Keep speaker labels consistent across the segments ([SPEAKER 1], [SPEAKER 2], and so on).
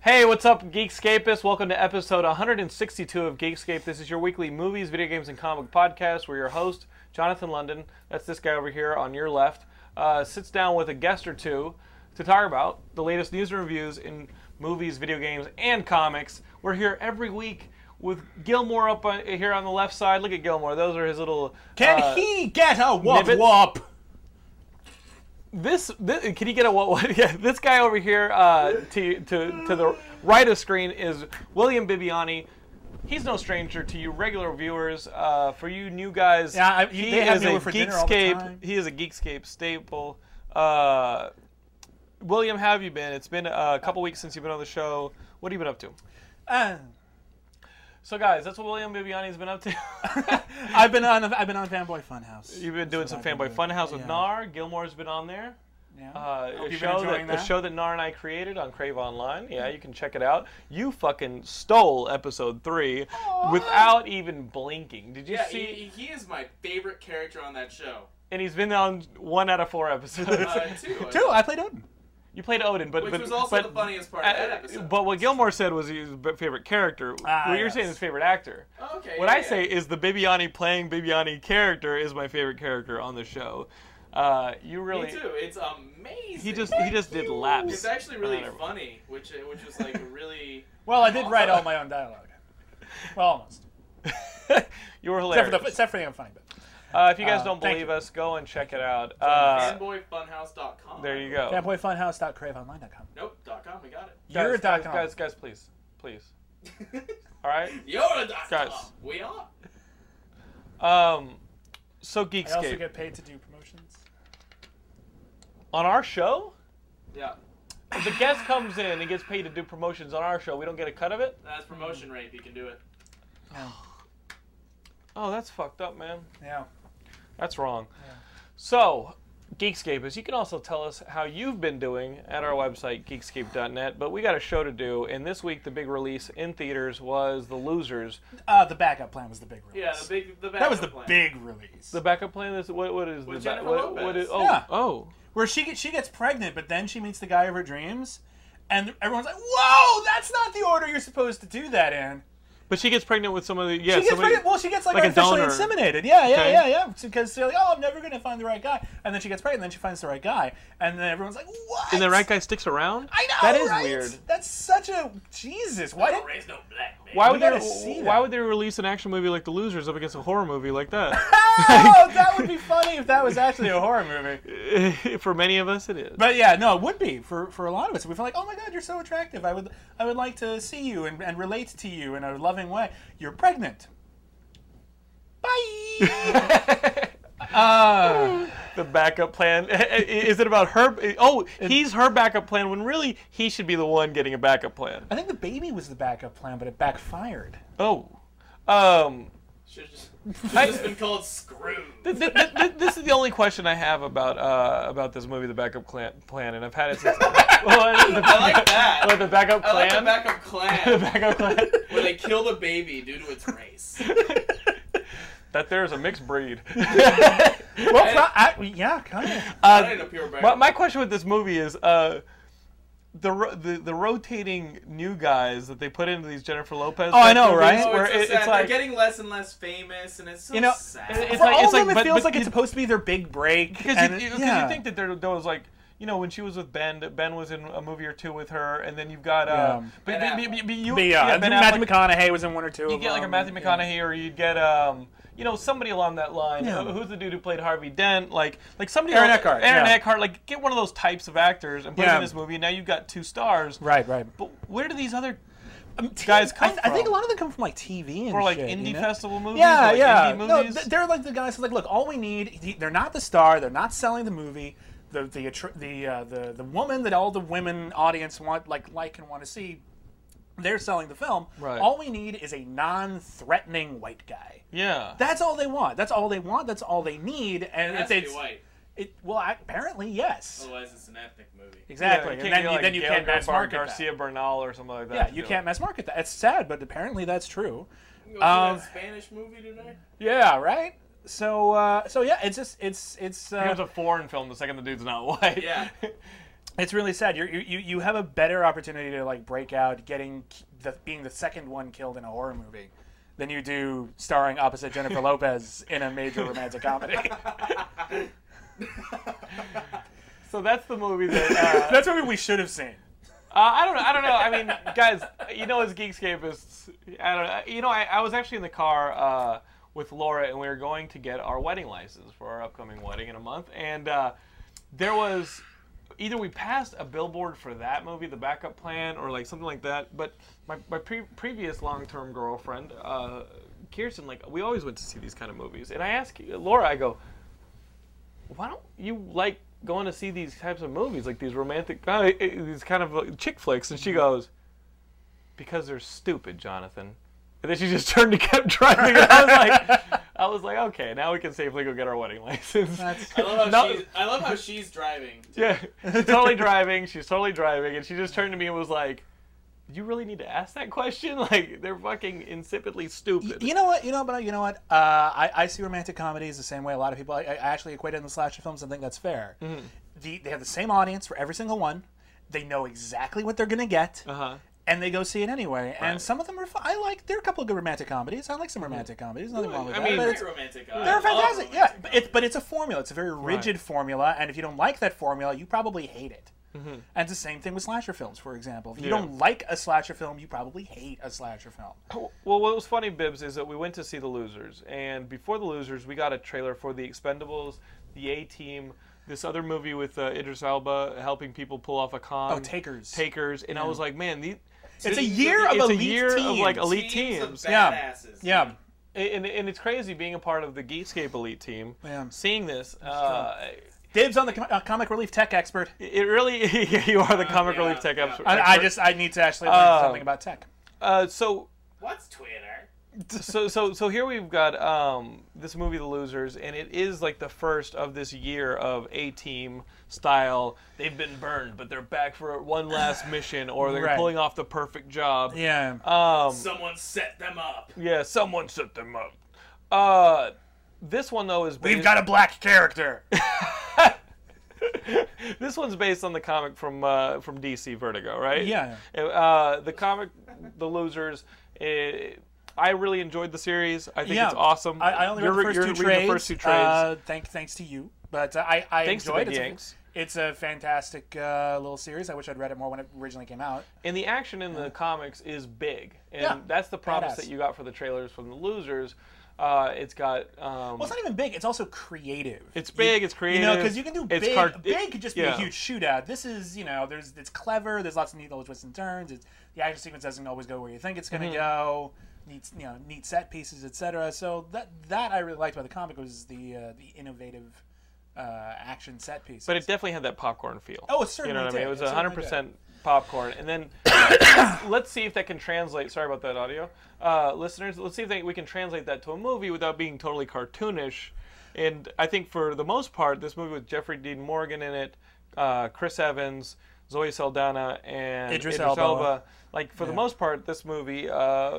[SPEAKER 1] Hey, what's up, Geekscapists? Welcome to episode 162 of Geekscape. This is your weekly movies, video games, and comic podcast. We're your host, Jonathan London. That's this guy over here on your left. Uh, sits down with a guest or two to talk about the latest news and reviews in movies, video games, and comics. We're here every week with Gilmore up on, here on the left side. Look at Gilmore; those are his little.
[SPEAKER 2] Can
[SPEAKER 1] uh,
[SPEAKER 2] he get a wop
[SPEAKER 1] nibbits?
[SPEAKER 2] wop?
[SPEAKER 1] this, thi- can you get a what, what yeah, this guy over here uh, to, to, to the right of screen is william bibiani he's no stranger to you regular viewers uh, for you new guys
[SPEAKER 2] Yeah, I-
[SPEAKER 1] he
[SPEAKER 2] they have
[SPEAKER 1] is
[SPEAKER 2] me
[SPEAKER 1] a
[SPEAKER 2] over for dinner all the time.
[SPEAKER 1] geekscape he is a geekscape staple uh, william how have you been it's been a couple weeks since you've been on the show what have you been up to
[SPEAKER 2] Uh,
[SPEAKER 1] so guys that's what william bibiani's been up to
[SPEAKER 2] I've been on. I've been on Fanboy Funhouse.
[SPEAKER 1] you've been doing
[SPEAKER 2] That's
[SPEAKER 1] some
[SPEAKER 2] what I've
[SPEAKER 1] fanboy
[SPEAKER 2] been
[SPEAKER 1] funhouse with
[SPEAKER 2] Yeah.
[SPEAKER 1] nar gilmore's been on there
[SPEAKER 2] Yeah.
[SPEAKER 1] Uh,
[SPEAKER 2] Hope
[SPEAKER 1] a,
[SPEAKER 2] you've been
[SPEAKER 1] show that,
[SPEAKER 2] enjoying
[SPEAKER 1] a show that Nar and I created on Crave Online.
[SPEAKER 3] Mm-hmm.
[SPEAKER 1] Yeah, you can check it out. You fucking stole episode three without even blinking. Did you
[SPEAKER 3] Yeah,
[SPEAKER 1] see?
[SPEAKER 3] he, he is my favorite character on that show.
[SPEAKER 1] and he's been on one out of four episodes.
[SPEAKER 3] Uh, two,
[SPEAKER 2] Two. I
[SPEAKER 3] I think,
[SPEAKER 2] played Odin.
[SPEAKER 1] you played Odin, but
[SPEAKER 3] which
[SPEAKER 1] but,
[SPEAKER 3] was also
[SPEAKER 1] but,
[SPEAKER 3] the funniest part
[SPEAKER 1] uh,
[SPEAKER 3] of that episode.
[SPEAKER 1] but what Gilmore said was his b- favorite character.
[SPEAKER 2] Ah,
[SPEAKER 1] what you're
[SPEAKER 2] yes.
[SPEAKER 1] saying is favorite actor.
[SPEAKER 3] okay,
[SPEAKER 1] What
[SPEAKER 3] yeah,
[SPEAKER 1] I
[SPEAKER 3] yeah.
[SPEAKER 1] say is the Bibiani playing Bibiani character is my favorite character on the show. Uh, you really
[SPEAKER 3] me too. It's amazing.
[SPEAKER 1] he just he just did laps.
[SPEAKER 3] It's actually really
[SPEAKER 1] around everyone.
[SPEAKER 3] funny, which uh, which was like really.
[SPEAKER 2] Well, I did write all my own dialogue. Well, almost.
[SPEAKER 1] you were hilarious.
[SPEAKER 2] Except for the except for the unfunny bit.
[SPEAKER 1] Uh, if you guys
[SPEAKER 2] Uh,
[SPEAKER 1] don't
[SPEAKER 2] thank
[SPEAKER 1] believe
[SPEAKER 2] you.
[SPEAKER 1] us, go and check it out. Uh,
[SPEAKER 3] fanboyfunhouse.com.
[SPEAKER 1] there you go.
[SPEAKER 2] Fanboyfunhouse.craveonline.com.
[SPEAKER 3] Nope, dot com. We got it.
[SPEAKER 1] Oh. Guys,
[SPEAKER 2] You're a dot
[SPEAKER 1] guys,
[SPEAKER 2] com.
[SPEAKER 1] guys, guys, please, please. All right.
[SPEAKER 3] You're a dot
[SPEAKER 1] Guys.
[SPEAKER 3] com. We are.
[SPEAKER 1] Um, so
[SPEAKER 2] I also
[SPEAKER 1] Geekscape
[SPEAKER 2] get paid to do promotions.
[SPEAKER 1] on our show,
[SPEAKER 3] Yeah,
[SPEAKER 1] the guest comes in and gets paid to do promotions on our show. We don't get a cut of it.
[SPEAKER 3] that's promotion
[SPEAKER 1] Hmm.
[SPEAKER 3] rape. You can do it.
[SPEAKER 2] Yeah.
[SPEAKER 1] Oh, that's fucked up, man.
[SPEAKER 2] yeah.
[SPEAKER 1] That's wrong. So, Geekscapists, you can also tell us how you've been doing at our website, geekscape.net. But we got a show to do, and this week the big release in theaters was The Losers.
[SPEAKER 2] Uh, the backup plan was the big release.
[SPEAKER 3] Yeah, the big the
[SPEAKER 2] that was the
[SPEAKER 3] backup plan.
[SPEAKER 2] big release.
[SPEAKER 1] The backup plan is what? What is
[SPEAKER 3] With
[SPEAKER 1] the ba-
[SPEAKER 3] Jennifer
[SPEAKER 1] what, what is,
[SPEAKER 3] Lopez.
[SPEAKER 1] oh
[SPEAKER 2] Yeah.
[SPEAKER 1] oh.
[SPEAKER 2] Where she gets she gets pregnant, but then she meets the guy of her dreams, and everyone's like, "Whoa, that's not the order you're supposed to do that in."
[SPEAKER 1] But she gets pregnant with somebody. Yeah,
[SPEAKER 2] She gets
[SPEAKER 1] somebody,
[SPEAKER 2] pregnant. Well, she gets like,
[SPEAKER 1] like a
[SPEAKER 2] artificially
[SPEAKER 1] donor.
[SPEAKER 2] inseminated. Yeah, yeah,
[SPEAKER 1] Okay.
[SPEAKER 2] yeah, yeah. Because they're like, oh, I'm never gonna find the right guy, and then she gets pregnant, and then she finds the right guy, and then everyone's like, what?
[SPEAKER 1] and the right guy sticks around.
[SPEAKER 2] I know.
[SPEAKER 1] That is
[SPEAKER 2] right?
[SPEAKER 1] weird.
[SPEAKER 2] That's such a Jesus. Why did?
[SPEAKER 3] Don't raise no black man.
[SPEAKER 1] Why
[SPEAKER 2] We
[SPEAKER 1] would they?
[SPEAKER 2] gotta see
[SPEAKER 1] Why
[SPEAKER 2] that.
[SPEAKER 1] would they release an action movie like The Losers up against a horror movie like that?
[SPEAKER 2] Oh, that would be funny if that was actually a horror movie.
[SPEAKER 1] For many of us, it is.
[SPEAKER 2] But yeah, no, it would be for, for a lot of us. We feel like, oh my god, you're so attractive. I would I would like to see you and, and relate to you in a loving way. You're pregnant. Bye. uh,
[SPEAKER 1] the backup plan is it about her? Oh, he's her backup plan when really he should be the one getting a backup plan.
[SPEAKER 2] I think the baby was the backup plan, but it backfired.
[SPEAKER 1] Oh, um,
[SPEAKER 3] Should just, should've just been called screw.
[SPEAKER 1] th- th- th- th- this is the only question I have about uh, about this movie, The Backup Plan, plan and I've had it since. well, the,
[SPEAKER 3] I like that.
[SPEAKER 1] well, the backup
[SPEAKER 3] I
[SPEAKER 1] plan.
[SPEAKER 3] like the backup
[SPEAKER 1] the
[SPEAKER 3] clan
[SPEAKER 1] backup plan.
[SPEAKER 3] where they kill the baby due to its race.
[SPEAKER 1] that there is a mixed breed.
[SPEAKER 2] Well, pro- I, yeah, kind of.
[SPEAKER 1] Uh,
[SPEAKER 3] That ain't a pure backup.
[SPEAKER 1] my, my question with this movie is uh, the, ro- the the rotating new guys that they put into these Jennifer Lopez.
[SPEAKER 2] Oh, I know,
[SPEAKER 1] movies
[SPEAKER 2] right?
[SPEAKER 3] Oh,
[SPEAKER 1] Where
[SPEAKER 3] it's, so
[SPEAKER 1] it- it's
[SPEAKER 3] sad.
[SPEAKER 1] like
[SPEAKER 3] they're getting less and less famous, and it's so
[SPEAKER 2] You know,
[SPEAKER 3] sad.
[SPEAKER 1] it- it's
[SPEAKER 2] For
[SPEAKER 1] like-
[SPEAKER 2] all of them,
[SPEAKER 1] like-
[SPEAKER 2] it
[SPEAKER 1] but-
[SPEAKER 2] feels
[SPEAKER 1] but
[SPEAKER 2] like
[SPEAKER 1] you-
[SPEAKER 2] it's supposed to be their big break.
[SPEAKER 1] because
[SPEAKER 2] and
[SPEAKER 1] you, you,
[SPEAKER 2] it-
[SPEAKER 1] 'cause you
[SPEAKER 2] yeah.
[SPEAKER 1] think that there, there was like. You know, when she was with Ben, Ben was in a movie or two with her, and then you've got uh,
[SPEAKER 2] Yeah.
[SPEAKER 1] but,
[SPEAKER 3] Ben
[SPEAKER 1] but-
[SPEAKER 3] Affleck.
[SPEAKER 1] but- but you,
[SPEAKER 2] But yeah,
[SPEAKER 1] yeah,
[SPEAKER 2] I
[SPEAKER 1] Ben
[SPEAKER 2] think
[SPEAKER 1] Affleck,
[SPEAKER 2] Matthew McConaughey was in one or two.
[SPEAKER 1] you
[SPEAKER 2] of
[SPEAKER 1] get like a
[SPEAKER 2] them,
[SPEAKER 1] Matthew
[SPEAKER 2] yeah.
[SPEAKER 1] McConaughey, or you'd get um, you know, somebody along that line.
[SPEAKER 2] Yeah.
[SPEAKER 1] Who- Who's the dude who played Harvey Dent? Like, like somebody.
[SPEAKER 2] Aaron
[SPEAKER 1] like-
[SPEAKER 2] Eckhart,
[SPEAKER 1] Aaron
[SPEAKER 2] yeah.
[SPEAKER 1] Eckhart. Like, get one of those types of actors and put them
[SPEAKER 2] Yeah.
[SPEAKER 1] in this movie. And now you've got two stars.
[SPEAKER 2] Right, right.
[SPEAKER 1] But where do these other Um, guys
[SPEAKER 2] guys
[SPEAKER 1] come
[SPEAKER 2] I, I think a
[SPEAKER 1] from?
[SPEAKER 2] lot of them come from like TV and
[SPEAKER 1] or like
[SPEAKER 2] shit,
[SPEAKER 1] indie
[SPEAKER 2] you know?
[SPEAKER 1] festival movies?
[SPEAKER 2] Yeah,
[SPEAKER 1] or, like,
[SPEAKER 2] yeah.
[SPEAKER 1] Indie
[SPEAKER 2] no,
[SPEAKER 1] movies?
[SPEAKER 2] th- they're like the guys who's like, look, all we need. They're not the star. They're not selling the movie. The the attr- the uh, the the woman that all the women audience want like like and want to see. They're selling the film.
[SPEAKER 1] Right.
[SPEAKER 2] All we need is a non-threatening white guy.
[SPEAKER 1] yeah.
[SPEAKER 2] That's all they want. That's all they want. That's all they need. And
[SPEAKER 3] it has
[SPEAKER 2] if
[SPEAKER 3] to be
[SPEAKER 2] it's-
[SPEAKER 3] white,
[SPEAKER 2] it, well, I- apparently yes.
[SPEAKER 3] otherwise it's an ethnic movie.
[SPEAKER 2] Exactly.
[SPEAKER 1] Oh, Yeah,
[SPEAKER 2] and then
[SPEAKER 1] get,
[SPEAKER 2] you,
[SPEAKER 1] like,
[SPEAKER 2] then you
[SPEAKER 1] Gail
[SPEAKER 2] can't mass
[SPEAKER 1] Garcia
[SPEAKER 2] market that.
[SPEAKER 1] Garcia Bernal or something like that.
[SPEAKER 2] Yeah,
[SPEAKER 1] to
[SPEAKER 2] you
[SPEAKER 1] do
[SPEAKER 2] can't mass market that. It's sad, but apparently that's true.
[SPEAKER 3] You gonna see
[SPEAKER 2] Um,
[SPEAKER 3] that Spanish movie today?
[SPEAKER 2] Yeah, right. So, uh, so yeah, it's just it's it's
[SPEAKER 1] It becomes
[SPEAKER 2] uh,
[SPEAKER 1] a foreign film the second the dude's not white.
[SPEAKER 3] Yeah.
[SPEAKER 2] it's really sad. You're, you you you have a better opportunity to like break out, getting k- the being the second one killed in a horror movie, than you do starring opposite Jennifer Lopez in a major romantic comedy.
[SPEAKER 1] So that's the movie that. Uh,
[SPEAKER 2] That's what we should have seen.
[SPEAKER 1] uh, I don't know. I don't know. I mean, guys, you know, as Geekscapists, I don't know. You know, I, I was actually in the car uh, with Laura, and we were going to get our wedding license for our upcoming wedding in a month, and uh, there was either we passed a billboard for that movie, The Backup Plan, or like something like that. But my, my pre- previous long term girlfriend, uh, Kirsten, like we always went to see these kind of movies, and I asked Laura, I go, why don't you like going to see these types of movies, like these romantic, uh, these kind of like, chick flicks? And she goes, because they're stupid, Jonathan. And then she just turned and kept driving. And I was like, I was like, okay, now we can safely go get our wedding license.
[SPEAKER 2] That's-
[SPEAKER 3] I love how
[SPEAKER 1] No-
[SPEAKER 3] she's. I love how she's driving.
[SPEAKER 1] yeah, she's totally driving. She's totally driving, and she just turned to me and was like, "You really need to ask that question? Like, they're fucking insipidly stupid."
[SPEAKER 2] You know what? You know, but you know what? Uh, I, I see romantic comedies the same way a lot of people. I, I actually equate it in the slasher films and think that's fair.
[SPEAKER 1] Mm-hmm.
[SPEAKER 2] The, they have the same audience for every single one. They know exactly what they're going to get,
[SPEAKER 1] Uh-huh.
[SPEAKER 2] and they go see it anyway.
[SPEAKER 1] Right. Mm-hmm.
[SPEAKER 2] And some of them are. fu- I like. There are a couple of good romantic comedies. I like some romantic comedies. Nothing wrong with
[SPEAKER 1] I
[SPEAKER 2] that.
[SPEAKER 1] mean,
[SPEAKER 2] but
[SPEAKER 1] great
[SPEAKER 2] it's-
[SPEAKER 3] romantic. uh, I
[SPEAKER 2] they're
[SPEAKER 3] love
[SPEAKER 2] fantastic. Yeah,
[SPEAKER 3] romantic
[SPEAKER 2] but it's but it's a formula. It's a very rigid formula, and if you don't like that formula, you probably hate it. And it's the same thing with slasher films, for example. If you
[SPEAKER 1] Mm-hmm. Yeah.
[SPEAKER 2] don't like a slasher film, you probably hate a slasher film.
[SPEAKER 1] Well, what was funny, Bibbs, is that we went to see The Losers, and before The Losers, we got a trailer for The Expendables, The A Team, this other movie with uh, Idris Elba helping people pull off a con.
[SPEAKER 2] Oh, Takers.
[SPEAKER 1] Takers, and I was like, man, the,
[SPEAKER 2] It's a year of
[SPEAKER 1] it's
[SPEAKER 2] elite
[SPEAKER 1] a year of
[SPEAKER 2] teams.
[SPEAKER 1] like elite
[SPEAKER 3] Teams of
[SPEAKER 1] teams.
[SPEAKER 2] Yeah.
[SPEAKER 3] badasses.
[SPEAKER 2] Yeah.
[SPEAKER 1] And, and it's crazy being a part of the Geekscape elite team.
[SPEAKER 2] Yeah.
[SPEAKER 1] Seeing this, uh,
[SPEAKER 2] Dibs on the com- uh, comic relief tech expert.
[SPEAKER 1] it really you are the comic
[SPEAKER 3] Oh, yeah,
[SPEAKER 1] relief tech
[SPEAKER 3] yeah.
[SPEAKER 1] expert.
[SPEAKER 2] I, I just I need to actually learn
[SPEAKER 1] Uh,
[SPEAKER 2] something about tech.
[SPEAKER 1] uh, so
[SPEAKER 3] What's Twitter?
[SPEAKER 1] so so so here we've got um, this movie the losers and it is like the first of this year of a team style they've been burned but they're back for one last mission or they're
[SPEAKER 2] Right.
[SPEAKER 1] pulling off the perfect job
[SPEAKER 2] Yeah.
[SPEAKER 1] um,
[SPEAKER 3] Someone set them up.
[SPEAKER 1] yeah someone set them up uh, this one though is based,
[SPEAKER 2] We've got a black character.
[SPEAKER 1] this one's based on the comic from uh, from DC Vertigo right
[SPEAKER 2] Yeah.
[SPEAKER 1] uh, the comic the losers eh, I really enjoyed the series. I think
[SPEAKER 2] Yeah.
[SPEAKER 1] it's awesome.
[SPEAKER 2] I, I only read
[SPEAKER 1] You're-
[SPEAKER 2] the first,
[SPEAKER 1] you're
[SPEAKER 2] two
[SPEAKER 1] reading
[SPEAKER 2] trades,
[SPEAKER 1] the first two trades.
[SPEAKER 2] Uh, thank, thanks to you, but uh, I, I
[SPEAKER 1] Thanks to
[SPEAKER 2] enjoyed
[SPEAKER 1] Big
[SPEAKER 2] it.
[SPEAKER 1] Yanks.
[SPEAKER 2] It's a, it's a fantastic uh, little series. I wish I'd read it more when it originally came out.
[SPEAKER 1] And the action in the comics is big, and
[SPEAKER 2] Yeah.
[SPEAKER 1] that's the promise
[SPEAKER 2] Badass.
[SPEAKER 1] that you got for the trailers from the losers. Uh, it's got um,
[SPEAKER 2] Well, it's not even big. It's also creative.
[SPEAKER 1] it's big, it's
[SPEAKER 2] You
[SPEAKER 1] creative.
[SPEAKER 2] know, because you can do
[SPEAKER 1] it's
[SPEAKER 2] big.
[SPEAKER 1] cart-
[SPEAKER 2] big
[SPEAKER 1] it-
[SPEAKER 2] could just
[SPEAKER 1] yeah.
[SPEAKER 2] be a huge shootout. This is, you know, there's it's clever. There's lots of neat little twists and turns. It's, the action sequence doesn't always go where you think it's going to
[SPEAKER 1] Mm-hmm.
[SPEAKER 2] go. Neat, you know, neat set pieces, etc. So that that I really liked about the comic was the uh, the innovative uh, action set pieces.
[SPEAKER 1] But it definitely had that popcorn feel.
[SPEAKER 2] Oh, it
[SPEAKER 1] You
[SPEAKER 2] certainly
[SPEAKER 1] know what I mean?
[SPEAKER 2] did.
[SPEAKER 1] It was
[SPEAKER 2] It certainly
[SPEAKER 1] 100% popcorn. And then let's see if that can translate. Sorry about that audio. Uh, listeners, let's see if they, we can translate that to a movie without being totally cartoonish. And I think for the most part, this movie with Jeffrey Dean Morgan in it, uh, Chris Evans, Zoe Saldana, and
[SPEAKER 2] Idris
[SPEAKER 1] Elba.
[SPEAKER 2] Elba.
[SPEAKER 1] Like, for the most part, this movie. Uh,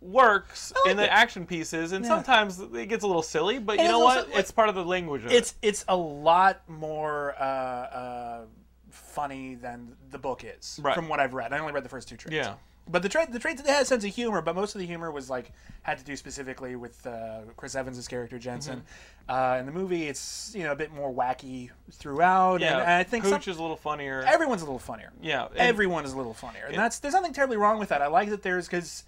[SPEAKER 1] Works in the
[SPEAKER 2] it.
[SPEAKER 1] action pieces, and sometimes it gets a little silly, but you
[SPEAKER 2] it's
[SPEAKER 1] know
[SPEAKER 2] also,
[SPEAKER 1] what?
[SPEAKER 2] like-
[SPEAKER 1] it's part of the language. Of it.
[SPEAKER 2] it's it's a lot more uh, uh, funny than the book is
[SPEAKER 1] Right.
[SPEAKER 2] from what I've read. I only read the first two trades.
[SPEAKER 1] Yeah.
[SPEAKER 2] But the trade the trades did have a sense of humor, but most of the humor was like had to do specifically with uh, Chris Evans' character Jensen.
[SPEAKER 1] Mm-hmm.
[SPEAKER 2] Uh, in the movie, it's you know a bit more wacky throughout,
[SPEAKER 1] Yeah,
[SPEAKER 2] and, and I think some-
[SPEAKER 1] Pooch is a little funnier.
[SPEAKER 2] everyone's a little funnier.
[SPEAKER 1] yeah, and-
[SPEAKER 2] everyone is a little funnier, and that's there's nothing terribly wrong with that. I like that there's because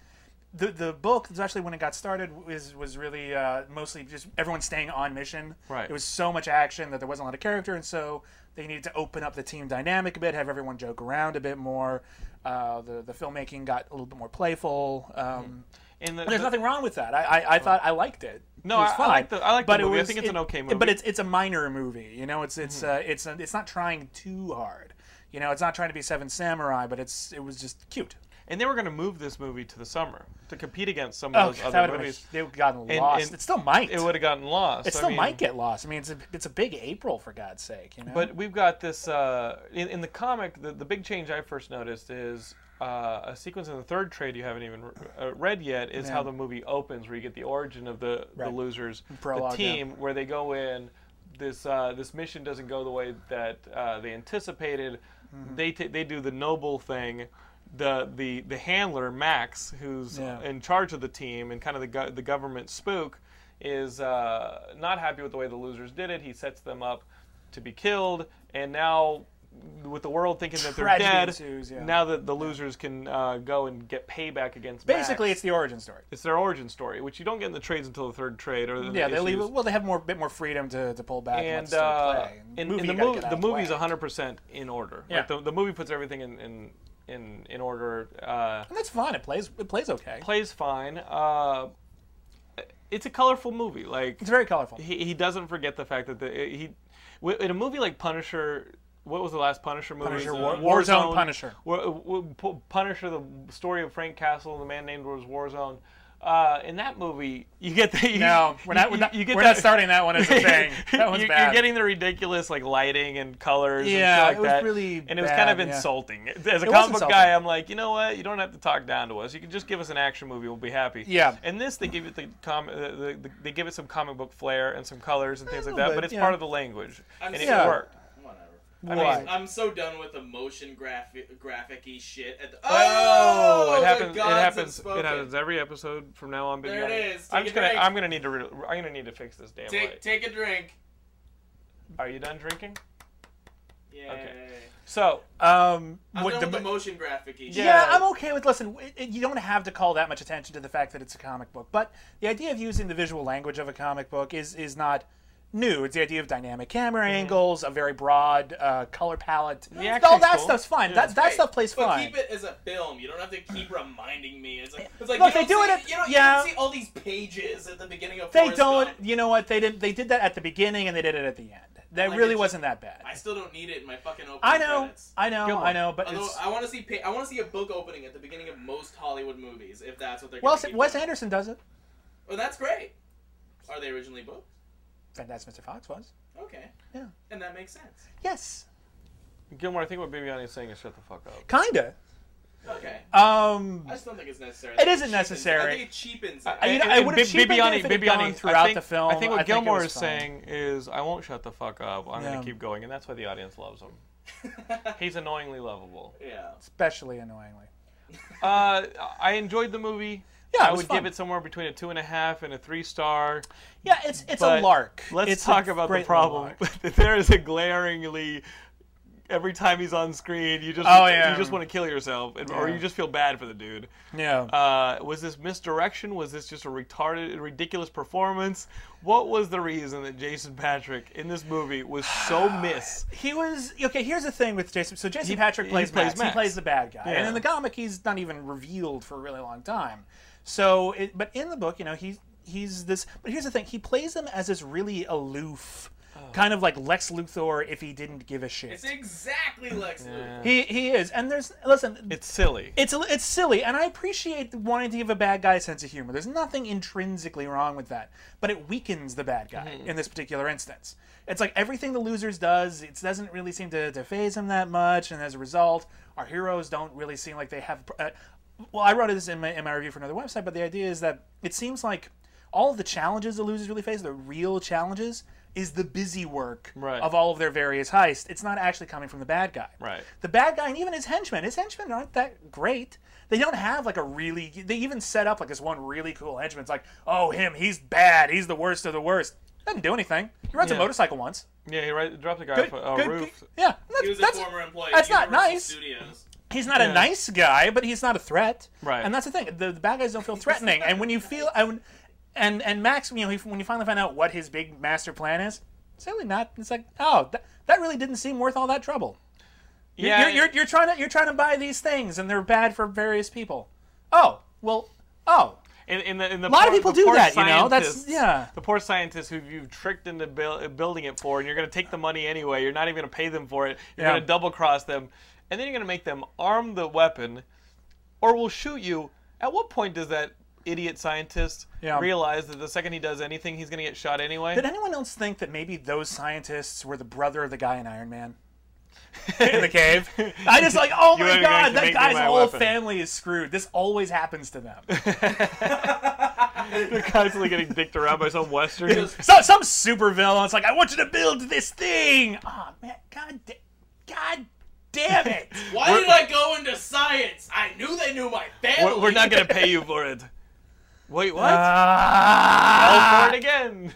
[SPEAKER 2] the the book, especially when it got started, was was really uh, mostly just everyone staying on mission.
[SPEAKER 1] Right.
[SPEAKER 2] It was so much action that there wasn't a lot of character, and so they needed to open up the team dynamic a bit, have everyone joke around a bit more. Uh, the the filmmaking got a little bit more playful. Um,
[SPEAKER 1] and the,
[SPEAKER 2] There's
[SPEAKER 1] the-
[SPEAKER 2] nothing wrong with that. I, I, I thought I liked it.
[SPEAKER 1] No,
[SPEAKER 2] it was
[SPEAKER 1] I- I
[SPEAKER 2] fine.
[SPEAKER 1] like the- I like the
[SPEAKER 2] But it
[SPEAKER 1] movie. I
[SPEAKER 2] was-
[SPEAKER 1] think it's
[SPEAKER 2] it-
[SPEAKER 1] an okay
[SPEAKER 2] it-
[SPEAKER 1] movie. Mm-hmm.
[SPEAKER 2] But it's it's a minor movie. You know, it's it's uh, it's it's not trying too hard. You know, it's not trying to be Seven Samurai, but it's it was just cute.
[SPEAKER 1] and they were going to move this movie to the summer to compete against some of those
[SPEAKER 2] that
[SPEAKER 1] other
[SPEAKER 2] would've been-
[SPEAKER 1] movies.
[SPEAKER 2] they would have gotten lost.
[SPEAKER 1] and
[SPEAKER 2] it still might.
[SPEAKER 1] It would have gotten lost.
[SPEAKER 2] it
[SPEAKER 1] I
[SPEAKER 2] still
[SPEAKER 1] mean,
[SPEAKER 2] might get lost. I mean, it's a, it's a big April for God's sake. You know,
[SPEAKER 1] But we've got this uh, in, in the comic. The, the big change I first noticed is uh, a sequence in the third trade you haven't even re- uh, read yet is how the movie opens, where you get the origin of the,
[SPEAKER 2] Right.
[SPEAKER 1] the losers,
[SPEAKER 2] Prologue,
[SPEAKER 1] the
[SPEAKER 2] yeah.
[SPEAKER 1] team, where they go in. this uh, this mission doesn't go the way that uh, they anticipated,
[SPEAKER 2] Mm-hmm.
[SPEAKER 1] they ta they do the noble thing. The, the the handler Max, who's
[SPEAKER 2] Yeah.
[SPEAKER 1] in charge of the team and kind of the go- the government spook, is uh, not happy with the way the losers did it. He sets them up to be killed, and now with the world thinking that they're
[SPEAKER 2] Tragedy
[SPEAKER 1] dead,
[SPEAKER 2] ensues, yeah.
[SPEAKER 1] now that the losers can uh, go and get payback against
[SPEAKER 2] Basically,
[SPEAKER 1] Max.
[SPEAKER 2] it's the origin story.
[SPEAKER 1] It's their origin story, which you don't get in the trades until the third trade. Or the
[SPEAKER 2] Yeah, they leave.
[SPEAKER 1] issues.
[SPEAKER 2] it- Well, they have more bit more freedom to, to pull back and, let
[SPEAKER 1] And
[SPEAKER 2] the story
[SPEAKER 1] uh,
[SPEAKER 2] play. And
[SPEAKER 1] in,
[SPEAKER 2] movie,
[SPEAKER 1] in the
[SPEAKER 2] you gotta
[SPEAKER 1] movie,
[SPEAKER 2] get out
[SPEAKER 1] the
[SPEAKER 2] of way.
[SPEAKER 1] movie's 100% in order.
[SPEAKER 2] Yeah.
[SPEAKER 1] Like the, the movie puts everything in in in, in order. Uh,
[SPEAKER 2] And that's fine. It plays. It plays okay.
[SPEAKER 1] plays fine. Uh, it's a colorful movie. Like
[SPEAKER 2] It's very colorful.
[SPEAKER 1] he, he doesn't forget the fact that the, he w- in a movie like Punisher. What was the last Punisher movie?
[SPEAKER 2] Punisher,
[SPEAKER 1] Uh,
[SPEAKER 2] War- Warzone, Punisher.
[SPEAKER 1] War- uh, w- P- Punisher, the story of Frank Castle, the man named was Warzone. Uh, in that movie, you get the you,
[SPEAKER 2] No, we're not.
[SPEAKER 1] you-
[SPEAKER 2] We're not,
[SPEAKER 1] you get
[SPEAKER 2] we're
[SPEAKER 1] that-
[SPEAKER 2] not starting that one as a thing. That one's
[SPEAKER 1] you,
[SPEAKER 2] bad.
[SPEAKER 1] You're getting the ridiculous like lighting and colors.
[SPEAKER 2] Yeah,
[SPEAKER 1] and
[SPEAKER 2] it
[SPEAKER 1] shit like
[SPEAKER 2] was
[SPEAKER 1] that.
[SPEAKER 2] really
[SPEAKER 1] and it was kind
[SPEAKER 2] bad,
[SPEAKER 1] of
[SPEAKER 2] yeah.
[SPEAKER 1] insulting. As a
[SPEAKER 2] was
[SPEAKER 1] comic book
[SPEAKER 2] insulting.
[SPEAKER 1] guy, I'm like, you know what? You don't have to talk down to us. You can just give us an action movie. We'll be happy.
[SPEAKER 2] Yeah.
[SPEAKER 1] And this, they give it the, com- uh, the, the they give it some comic book flair and some colors and things like
[SPEAKER 2] little
[SPEAKER 1] that.
[SPEAKER 2] bit,
[SPEAKER 1] but it's
[SPEAKER 2] yeah.
[SPEAKER 1] part of the language,
[SPEAKER 3] I'm
[SPEAKER 1] and
[SPEAKER 2] Yeah.
[SPEAKER 1] it worked.
[SPEAKER 3] Whatever.
[SPEAKER 2] Why?
[SPEAKER 3] I'm so done with the motion graphic graphic-y shit. At the,
[SPEAKER 1] Oh,
[SPEAKER 3] oh,
[SPEAKER 1] it
[SPEAKER 3] the
[SPEAKER 1] happens. It
[SPEAKER 3] gods have
[SPEAKER 1] happens. It
[SPEAKER 3] spoken.
[SPEAKER 1] happens every episode from now on.
[SPEAKER 3] There it
[SPEAKER 1] Benny.
[SPEAKER 3] is.
[SPEAKER 1] I'm
[SPEAKER 3] Take
[SPEAKER 1] just
[SPEAKER 3] a
[SPEAKER 1] gonna.
[SPEAKER 3] drink.
[SPEAKER 1] I'm gonna need to. Re- I'm gonna need to fix this damn
[SPEAKER 3] Take
[SPEAKER 1] light.
[SPEAKER 3] take a drink.
[SPEAKER 1] Are you done drinking?
[SPEAKER 3] Yeah.
[SPEAKER 1] So
[SPEAKER 2] um,
[SPEAKER 3] I'm
[SPEAKER 2] what
[SPEAKER 3] done
[SPEAKER 2] the
[SPEAKER 3] with the
[SPEAKER 2] mo-
[SPEAKER 3] motion graphic-y. shit.
[SPEAKER 2] yeah,
[SPEAKER 1] Yeah.
[SPEAKER 2] I'm okay with. Listen, it, it- you don't have to call that much attention to the fact that it's a comic book, but the idea of using the visual language of a comic book is is not new. It's the idea of dynamic camera angles, a very broad uh, color palette. all
[SPEAKER 1] Mm-hmm. action's
[SPEAKER 2] that
[SPEAKER 1] cool.
[SPEAKER 2] stuff's fine.
[SPEAKER 1] Yeah.
[SPEAKER 2] that that
[SPEAKER 3] Right,
[SPEAKER 2] stuff plays
[SPEAKER 3] but
[SPEAKER 2] fine.
[SPEAKER 3] keep it as a film. You don't have to keep reminding me. It's like, it's like
[SPEAKER 2] Look,
[SPEAKER 3] you
[SPEAKER 2] they
[SPEAKER 3] don't
[SPEAKER 2] do it
[SPEAKER 3] see,
[SPEAKER 2] at-
[SPEAKER 3] You don't,
[SPEAKER 2] yeah.
[SPEAKER 3] you don't see all these pages at the beginning of.
[SPEAKER 2] they
[SPEAKER 3] Forrest
[SPEAKER 2] don't.
[SPEAKER 3] Gump.
[SPEAKER 2] You know what? They didn't. They did that at the beginning and they did it at the end. That
[SPEAKER 3] Like,
[SPEAKER 2] really
[SPEAKER 3] it's-
[SPEAKER 2] wasn't that bad.
[SPEAKER 3] I still don't need it in my fucking opening
[SPEAKER 2] I know.
[SPEAKER 3] credits.
[SPEAKER 2] I know.
[SPEAKER 1] Gilmore.
[SPEAKER 2] I know. But
[SPEAKER 3] Although
[SPEAKER 2] it's,
[SPEAKER 3] I want to see, pa- I want to see a book opening at the beginning of most Hollywood movies, if that's what they're.
[SPEAKER 2] Wes,
[SPEAKER 3] gonna keep
[SPEAKER 2] Wes
[SPEAKER 3] doing.
[SPEAKER 2] Anderson does it.
[SPEAKER 3] Well, that's great. Are they originally booked?
[SPEAKER 2] Fantastic Mr. Fox was.
[SPEAKER 3] Okay.
[SPEAKER 2] Yeah.
[SPEAKER 3] And that makes sense.
[SPEAKER 2] Yes.
[SPEAKER 1] Gilmore, I think what Bibiani is saying is shut the fuck up.
[SPEAKER 2] Kinda.
[SPEAKER 3] Okay.
[SPEAKER 2] Um.
[SPEAKER 3] I just don't think it's necessary.
[SPEAKER 2] It isn't
[SPEAKER 3] cheapens-
[SPEAKER 2] necessary.
[SPEAKER 3] I think it cheapens it.
[SPEAKER 2] I- you know,
[SPEAKER 1] And- and
[SPEAKER 2] would've
[SPEAKER 1] Bi-
[SPEAKER 2] cheapened it
[SPEAKER 1] Bibiani-
[SPEAKER 2] if it had
[SPEAKER 1] Bibiani,
[SPEAKER 2] gone
[SPEAKER 1] I
[SPEAKER 2] throughout
[SPEAKER 1] think-
[SPEAKER 2] the film.
[SPEAKER 1] I think what
[SPEAKER 2] I think it
[SPEAKER 1] Gilmore
[SPEAKER 2] was
[SPEAKER 1] is
[SPEAKER 2] fine.
[SPEAKER 1] saying is, I won't shut the fuck up. I'm
[SPEAKER 2] Yeah.
[SPEAKER 1] going to keep going, and that's why the audience loves him. He's annoyingly lovable.
[SPEAKER 3] yeah.
[SPEAKER 2] Especially annoyingly.
[SPEAKER 1] Uh, I enjoyed the movie.
[SPEAKER 2] Yeah, it
[SPEAKER 1] I
[SPEAKER 2] was
[SPEAKER 1] would
[SPEAKER 2] fun.
[SPEAKER 1] give it somewhere between a two and a half and a three star.
[SPEAKER 2] Yeah, it's it's
[SPEAKER 1] but
[SPEAKER 2] a lark.
[SPEAKER 1] Let's
[SPEAKER 2] It's a
[SPEAKER 1] talk about the
[SPEAKER 2] great
[SPEAKER 1] problem.
[SPEAKER 2] lark.
[SPEAKER 1] there is a glaringly. Every time he's on screen, you just
[SPEAKER 2] Oh, yeah.
[SPEAKER 1] you just want to kill yourself, and, or
[SPEAKER 2] Yeah.
[SPEAKER 1] you just feel bad for the dude.
[SPEAKER 2] Yeah.
[SPEAKER 1] Uh, was this misdirection? Was this just a retarded, ridiculous performance? What was the reason that Jason Patrick in this movie was so miss?
[SPEAKER 2] he was okay. Here's the thing with Jason. So Jason Patrick
[SPEAKER 1] he
[SPEAKER 2] plays,
[SPEAKER 1] plays
[SPEAKER 2] Max. He
[SPEAKER 1] Max.
[SPEAKER 2] plays the bad guy, and
[SPEAKER 1] Yeah.
[SPEAKER 2] in the comic, he's not even revealed for a really long time. So, it, but in the book, you know, he's he's this. But here's the thing: he plays them as this really aloof,
[SPEAKER 1] Oh.
[SPEAKER 2] kind of like Lex Luthor if he didn't give a shit.
[SPEAKER 3] It's exactly Lex Luthor.
[SPEAKER 2] He he is, and there's listen.
[SPEAKER 1] It's silly.
[SPEAKER 2] it's a- it's silly, and I appreciate the wanting to give a bad guy a sense of humor. There's nothing intrinsically wrong with that, but it weakens the bad guy in this particular instance. It's like everything the losers does, it doesn't really seem to, to phase him that much, and as a result, our heroes don't really seem like they have. Uh, well, I wrote this in my in my review for another website, but the idea is that it seems like all of the challenges the losers really face, the real challenges, is the busy work
[SPEAKER 1] Right.
[SPEAKER 2] of all of their various heists. It's not actually coming from the bad guy.
[SPEAKER 1] Right.
[SPEAKER 2] The bad guy and even his henchmen, his henchmen aren't that great. They don't have like a really. They even set up like this one really cool henchman. It's like, oh, him, he's bad. He's the worst of the worst. Doesn't do anything. He runs a
[SPEAKER 1] Yeah.
[SPEAKER 2] motorcycle once.
[SPEAKER 1] yeah, he right, dropped a guy off
[SPEAKER 2] Good,
[SPEAKER 1] a, a
[SPEAKER 2] good-
[SPEAKER 1] roof.
[SPEAKER 2] good- Yeah,
[SPEAKER 3] He was
[SPEAKER 2] that's,
[SPEAKER 3] a
[SPEAKER 2] that's-
[SPEAKER 3] former employee.
[SPEAKER 2] that's
[SPEAKER 3] at
[SPEAKER 2] not
[SPEAKER 3] Universal
[SPEAKER 2] nice.
[SPEAKER 3] Studios.
[SPEAKER 2] he's not
[SPEAKER 1] Yeah.
[SPEAKER 2] a nice guy, but he's not a threat.
[SPEAKER 1] Right.
[SPEAKER 2] And that's the thing. The, the bad guys don't feel threatening. and when you feel, I would- and and Max, you know, he, when you finally find out what his big master plan is, it's really not. It's like, oh, that, that really didn't seem worth all that trouble.
[SPEAKER 1] Yeah,
[SPEAKER 2] you're, you're, you're trying to you're trying to buy these things, and they're bad for various people. Oh well, oh
[SPEAKER 1] in, in the, in the
[SPEAKER 2] lot of
[SPEAKER 1] poor-
[SPEAKER 2] people
[SPEAKER 1] the
[SPEAKER 2] do
[SPEAKER 1] poor
[SPEAKER 2] that, you know? That's-
[SPEAKER 1] scientists-
[SPEAKER 2] yeah.
[SPEAKER 1] The poor scientists who you've tricked into buil- building it for, and you're going to take the money anyway. You're not even going to pay them for it. You're
[SPEAKER 2] Yeah.
[SPEAKER 1] going to double cross them, and then you're going to make them arm the weapon, or will shoot you. At what point does that idiot scientist
[SPEAKER 2] Yeah.
[SPEAKER 1] realize that the second he does anything, he's going to get shot anyway?
[SPEAKER 2] Did anyone else think that maybe those scientists were the brother of the guy in Iron Man? in the cave. I just like, oh
[SPEAKER 1] You
[SPEAKER 2] my
[SPEAKER 1] were going
[SPEAKER 2] god,
[SPEAKER 1] to
[SPEAKER 2] that
[SPEAKER 1] make me
[SPEAKER 2] guy's
[SPEAKER 1] my
[SPEAKER 2] whole
[SPEAKER 1] weapon.
[SPEAKER 2] family is screwed. This always happens to them.
[SPEAKER 1] They're constantly getting dicked around by some Western.
[SPEAKER 3] Just-
[SPEAKER 2] So, some super villain. It's like I want you to build this thing. Oh man, god, da- god damn it!
[SPEAKER 3] Why did I go into science? I knew they knew my family.
[SPEAKER 1] We're, we're not gonna pay you for it. Wait, what?
[SPEAKER 2] Ah.
[SPEAKER 1] I'll for it again.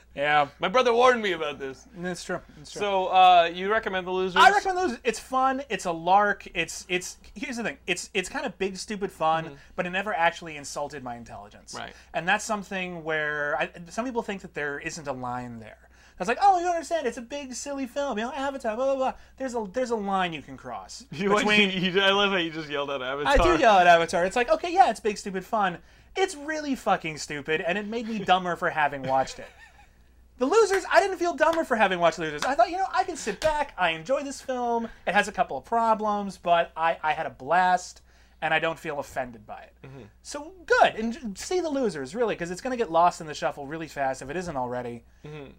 [SPEAKER 2] yeah,
[SPEAKER 1] My brother warned me about this.
[SPEAKER 2] that's true. That's true.
[SPEAKER 1] So uh, you recommend the losers?
[SPEAKER 2] I recommend those. It's fun. It's a lark. It's it's. Here's the thing. It's it's kind of big, stupid fun, but it never actually insulted my intelligence.
[SPEAKER 1] Mm-hmm. Right.
[SPEAKER 2] And that's something where I, some people think that there isn't a line there. I was like, oh, you don't understand. It's a big, silly film. You know, Avatar. Blah blah blah. There's a there's a line you can cross
[SPEAKER 1] You, you, you, I love how you just yelled out Avatar.
[SPEAKER 2] I do yell at Avatar. It's like, okay, yeah, it's big, stupid fun. It's really fucking stupid, and it made me dumber for having watched it. The Losers, I didn't feel dumber for having watched Losers. I thought, you know, I can sit back. I enjoy this film. It has a couple of problems, but I, I had a blast, and I don't feel offended by it. So good. And j- see The Losers, really, because it's going to get lost in the shuffle really fast if it isn't already.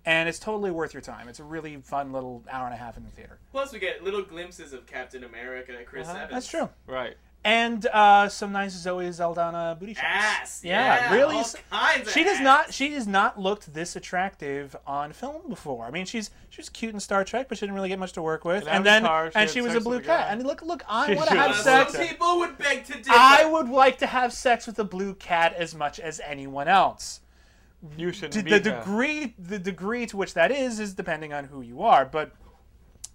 [SPEAKER 2] And it's totally worth your time. It's a really fun little hour and a half in the theater.
[SPEAKER 3] Plus, we get little glimpses of Captain America, Chris Evans.
[SPEAKER 2] Uh-huh. That's true.
[SPEAKER 1] Right.
[SPEAKER 2] and uh, some nice Zoe Zeldana booty shots.
[SPEAKER 3] Ass.
[SPEAKER 2] Yeah, really
[SPEAKER 3] all
[SPEAKER 2] s-
[SPEAKER 3] kinds of
[SPEAKER 2] She does
[SPEAKER 3] ass.
[SPEAKER 2] not. She has not looked this attractive on film before. I mean, she's she was cute in Star Trek, but she didn't really get much to work with.
[SPEAKER 1] In
[SPEAKER 2] and
[SPEAKER 1] Avatar,
[SPEAKER 2] then
[SPEAKER 1] she
[SPEAKER 2] and
[SPEAKER 1] had
[SPEAKER 2] she was a
[SPEAKER 1] sex with
[SPEAKER 2] blue
[SPEAKER 1] a
[SPEAKER 2] cat.
[SPEAKER 1] guy.
[SPEAKER 2] And look, look, I
[SPEAKER 1] She
[SPEAKER 2] want to have
[SPEAKER 1] was a
[SPEAKER 3] Uh,
[SPEAKER 2] sex.
[SPEAKER 3] some people would beg to differ.
[SPEAKER 2] I would like to have sex with a blue cat as much as anyone else.
[SPEAKER 1] You should
[SPEAKER 2] D-
[SPEAKER 1] be
[SPEAKER 2] the
[SPEAKER 1] there.
[SPEAKER 2] degree the degree to which that is is depending on who you are but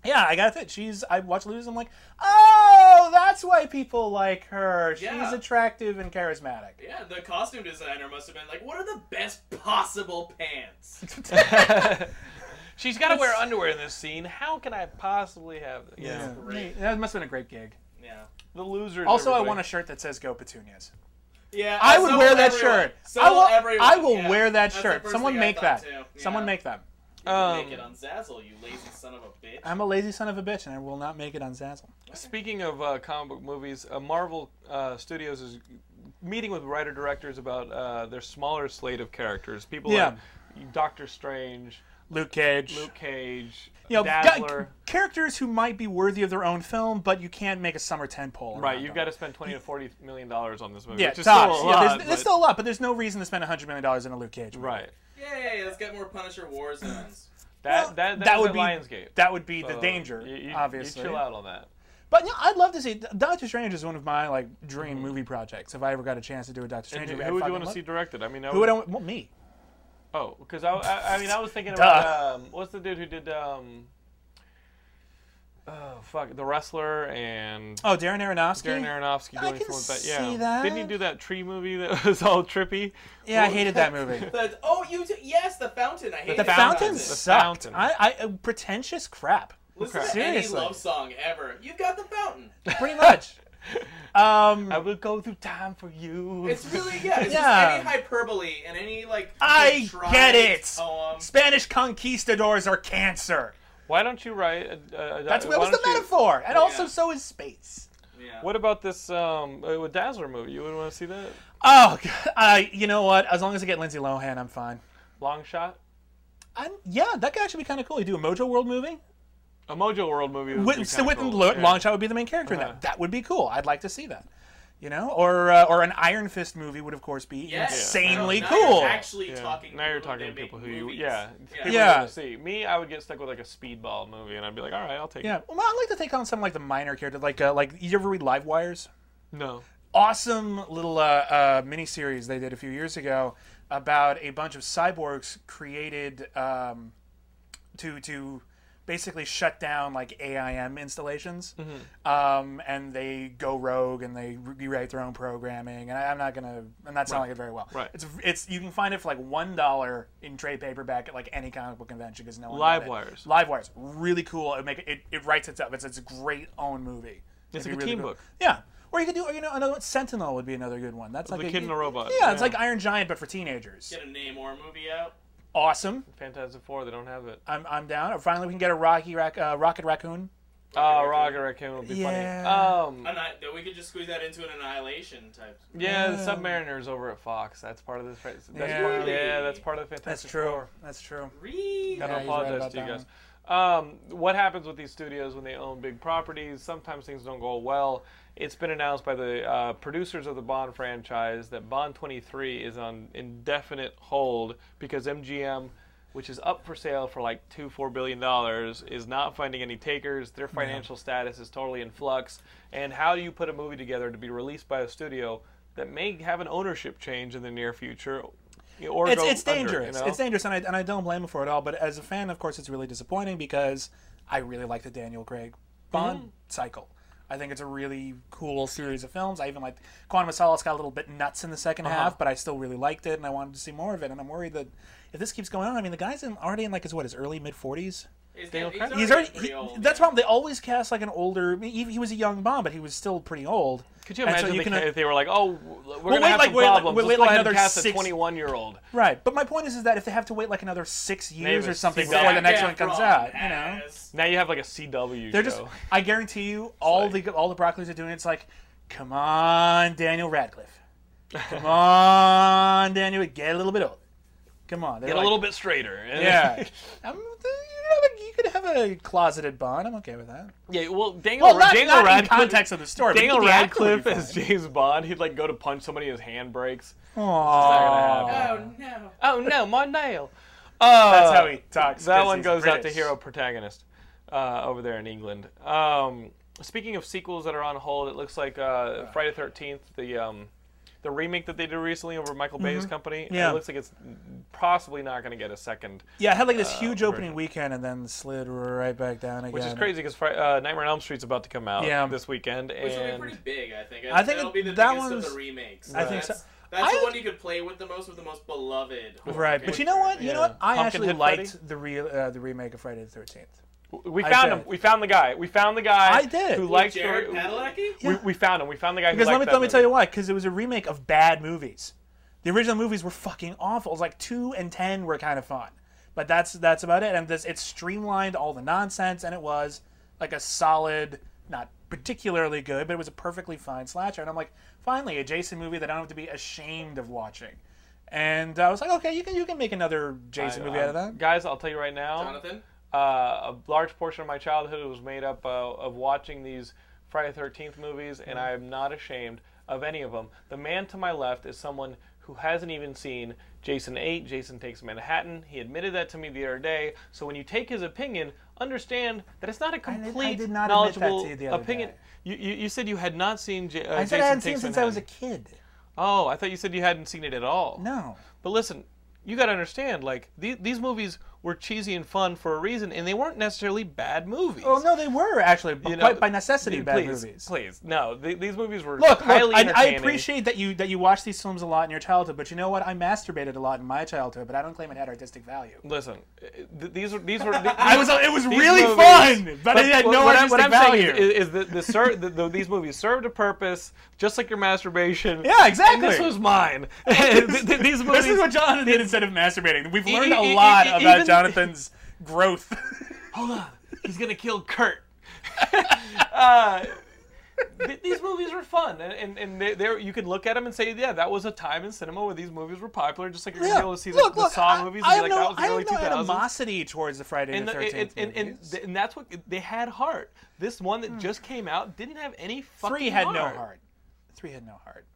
[SPEAKER 2] yeah i gotta admit she's i watch lose i'm like oh that's why people like her she's
[SPEAKER 3] Yeah.
[SPEAKER 2] attractive and charismatic
[SPEAKER 3] Yeah, the costume designer must have been like, "What are the best possible pants?"
[SPEAKER 1] She's got to wear underwear in this scene. How can I possibly have this?
[SPEAKER 2] Yeah.
[SPEAKER 3] great.
[SPEAKER 2] that must have been a great gig
[SPEAKER 3] Yeah.
[SPEAKER 1] The losers.
[SPEAKER 2] also i
[SPEAKER 1] everybody.
[SPEAKER 2] want a shirt that says go petunias
[SPEAKER 3] Yeah.
[SPEAKER 2] i
[SPEAKER 3] uh,
[SPEAKER 2] would
[SPEAKER 3] so
[SPEAKER 2] wear
[SPEAKER 3] will
[SPEAKER 2] that
[SPEAKER 3] everyone.
[SPEAKER 2] shirt
[SPEAKER 3] So
[SPEAKER 2] i will,
[SPEAKER 3] everyone.
[SPEAKER 2] I will
[SPEAKER 3] Yeah,
[SPEAKER 2] wear that
[SPEAKER 3] that's the
[SPEAKER 2] shirt
[SPEAKER 3] first
[SPEAKER 2] someone
[SPEAKER 3] thing I
[SPEAKER 2] make
[SPEAKER 3] thought,
[SPEAKER 2] that
[SPEAKER 3] too. Yeah.
[SPEAKER 2] someone make that Uh,
[SPEAKER 3] You can
[SPEAKER 1] Um,
[SPEAKER 3] make it on Zazzle, you lazy son of a bitch.
[SPEAKER 2] i'm a lazy son of a bitch and i will not make it on zazzle
[SPEAKER 1] Speaking of uh, comic book movies, uh, Marvel uh, Studios is meeting with writer directors about uh, their smaller slate of characters. People
[SPEAKER 2] Yeah.
[SPEAKER 1] like Doctor Strange,
[SPEAKER 2] luke cage
[SPEAKER 1] Luke Cage,
[SPEAKER 2] you know,
[SPEAKER 1] Dazzler.
[SPEAKER 2] got characters who might be worthy of their own film, but you can't make a summer tentpole.
[SPEAKER 1] Right,
[SPEAKER 2] around
[SPEAKER 1] you've
[SPEAKER 2] them.
[SPEAKER 1] got to spend twenty to forty million dollars on this movie.
[SPEAKER 2] Yeah,
[SPEAKER 1] which is
[SPEAKER 2] tops.
[SPEAKER 1] still a
[SPEAKER 2] Yeah,
[SPEAKER 1] lot,
[SPEAKER 2] there's, there's
[SPEAKER 1] but-
[SPEAKER 2] still a lot, but there's no reason to spend hundred million dollars in a Luke Cage. movie.
[SPEAKER 1] right.
[SPEAKER 3] Yay! Let's get more Punisher war zones.
[SPEAKER 1] That
[SPEAKER 2] Well,
[SPEAKER 1] that, that,
[SPEAKER 2] that
[SPEAKER 1] was
[SPEAKER 2] would
[SPEAKER 1] at
[SPEAKER 2] be-
[SPEAKER 1] Lionsgate.
[SPEAKER 2] That would be the
[SPEAKER 1] So,
[SPEAKER 2] danger,
[SPEAKER 1] you- you-
[SPEAKER 2] obviously.
[SPEAKER 1] You chill out on that.
[SPEAKER 2] But you know, I'd love to see Doctor Strange is one of my like dream movie projects. If I ever got a chance to do a Doctor Strange,
[SPEAKER 1] Mm-hmm. Who,
[SPEAKER 2] movie, I'd
[SPEAKER 1] would you
[SPEAKER 2] fucking
[SPEAKER 1] want to
[SPEAKER 2] love-
[SPEAKER 1] see directed? I mean, I
[SPEAKER 2] Who would I want? Well, me.
[SPEAKER 1] Oh, because I, I, I mean, I was thinking about um, what's the dude who did um, oh fuck, the wrestler and
[SPEAKER 2] Oh, Darren Aronofsky.
[SPEAKER 1] Darren Aronofsky doing
[SPEAKER 2] I can
[SPEAKER 1] something like that. Yeah,
[SPEAKER 2] see that.
[SPEAKER 1] didn't he do that tree movie that was all trippy?
[SPEAKER 2] yeah, I hated that movie.
[SPEAKER 3] But, oh, you t- yes, the fountain. I hate
[SPEAKER 2] The
[SPEAKER 1] The
[SPEAKER 2] Fountain
[SPEAKER 1] Fountain.
[SPEAKER 2] sucked.
[SPEAKER 1] The Fountain.
[SPEAKER 2] I, I uh, pretentious crap.
[SPEAKER 3] Listen
[SPEAKER 1] Okay.
[SPEAKER 3] to any
[SPEAKER 2] Seriously.
[SPEAKER 3] love song ever. You've got the fountain.
[SPEAKER 2] Pretty much. Um,
[SPEAKER 1] I will go through time for you.
[SPEAKER 3] It's really yeah. It's
[SPEAKER 2] Yeah.
[SPEAKER 3] just any hyperbole and any like.
[SPEAKER 2] I
[SPEAKER 3] contrived
[SPEAKER 2] get it.
[SPEAKER 3] Poem.
[SPEAKER 2] Spanish conquistadors are cancer.
[SPEAKER 1] why don't you write? A, a, a,
[SPEAKER 2] That's
[SPEAKER 1] why
[SPEAKER 2] that was the
[SPEAKER 1] don't you-
[SPEAKER 2] metaphor, and also
[SPEAKER 3] Oh, Yeah.
[SPEAKER 2] so is space.
[SPEAKER 3] Yeah.
[SPEAKER 1] What about this um, uh, Dazzler movie? You would want to see that?
[SPEAKER 2] Oh, God, I you know what? As long as I get Lindsay Lohan, I'm fine.
[SPEAKER 1] Long shot.
[SPEAKER 2] i yeah, that could actually be kind of cool. You do a Mojo World movie.
[SPEAKER 1] A Mojo World movie. Would be
[SPEAKER 2] With, so
[SPEAKER 1] kinda
[SPEAKER 2] with
[SPEAKER 1] cool.
[SPEAKER 2] Lo-
[SPEAKER 1] Yeah.
[SPEAKER 2] Longshot would be the main character in
[SPEAKER 1] Uh-huh.
[SPEAKER 2] that. That would be cool. I'd like to see that. You know, or uh, or an Iron Fist movie would of course be
[SPEAKER 3] Yes.
[SPEAKER 2] insanely
[SPEAKER 3] Now
[SPEAKER 2] cool.
[SPEAKER 3] You're actually
[SPEAKER 1] Yeah.
[SPEAKER 3] talking.
[SPEAKER 1] Now you're
[SPEAKER 3] people that
[SPEAKER 1] talking to
[SPEAKER 3] make
[SPEAKER 1] people who you,
[SPEAKER 3] movies.
[SPEAKER 1] yeah, people
[SPEAKER 2] Yeah.
[SPEAKER 1] you want to see. Me, I would get stuck with like a speedball movie, and I'd be like, all right, I'll take
[SPEAKER 2] yeah,
[SPEAKER 1] it.
[SPEAKER 2] well, I'd like to take on some like the minor character, like uh, like you ever read Live Wires?
[SPEAKER 1] No,
[SPEAKER 2] awesome little uh, uh, miniseries they did a few years ago about a bunch of cyborgs created um, to to basically shut down like AIM installations,
[SPEAKER 1] Mm-hmm.
[SPEAKER 2] um, and they go rogue and they rewrite their own programming. And I, I'm not gonna, I'm not selling it very well.
[SPEAKER 1] Right.
[SPEAKER 2] It's it's you can find it for like one dollar in trade paperback at like any comic book convention because no one read it.
[SPEAKER 1] Livewires.
[SPEAKER 2] Livewires, really cool. It make it, it writes itself. It's it's a great own movie.
[SPEAKER 1] It's
[SPEAKER 2] It'd
[SPEAKER 1] like
[SPEAKER 2] be
[SPEAKER 1] a team
[SPEAKER 2] cool.
[SPEAKER 1] book.
[SPEAKER 2] Yeah. Or you could do, or, you know, another one. Sentinel would be another good one. That's like
[SPEAKER 1] the kid and the robot.
[SPEAKER 2] Yeah, it's like Iron Giant, but for teenagers.
[SPEAKER 3] Get a Namor movie out.
[SPEAKER 2] Awesome.
[SPEAKER 1] Fantastic Four. They don't have it.
[SPEAKER 2] I'm, I'm down. Or finally, we can get a Rocky Rac- uh, Rocket Raccoon.
[SPEAKER 1] Oh,
[SPEAKER 3] Rocket
[SPEAKER 1] Rocket
[SPEAKER 3] Raccoon.
[SPEAKER 1] Raccoon would be
[SPEAKER 2] Yeah.
[SPEAKER 1] funny. Um,
[SPEAKER 3] Anni- that we could just squeeze that into an annihilation type.
[SPEAKER 1] yeah, the
[SPEAKER 2] Yeah.
[SPEAKER 1] Submariners over at Fox. That's part of this. That's
[SPEAKER 2] Yeah.
[SPEAKER 1] Part
[SPEAKER 3] Really?
[SPEAKER 1] yeah, that's part of the
[SPEAKER 2] That's
[SPEAKER 1] Fantastic
[SPEAKER 2] true.
[SPEAKER 1] Four.
[SPEAKER 2] That's true.
[SPEAKER 3] Read.
[SPEAKER 1] I
[SPEAKER 2] Yeah,
[SPEAKER 1] don't
[SPEAKER 2] he's right
[SPEAKER 1] apologize
[SPEAKER 2] about
[SPEAKER 1] to you
[SPEAKER 2] that
[SPEAKER 1] guys. Um, what happens with these studios when they own big properties? Sometimes things don't go well. It's been announced by the uh, producers of the Bond franchise that Bond 23 is on indefinite hold because MGM, which is up for sale for like two four billion dollars, is not finding any takers. Their financial status is totally in flux. And how do you put a movie together to be released by a studio that may have an ownership change in the near future? Or
[SPEAKER 2] It's,
[SPEAKER 1] go
[SPEAKER 2] it's
[SPEAKER 1] under, you
[SPEAKER 2] dangerous.
[SPEAKER 1] know?
[SPEAKER 2] It's dangerous, and I, and I don't blame him for it all. But as a fan, of course, it's really disappointing because I really like the Daniel Craig Bond
[SPEAKER 1] Mm-hmm.
[SPEAKER 2] cycle. I think it's a really cool series of films. I even liked Quantum of Solace got a little bit nuts in the 2nd
[SPEAKER 1] Uh-huh.
[SPEAKER 2] half, but I still really liked it, and I wanted to see more of it. And I'm worried that if this keeps going on, I mean, the guy's in, already in like his what his early mid 40s.
[SPEAKER 3] He's,
[SPEAKER 1] Daniel
[SPEAKER 3] he's
[SPEAKER 1] Craig?
[SPEAKER 3] already
[SPEAKER 2] He's already.
[SPEAKER 3] pretty
[SPEAKER 2] He,
[SPEAKER 3] old,
[SPEAKER 2] that's the
[SPEAKER 3] yeah.
[SPEAKER 2] problem. They always cast like an older. I mean, He, he was a young Bond, but he was still pretty old.
[SPEAKER 1] Could you
[SPEAKER 2] And so
[SPEAKER 1] imagine they
[SPEAKER 2] can- uh,
[SPEAKER 1] ca- if they were like, "Oh, we're gonna
[SPEAKER 2] wait,
[SPEAKER 1] have
[SPEAKER 2] like,
[SPEAKER 1] some
[SPEAKER 2] wait, like-
[SPEAKER 1] problems.
[SPEAKER 2] wait,
[SPEAKER 1] Let's
[SPEAKER 2] wait,
[SPEAKER 1] go
[SPEAKER 2] like
[SPEAKER 1] ahead and
[SPEAKER 2] another
[SPEAKER 1] cast a
[SPEAKER 2] six-
[SPEAKER 1] 21-year-old."
[SPEAKER 2] Right, but my point is, is that if they have to wait like another six years or
[SPEAKER 1] it's
[SPEAKER 2] something
[SPEAKER 1] exact-
[SPEAKER 2] before the next
[SPEAKER 3] Yeah,
[SPEAKER 2] one comes
[SPEAKER 3] wrong
[SPEAKER 2] out, you know,
[SPEAKER 3] ass.
[SPEAKER 1] Now you have like a CW
[SPEAKER 2] they're just.
[SPEAKER 1] show.
[SPEAKER 2] I guarantee you, all
[SPEAKER 1] like-
[SPEAKER 2] the all the Broccoli's are doing. It's like, come on, Daniel Radcliffe, come on, Daniel, get a little bit older, come on, They're
[SPEAKER 1] Get a
[SPEAKER 2] like,
[SPEAKER 1] little bit straighter. And-
[SPEAKER 2] yeah. I'm, you could have a closeted Bond. I'm okay with that.
[SPEAKER 1] yeah. Well, Daniel,
[SPEAKER 2] Well, not,
[SPEAKER 1] Oh, Daniel
[SPEAKER 2] not in
[SPEAKER 1] Radcliffe.
[SPEAKER 2] context of the story. but
[SPEAKER 1] Daniel
[SPEAKER 2] the actor would
[SPEAKER 1] Radcliffe
[SPEAKER 2] be
[SPEAKER 1] as
[SPEAKER 2] fine.
[SPEAKER 1] James Bond. He'd like go to punch somebody. His hand breaks.
[SPEAKER 2] Aw.
[SPEAKER 1] gonna happen.
[SPEAKER 3] Oh no.
[SPEAKER 1] Oh no, my nail. Uh,
[SPEAKER 2] That's how he talks.
[SPEAKER 1] That
[SPEAKER 2] 'cause
[SPEAKER 1] one
[SPEAKER 2] he's
[SPEAKER 1] goes out to
[SPEAKER 2] British.
[SPEAKER 1] hero protagonist uh, over there in England. Um, speaking of sequels that are on hold, it looks like uh, Friday Thirteenth, the um, the remake that they did recently over Michael Bay's company.
[SPEAKER 2] Mm-hmm. Yeah.
[SPEAKER 1] it looks like it's possibly not going to get a second,
[SPEAKER 2] Yeah, I had like this huge
[SPEAKER 1] version.
[SPEAKER 2] opening weekend and then slid right back down again.
[SPEAKER 1] Uh, which is crazy because uh, Nightmare on Elm Street's about to come out
[SPEAKER 2] Yeah.
[SPEAKER 1] this weekend,
[SPEAKER 3] Which will be
[SPEAKER 1] and
[SPEAKER 3] pretty big, I think.
[SPEAKER 2] I think
[SPEAKER 3] that'll be the
[SPEAKER 2] that
[SPEAKER 3] biggest of
[SPEAKER 2] one's-
[SPEAKER 3] the remakes.
[SPEAKER 2] I think so.
[SPEAKER 3] That's- That's
[SPEAKER 2] I-
[SPEAKER 3] the one you could play with the most, with the most beloved. horror
[SPEAKER 2] Right,
[SPEAKER 3] game.
[SPEAKER 2] but you know what? You know what? I
[SPEAKER 1] Pumpkin
[SPEAKER 2] actually
[SPEAKER 1] Head
[SPEAKER 2] liked
[SPEAKER 1] Freddy?
[SPEAKER 2] the real uh, the remake of Friday the Thirteenth.
[SPEAKER 1] we
[SPEAKER 2] I
[SPEAKER 1] found him.
[SPEAKER 2] did.
[SPEAKER 1] We found the guy. We found the guy.
[SPEAKER 2] I did.
[SPEAKER 1] Who
[SPEAKER 2] Who,
[SPEAKER 1] liked
[SPEAKER 3] Jared
[SPEAKER 1] the-
[SPEAKER 3] Padalecki?
[SPEAKER 1] we, we found him. We found the guy.
[SPEAKER 2] Because
[SPEAKER 1] who
[SPEAKER 2] let
[SPEAKER 1] liked
[SPEAKER 2] me
[SPEAKER 1] that
[SPEAKER 2] let me tell you
[SPEAKER 1] movie.
[SPEAKER 2] why. Because it was a remake of bad movies. The original movies were fucking awful. It was like two and ten were kind of fun, but that's that's about it. And this it streamlined all the nonsense, and it was like a solid, not particularly good, but it was a perfectly fine slasher. And I'm like, finally, a Jason movie that I don't have to be ashamed of watching. And I was like, okay, you can you can make another Jason movie out of that.
[SPEAKER 1] Guys, I'll tell you right now.
[SPEAKER 3] Jonathan?
[SPEAKER 1] uh, a large portion of my childhood was made up uh, of watching these Friday the 13th movies, and I am not ashamed of any of them. The man to my left is someone who hasn't even seen Jason 8, Jason Takes Manhattan. He admitted that to me the other day. So when you take his opinion, understand that it's not a
[SPEAKER 2] did- I
[SPEAKER 1] complete,
[SPEAKER 2] did not admit that to
[SPEAKER 1] knowledgeable
[SPEAKER 2] you the other
[SPEAKER 1] opinion.
[SPEAKER 2] day.
[SPEAKER 1] You, you, you said you had not seen J- uh,
[SPEAKER 2] I said
[SPEAKER 1] Jason
[SPEAKER 2] I hadn't seen
[SPEAKER 1] Takes
[SPEAKER 2] it since I
[SPEAKER 1] Manhattan.
[SPEAKER 2] was a kid.
[SPEAKER 1] Oh, I thought you said you hadn't seen it at all.
[SPEAKER 2] No.
[SPEAKER 1] But listen, you got to understand, like these these movies were cheesy and fun for a reason, and they weren't necessarily bad movies.
[SPEAKER 2] Well, no, they were actually
[SPEAKER 1] You
[SPEAKER 2] by,
[SPEAKER 1] know,
[SPEAKER 2] by necessity
[SPEAKER 1] Dude,
[SPEAKER 2] bad
[SPEAKER 1] please,
[SPEAKER 2] movies.
[SPEAKER 1] Please, no, th- these movies were
[SPEAKER 2] Look,
[SPEAKER 1] highly
[SPEAKER 2] look I, I
[SPEAKER 1] entertaining.
[SPEAKER 2] appreciate that you that you watched these films a lot in your childhood, but you know what? I masturbated a lot in my childhood, but I don't claim it had artistic value.
[SPEAKER 1] Listen, uh, th- these were these were. th-
[SPEAKER 2] I was it was
[SPEAKER 1] these
[SPEAKER 2] really
[SPEAKER 1] movies-
[SPEAKER 2] fun, but, it had
[SPEAKER 1] what-
[SPEAKER 2] no
[SPEAKER 1] what I'm,
[SPEAKER 2] artistic
[SPEAKER 1] what I'm
[SPEAKER 2] value.
[SPEAKER 1] saying is, is that the, ser- the, the, these movies served a purpose, just like your masturbation.
[SPEAKER 2] yeah, exactly.
[SPEAKER 1] And this was mine. Th- th- these movies.
[SPEAKER 2] This is what Jonathan did instead of masturbating. We've learned
[SPEAKER 1] e- e-
[SPEAKER 2] a lot
[SPEAKER 1] e-
[SPEAKER 2] about
[SPEAKER 1] even-
[SPEAKER 2] Jonathan's growth.
[SPEAKER 1] hold on, he's gonna kill Kurt. uh, th- these movies were fun, and and, and they, they're, you can look at them and say, yeah, that was a time in cinema where these movies were popular. Just like you're gonna be able to see the, the Saw
[SPEAKER 2] I,
[SPEAKER 1] movies
[SPEAKER 2] I
[SPEAKER 1] and be like,
[SPEAKER 2] have no,
[SPEAKER 1] that was the
[SPEAKER 2] I
[SPEAKER 1] early
[SPEAKER 2] have
[SPEAKER 1] 2000s.
[SPEAKER 2] no animosity towards the Friday
[SPEAKER 1] and,
[SPEAKER 2] the
[SPEAKER 1] the- it- it-
[SPEAKER 2] Thirteenth
[SPEAKER 1] and, and, th- and that's what they had heart. This one that just came out didn't have any fucking
[SPEAKER 2] Three had no heart. Three had no heart.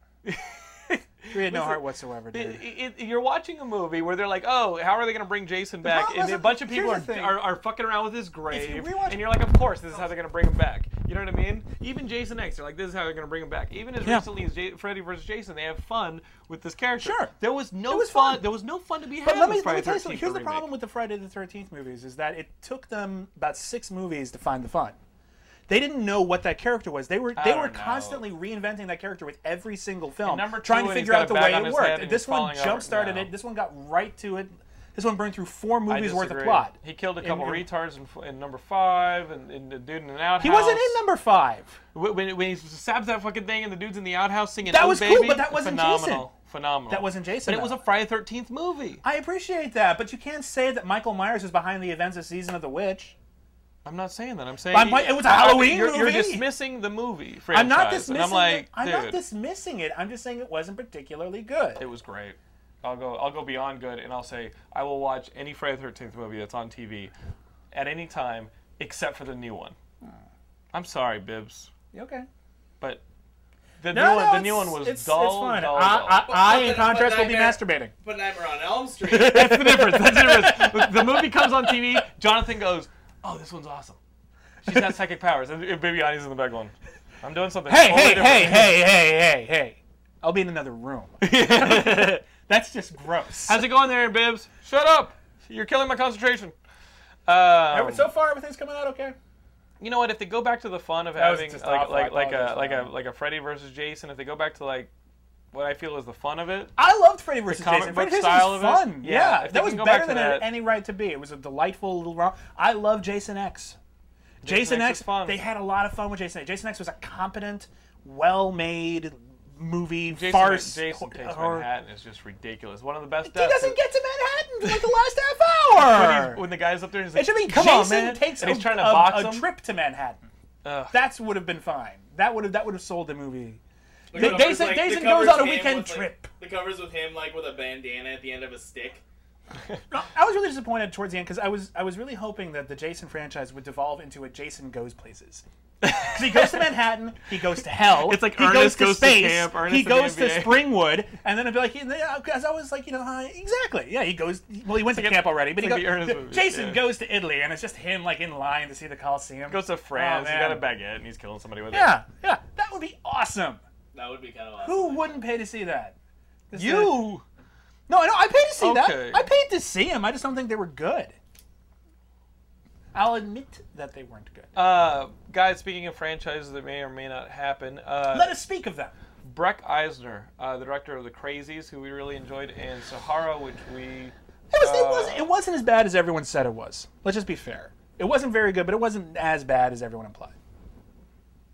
[SPEAKER 2] Three had no
[SPEAKER 1] Listen,
[SPEAKER 2] heart whatsoever, dude.
[SPEAKER 1] It- it- you're watching a movie where they're like, "Oh, how are they going to bring Jason back?"
[SPEAKER 2] problem
[SPEAKER 1] And
[SPEAKER 2] is-
[SPEAKER 1] a bunch of people
[SPEAKER 2] here's
[SPEAKER 1] are,
[SPEAKER 2] the thing.
[SPEAKER 1] are, are fucking around with his grave,
[SPEAKER 2] rewatch-
[SPEAKER 1] and you're like, "Of course, this is how they're going to bring him back." You know what I mean? Even Jason X, they're like, "This is how they're going to bring him back." Even as
[SPEAKER 2] Yeah.
[SPEAKER 1] recently as J- Freddy versus Jason, they have fun with this character.
[SPEAKER 2] Sure.
[SPEAKER 1] there was no
[SPEAKER 2] It was
[SPEAKER 1] fun.
[SPEAKER 2] fun.
[SPEAKER 1] There was no fun to be had.
[SPEAKER 2] But let me,
[SPEAKER 1] with
[SPEAKER 2] let
[SPEAKER 1] Friday
[SPEAKER 2] me tell you something.
[SPEAKER 1] 13th
[SPEAKER 2] Here's the
[SPEAKER 1] remake.
[SPEAKER 2] problem with the Friday the 13th movies is that it took them about six movies to find the fun. They didn't know what that character was. They were they
[SPEAKER 1] don't
[SPEAKER 2] were
[SPEAKER 1] know.
[SPEAKER 2] constantly reinventing that character with every single film,
[SPEAKER 1] number two,
[SPEAKER 2] trying to
[SPEAKER 1] when he's
[SPEAKER 2] figure
[SPEAKER 1] got a
[SPEAKER 2] out the
[SPEAKER 1] bag
[SPEAKER 2] way
[SPEAKER 1] on
[SPEAKER 2] it
[SPEAKER 1] his head
[SPEAKER 2] worked.
[SPEAKER 1] and
[SPEAKER 2] This
[SPEAKER 1] he's
[SPEAKER 2] one
[SPEAKER 1] falling over.
[SPEAKER 2] jump started
[SPEAKER 1] No.
[SPEAKER 2] it. This one got right to it. This one burned through four
[SPEAKER 1] I
[SPEAKER 2] movies worth of
[SPEAKER 1] disagree.
[SPEAKER 2] plot.
[SPEAKER 1] He killed a couple
[SPEAKER 2] And-
[SPEAKER 1] retards in, f- in number five, and, and the dude in an outhouse.
[SPEAKER 2] He wasn't in number five.
[SPEAKER 1] Wh- when, when he stabs that fucking thing and the dude's in the outhouse singing
[SPEAKER 2] That
[SPEAKER 1] "Oh,
[SPEAKER 2] was cool,
[SPEAKER 1] baby,
[SPEAKER 2] but that wasn't
[SPEAKER 1] phenomenal, phenomenal.
[SPEAKER 2] That wasn't Jason,
[SPEAKER 1] But it was
[SPEAKER 2] though.
[SPEAKER 1] a Friday Thirteenth movie.
[SPEAKER 2] I appreciate that, but you can't say that Michael Myers was behind the events of Season of the Witch.
[SPEAKER 1] I'm not saying that. I'm saying
[SPEAKER 2] I'm like, it was a Halloween
[SPEAKER 1] you're,
[SPEAKER 2] movie.
[SPEAKER 1] You're dismissing the movie franchise.
[SPEAKER 2] I'm not dismissing.
[SPEAKER 1] And I'm like,
[SPEAKER 2] it. I'm
[SPEAKER 1] dude,
[SPEAKER 2] not dismissing it. I'm just saying it wasn't particularly good.
[SPEAKER 1] it was great. I'll go. I'll go beyond good, and I'll say I will watch any Friday the Thirteenth movie that's on TV at any time, except for the new one. I'm sorry, Bibbs,
[SPEAKER 2] okay.
[SPEAKER 1] but the
[SPEAKER 2] No,
[SPEAKER 1] new
[SPEAKER 2] no,
[SPEAKER 1] one. The
[SPEAKER 2] it's-
[SPEAKER 1] new one was
[SPEAKER 2] it's,
[SPEAKER 1] dull.
[SPEAKER 2] It's fine.
[SPEAKER 1] dull, dull.
[SPEAKER 2] I, I, I,
[SPEAKER 3] But-
[SPEAKER 2] in
[SPEAKER 3] but
[SPEAKER 2] contrast, will be
[SPEAKER 3] Nightmare-
[SPEAKER 2] masturbating.
[SPEAKER 3] But Nightmare on Elm Street.
[SPEAKER 1] That's the difference. That's the difference. The movie comes on TV. Jonathan goes, "Oh, this one's awesome. She's got psychic powers." And Baby Yanni's in the back going, "I'm doing something."
[SPEAKER 2] Hey, hey,
[SPEAKER 1] totally
[SPEAKER 2] hey, hey, hey, hey, hey. I'll be in another room.
[SPEAKER 1] different."
[SPEAKER 2] That's just gross.
[SPEAKER 1] How's it going there, Bibbs? Shut up! You're killing my concentration. Um,
[SPEAKER 2] so far, everything's coming out okay.
[SPEAKER 1] you know what? If they go back to the fun of
[SPEAKER 2] was
[SPEAKER 1] having uh,
[SPEAKER 2] just
[SPEAKER 1] like
[SPEAKER 2] awful. I
[SPEAKER 1] like like a
[SPEAKER 2] apologize
[SPEAKER 1] like
[SPEAKER 2] for
[SPEAKER 1] a
[SPEAKER 2] that.
[SPEAKER 1] like a Freddy versus Jason, if they go back to like what I feel is the fun of it,
[SPEAKER 2] I loved Freddy vs.
[SPEAKER 1] comic
[SPEAKER 2] Jason.
[SPEAKER 1] book
[SPEAKER 2] Freddy Jason
[SPEAKER 1] style of
[SPEAKER 2] was
[SPEAKER 1] it?
[SPEAKER 2] fun.
[SPEAKER 1] Yeah,
[SPEAKER 2] Yeah,
[SPEAKER 1] if they
[SPEAKER 2] that was
[SPEAKER 1] can go
[SPEAKER 2] better
[SPEAKER 1] back to
[SPEAKER 2] than it had
[SPEAKER 1] that-
[SPEAKER 2] any right to be. It was a delightful little romp. I love Jason X. Jason,
[SPEAKER 1] X
[SPEAKER 2] X,
[SPEAKER 1] was fun.
[SPEAKER 2] They had a lot of fun with Jason X. Jason X was a competent, well-made movie
[SPEAKER 1] Jason,
[SPEAKER 2] farce.
[SPEAKER 1] Jason
[SPEAKER 2] hor-
[SPEAKER 1] takes
[SPEAKER 2] hor-
[SPEAKER 1] Manhattan is just ridiculous. One of the best.
[SPEAKER 2] He doesn't get to Manhattan until like the last half
[SPEAKER 1] when,
[SPEAKER 2] hour.
[SPEAKER 1] he's, when the guy's up there, he's like,
[SPEAKER 2] it should be
[SPEAKER 1] "Come
[SPEAKER 2] Jason
[SPEAKER 1] on, man!"
[SPEAKER 2] takes
[SPEAKER 1] and he's
[SPEAKER 2] a,
[SPEAKER 1] trying to
[SPEAKER 2] a-
[SPEAKER 1] box
[SPEAKER 2] a
[SPEAKER 1] him.
[SPEAKER 2] trip to Manhattan.
[SPEAKER 1] Ugh.
[SPEAKER 2] That's would have been fine. That would have that would have sold the movie.
[SPEAKER 3] The
[SPEAKER 2] They-
[SPEAKER 3] covers,
[SPEAKER 2] Jason-
[SPEAKER 3] the
[SPEAKER 2] Jason
[SPEAKER 3] covers
[SPEAKER 2] goes on a
[SPEAKER 3] with him
[SPEAKER 2] weekend
[SPEAKER 3] with, like-
[SPEAKER 2] trip.
[SPEAKER 3] The covers with him like with a bandana at the end of a stick.
[SPEAKER 2] No, I was really disappointed towards the end because I was I was really hoping that the Jason franchise would devolve into a Jason goes places. 'Cause he goes to Manhattan, he goes to hell.
[SPEAKER 1] It's like
[SPEAKER 2] he
[SPEAKER 1] Ernest
[SPEAKER 2] goes to
[SPEAKER 1] goes to
[SPEAKER 2] space,
[SPEAKER 1] camp, Ernest
[SPEAKER 2] he
[SPEAKER 1] in the
[SPEAKER 2] goes to
[SPEAKER 1] NBA.
[SPEAKER 2] Springwood, and then it'd be like, because I was like, you know, huh, exactly, yeah, he goes. Well, he went to
[SPEAKER 1] like
[SPEAKER 2] camp
[SPEAKER 1] a-
[SPEAKER 2] already, but
[SPEAKER 1] it's like
[SPEAKER 2] he
[SPEAKER 1] the
[SPEAKER 2] goes,
[SPEAKER 1] Ernest movie,
[SPEAKER 2] Jason
[SPEAKER 1] yeah.
[SPEAKER 2] goes to Italy, and it's just him like in line to see the Coliseum.
[SPEAKER 1] goes to France.
[SPEAKER 2] Oh,
[SPEAKER 1] he's got a
[SPEAKER 2] man.
[SPEAKER 1] baguette and he's killing somebody with it.
[SPEAKER 2] yeah, yeah, that would be awesome.
[SPEAKER 3] That would be kind of awesome.
[SPEAKER 2] Who wouldn't pay to see that? Just a-
[SPEAKER 1] You.
[SPEAKER 2] No, no, I paid to see
[SPEAKER 1] Okay.
[SPEAKER 2] that. I paid to see him. I just don't think they were good. I'll admit that they weren't good.
[SPEAKER 1] Uh, guys, speaking of franchises that may or may not happen, uh,
[SPEAKER 2] Let us speak of them.
[SPEAKER 1] Breck Eisner, uh, the director of The Crazies, who we really enjoyed, and Sahara, which we.
[SPEAKER 2] It was.
[SPEAKER 1] Uh.
[SPEAKER 2] it wasn't. It wasn't as bad as everyone said it was. Let's just be fair. It wasn't very good, but it wasn't as bad as everyone implied.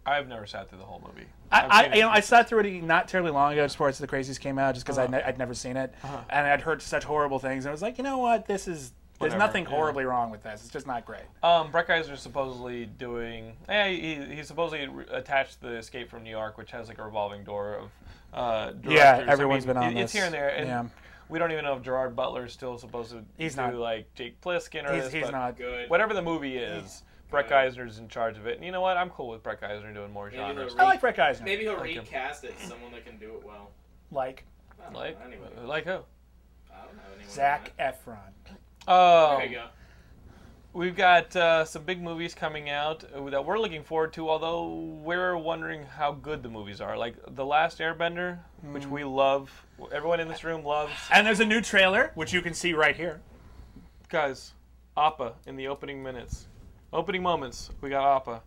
[SPEAKER 1] I've never sat through the whole movie. I've
[SPEAKER 2] I,
[SPEAKER 1] seen
[SPEAKER 2] I
[SPEAKER 1] it.
[SPEAKER 2] you know, I sat through it not terribly long ago, just before the Crazies came out, just because
[SPEAKER 1] Uh-huh.
[SPEAKER 2] I'd, ne- I'd never seen it, and I'd heard such horrible things, and I was like, you know what, this is. There's
[SPEAKER 1] Whatever,
[SPEAKER 2] nothing
[SPEAKER 1] yeah.
[SPEAKER 2] horribly wrong with this. It's just not great.
[SPEAKER 1] Um, Breck Eisner's supposedly doing. Yeah, he, he supposedly re- attached the Escape from New York, which has like a revolving door of. Uh,
[SPEAKER 2] Yeah,
[SPEAKER 1] directors.
[SPEAKER 2] everyone's
[SPEAKER 1] I mean,
[SPEAKER 2] been on
[SPEAKER 1] it- It's
[SPEAKER 2] this.
[SPEAKER 1] here and there, and
[SPEAKER 2] Yeah.
[SPEAKER 1] we don't even know if Gerard Butler's still supposed to
[SPEAKER 2] He's
[SPEAKER 1] do
[SPEAKER 2] not.
[SPEAKER 1] like Jake Plissken or
[SPEAKER 2] He's,
[SPEAKER 1] this,
[SPEAKER 2] he's
[SPEAKER 1] but
[SPEAKER 2] not.
[SPEAKER 3] Good.
[SPEAKER 1] Whatever the movie is, Brett
[SPEAKER 3] good.
[SPEAKER 1] Eisner's in charge of it, and you know what? I'm cool with Brett Eisner doing more
[SPEAKER 3] Maybe he'll
[SPEAKER 1] genres.
[SPEAKER 2] I like Brett Eisner.
[SPEAKER 3] Maybe he'll
[SPEAKER 1] Like him.
[SPEAKER 3] recast it as someone that can do it well.
[SPEAKER 2] Like
[SPEAKER 3] I don't know,
[SPEAKER 1] Like,
[SPEAKER 3] anyway,
[SPEAKER 1] like who?
[SPEAKER 3] I don't have anyone.
[SPEAKER 2] Zach
[SPEAKER 3] in mind.
[SPEAKER 2] Efron.
[SPEAKER 1] Um,
[SPEAKER 3] There
[SPEAKER 2] Oh.
[SPEAKER 3] you go.
[SPEAKER 1] We've got uh, some big movies coming out uh, that we're looking forward to, although we're wondering how good the movies are. Like The Last Airbender, which we love, everyone in this room loves.
[SPEAKER 2] And there's a new trailer, which you can see right here.
[SPEAKER 1] Guys, Appa in the opening minutes, opening moments. We got Appa.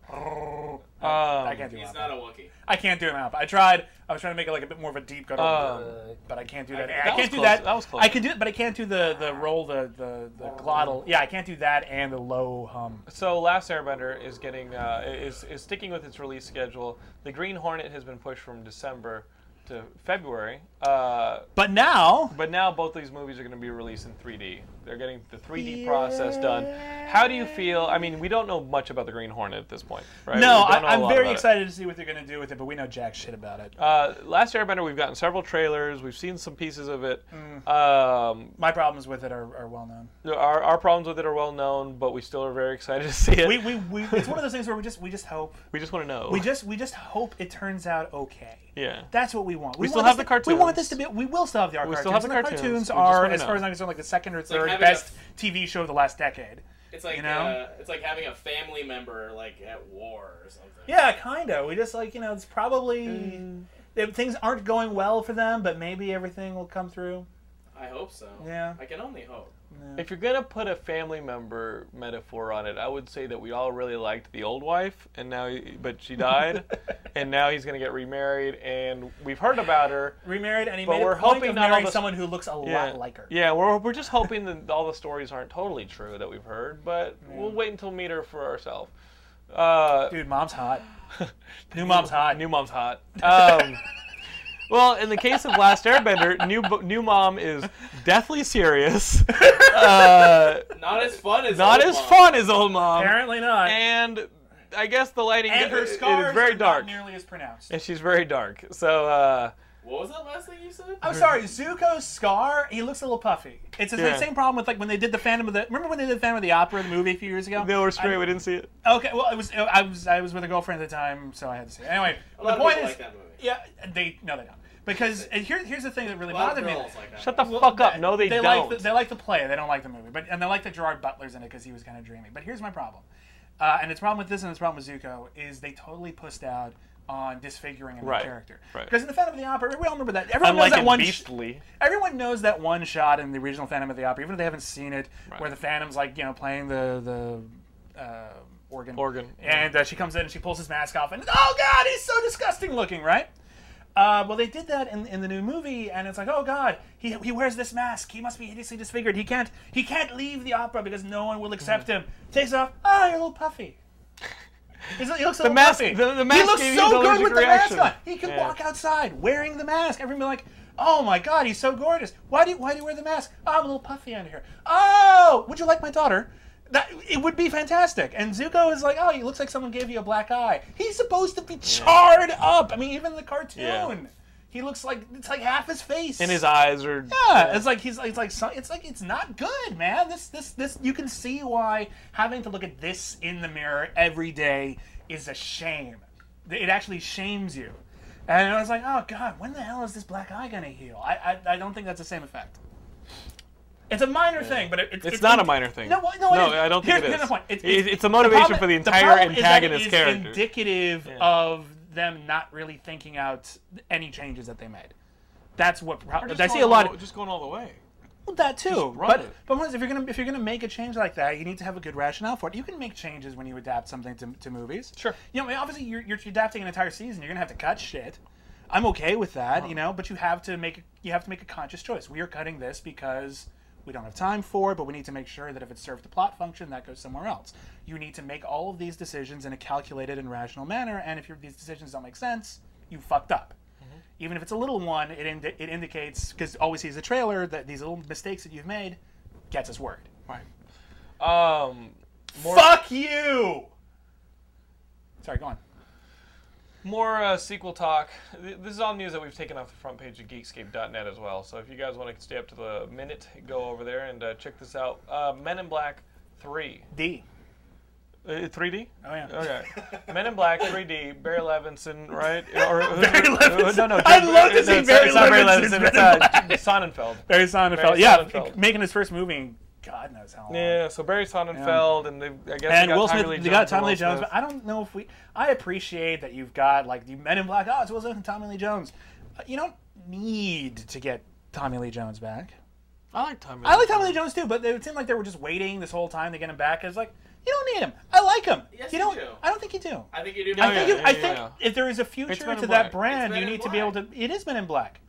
[SPEAKER 1] Um,
[SPEAKER 2] I can't do
[SPEAKER 3] He's
[SPEAKER 2] that.
[SPEAKER 3] not a Wookiee.
[SPEAKER 2] I can't do an op. I tried. I was trying to make it like a bit more of a deep cut,
[SPEAKER 1] Um,
[SPEAKER 2] but I can't do that.
[SPEAKER 3] that
[SPEAKER 2] I,
[SPEAKER 1] was
[SPEAKER 2] can't do
[SPEAKER 1] close.
[SPEAKER 2] that.
[SPEAKER 1] That was close.
[SPEAKER 2] I could do it, but I can't do the the roll, the the, the glottal. Yeah, I can't do that and the low hum.
[SPEAKER 1] So, Last Airbender is getting uh, is is sticking with its release schedule. The Green Hornet has been pushed from December to February, uh,
[SPEAKER 2] But now,
[SPEAKER 1] but now both these movies are going to be released in 3D. They're getting the 3D process done. How do you feel? I mean, we don't know much about the Green Hornet at this point, right?
[SPEAKER 2] no,
[SPEAKER 1] We don't know
[SPEAKER 2] I,
[SPEAKER 1] a
[SPEAKER 2] I'm
[SPEAKER 1] lot
[SPEAKER 2] very
[SPEAKER 1] about it.
[SPEAKER 2] excited to see what they're gonna do with it. But we know jack shit about it.
[SPEAKER 1] Uh, Last Airbender, we've gotten several trailers. We've seen some pieces of it.
[SPEAKER 2] Mm.
[SPEAKER 1] Um,
[SPEAKER 2] My problems with it are, are well known.
[SPEAKER 1] our, our problems with it are well known, but we still are very excited to see it.
[SPEAKER 2] We, we, we it's one of those things where we just we just hope
[SPEAKER 1] We just want to know.
[SPEAKER 2] we just we just hope it turns out okay.
[SPEAKER 1] yeah.
[SPEAKER 2] That's what we want. We,
[SPEAKER 1] still
[SPEAKER 2] want
[SPEAKER 1] have
[SPEAKER 2] this
[SPEAKER 1] the
[SPEAKER 2] to- We want this to
[SPEAKER 1] cartoons.
[SPEAKER 2] be. We will still have the, we cartoons.
[SPEAKER 1] still have the
[SPEAKER 2] and
[SPEAKER 1] cartoons.
[SPEAKER 2] cartoons
[SPEAKER 1] We just
[SPEAKER 2] are,
[SPEAKER 1] wanna
[SPEAKER 2] as far
[SPEAKER 1] know.
[SPEAKER 2] as I'm concerned, like the second or third
[SPEAKER 3] having
[SPEAKER 2] best TV show of the last decade.
[SPEAKER 3] It's like
[SPEAKER 2] You know?
[SPEAKER 3] uh, it's like having a family member like at war or something.
[SPEAKER 2] Yeah, kind of. We just like you know, it's probably Mm. if things aren't going well for them, but maybe everything will come through.
[SPEAKER 3] I hope so.
[SPEAKER 2] Yeah.
[SPEAKER 3] I can only hope.
[SPEAKER 1] If you're gonna put a family member metaphor on it, I would say that we all really liked the old wife, and now, but she died, and now he's gonna get remarried, and we've heard about her.
[SPEAKER 2] Remarried, and he
[SPEAKER 1] But
[SPEAKER 2] made
[SPEAKER 1] we're
[SPEAKER 2] a point
[SPEAKER 1] hoping
[SPEAKER 2] of
[SPEAKER 1] not all
[SPEAKER 2] marrying
[SPEAKER 1] this-
[SPEAKER 2] someone who looks a
[SPEAKER 1] Yeah,
[SPEAKER 2] lot like her.
[SPEAKER 1] yeah. We're we're just hoping that all the stories aren't totally true that we've heard, but we'll wait until meet her for ourselves. Uh,
[SPEAKER 2] Mm. Dude, mom's hot. New mom's hot.
[SPEAKER 1] New mom's hot. Um, well, in the case of Last Airbender, new bo- new mom is deathly serious. Uh,
[SPEAKER 3] Not not as fun as
[SPEAKER 1] not
[SPEAKER 3] Old
[SPEAKER 1] as
[SPEAKER 3] Mom.
[SPEAKER 1] fun as Old Mom.
[SPEAKER 2] Apparently not.
[SPEAKER 1] And I guess the lighting
[SPEAKER 2] And her
[SPEAKER 1] it-
[SPEAKER 2] scars
[SPEAKER 1] it is very
[SPEAKER 2] are
[SPEAKER 1] dark.
[SPEAKER 2] not nearly as pronounced.
[SPEAKER 1] And she's very dark. So uh,
[SPEAKER 3] What was that last thing you said?
[SPEAKER 2] I'm Oh, sorry, Zuko's scar. He looks a little puffy. It's the
[SPEAKER 1] Yeah.
[SPEAKER 2] same problem with like when they did the Phantom of the. Remember when they did the Phantom of the Opera, the movie a few years ago?
[SPEAKER 1] no, we're straight.
[SPEAKER 2] I-
[SPEAKER 1] we didn't see it.
[SPEAKER 2] Okay, well, it was I was I was with a girlfriend at the time, so I had to see. It. Anyway,
[SPEAKER 3] A
[SPEAKER 2] the
[SPEAKER 3] lot of
[SPEAKER 2] point
[SPEAKER 3] people
[SPEAKER 2] is,
[SPEAKER 3] like that movie.
[SPEAKER 2] yeah, they no, they don't. Because and here, here's the thing that really
[SPEAKER 3] A lot of
[SPEAKER 2] bothered me.
[SPEAKER 3] girls like that.
[SPEAKER 1] Shut the fuck up. No, they, don't.
[SPEAKER 2] Like the, they like the play. They don't like the movie. But and they like that Gerard Butler's in it because he was kind of dreamy. But here's my problem, uh, and it's problem with this and it's problem with Zuko is they totally pussed out on disfiguring another
[SPEAKER 1] Right,
[SPEAKER 2] character.
[SPEAKER 1] right.
[SPEAKER 2] Because in the Phantom of the Opera, we all remember that. Everyone
[SPEAKER 1] I'm
[SPEAKER 2] knows
[SPEAKER 1] like
[SPEAKER 2] that
[SPEAKER 1] in
[SPEAKER 2] one.
[SPEAKER 1] beastly.
[SPEAKER 2] Everyone knows that one shot in the original Phantom of the Opera, even if they haven't seen it,
[SPEAKER 1] Right.
[SPEAKER 2] where the Phantom's like you know playing the the uh, organ.
[SPEAKER 1] Organ, yeah.
[SPEAKER 2] And uh, she comes in and she pulls his mask off, and oh god, he's so disgusting looking, right? Uh, well, they did that in, in the new movie, and it's like, oh god, he, he wears this mask. He must be hideously disfigured. He can't he can't leave the opera because no one will accept
[SPEAKER 1] Mm-hmm.
[SPEAKER 2] him. Takes it off. Ah, you're a little puffy. He's, he looks a little
[SPEAKER 1] mask-
[SPEAKER 2] puffy.
[SPEAKER 1] the- the mask
[SPEAKER 2] He looks
[SPEAKER 1] gave you
[SPEAKER 2] so
[SPEAKER 1] the
[SPEAKER 2] good
[SPEAKER 1] allergic
[SPEAKER 2] with
[SPEAKER 1] reaction.
[SPEAKER 2] the mask on. He can
[SPEAKER 1] Yeah.
[SPEAKER 2] walk outside wearing the mask. Everyone be like, oh my god, he's so gorgeous. Why do you, why do you wear the mask? Oh, I'm a little puffy under here. Oh, would you like my daughter? That it would be fantastic. And Zuko is like, oh, he looks like someone gave you a black eye. He's supposed to be charred up. I mean, even in the cartoon,
[SPEAKER 1] Yeah.
[SPEAKER 2] he looks like it's like half his face.
[SPEAKER 1] and his eyes are.
[SPEAKER 2] Yeah, it's like he's it's like so- it's like it's not good, man. This this this you can see why having to look at this in the mirror every day is a shame. It actually shames you. And I was like, oh god, when the hell is this black eye gonna heal? I I, I don't think that's the same effect. It's a minor thing, but it, it-
[SPEAKER 1] It's
[SPEAKER 2] it-
[SPEAKER 1] not
[SPEAKER 2] it-
[SPEAKER 1] a minor thing.
[SPEAKER 2] No, well, no, it isn't.
[SPEAKER 1] I don't think it
[SPEAKER 2] Here's-
[SPEAKER 1] is.
[SPEAKER 2] here's the point. It's-
[SPEAKER 1] It-
[SPEAKER 2] it's-
[SPEAKER 1] it's a motivation
[SPEAKER 2] problem-
[SPEAKER 1] for the
[SPEAKER 2] problem
[SPEAKER 1] entire
[SPEAKER 2] is that it
[SPEAKER 1] antagonist
[SPEAKER 2] is
[SPEAKER 1] character.
[SPEAKER 2] indicative of them not really thinking out any changes that they made. That's what. Pro- I see a lot. of,
[SPEAKER 1] just going all the way.
[SPEAKER 2] well, that too.
[SPEAKER 1] run
[SPEAKER 2] But
[SPEAKER 1] it.
[SPEAKER 2] but once- if you're gonna if you're gonna make a change like that, you need to have a good rationale for it. You can make changes when you adapt something to, to movies.
[SPEAKER 1] Sure.
[SPEAKER 2] You know, I mean, obviously you're, you're adapting an entire season. You're gonna have to cut shit. I'm okay with that,
[SPEAKER 1] Uh-huh.
[SPEAKER 2] you know, but you have to make you have to make a conscious choice. We are cutting this because we don't have time for it, but we need to make sure that if it served the plot function, that goes somewhere else. You need to make all of these decisions in a calculated and rational manner, and if your, these decisions don't make sense, you fucked up even if it's a little one, it indi- it indicates because all we see is a trailer that these little mistakes that you've made gets us worried.
[SPEAKER 1] Right. Um, more
[SPEAKER 2] Fuck you. Sorry, go on.
[SPEAKER 1] more uh, sequel talk. Th- This is all news that we've taken off the front page of Geekscape.net as well. So if you guys want to stay up to the minute, go over there and uh, check this out. Uh, Men in Black Three.
[SPEAKER 2] D.
[SPEAKER 1] Uh, 3D?
[SPEAKER 2] Oh yeah.
[SPEAKER 1] Okay. Men in Black 3D, Barry Levinson, right? Or, uh,
[SPEAKER 2] Barry Levinson.
[SPEAKER 1] No, no.
[SPEAKER 2] I'd love to
[SPEAKER 1] it's-
[SPEAKER 2] see
[SPEAKER 1] it's
[SPEAKER 2] Barry
[SPEAKER 1] not Barry Levinson.
[SPEAKER 2] Levinson's Men
[SPEAKER 1] It's
[SPEAKER 2] in
[SPEAKER 1] uh,
[SPEAKER 2] Black.
[SPEAKER 1] Sonnenfeld.
[SPEAKER 2] Barry Sonnenfeld.
[SPEAKER 1] Barry
[SPEAKER 2] Yeah,
[SPEAKER 1] Sonnenfeld.
[SPEAKER 2] f- making his first movie. in God knows how long.
[SPEAKER 1] Yeah, so Barry Sonnenfeld, and they, I guess
[SPEAKER 2] And
[SPEAKER 1] they got
[SPEAKER 2] Will Smith,
[SPEAKER 1] Tommy Lee
[SPEAKER 2] they
[SPEAKER 1] Jones
[SPEAKER 2] got
[SPEAKER 1] and
[SPEAKER 2] Tommy Lee
[SPEAKER 1] Will
[SPEAKER 2] Jones,
[SPEAKER 1] Smith.
[SPEAKER 2] but I don't know if we. I appreciate that you've got like the Men in Black. Oh, it's Will Smith and Tommy Lee Jones. Uh, You don't need to get Tommy Lee Jones back.
[SPEAKER 1] I like Tommy.
[SPEAKER 2] I like Tommy Lee Jones too, but it seemed like they were just waiting this whole time to get him back. It's like you don't need him. I like him.
[SPEAKER 3] Yes,
[SPEAKER 2] you
[SPEAKER 3] you
[SPEAKER 2] don't.
[SPEAKER 3] do.
[SPEAKER 2] I don't think you do.
[SPEAKER 3] I think you do.
[SPEAKER 1] Oh,
[SPEAKER 2] I think,
[SPEAKER 1] yeah,
[SPEAKER 2] you, I
[SPEAKER 1] yeah,
[SPEAKER 2] think
[SPEAKER 1] yeah.
[SPEAKER 2] if there is a future
[SPEAKER 1] It's Men in
[SPEAKER 2] to
[SPEAKER 1] Black.
[SPEAKER 2] that
[SPEAKER 3] It's
[SPEAKER 2] brand,
[SPEAKER 3] Men
[SPEAKER 2] you
[SPEAKER 3] in
[SPEAKER 2] need to be able
[SPEAKER 3] Black.
[SPEAKER 2] to. It is Men in Black.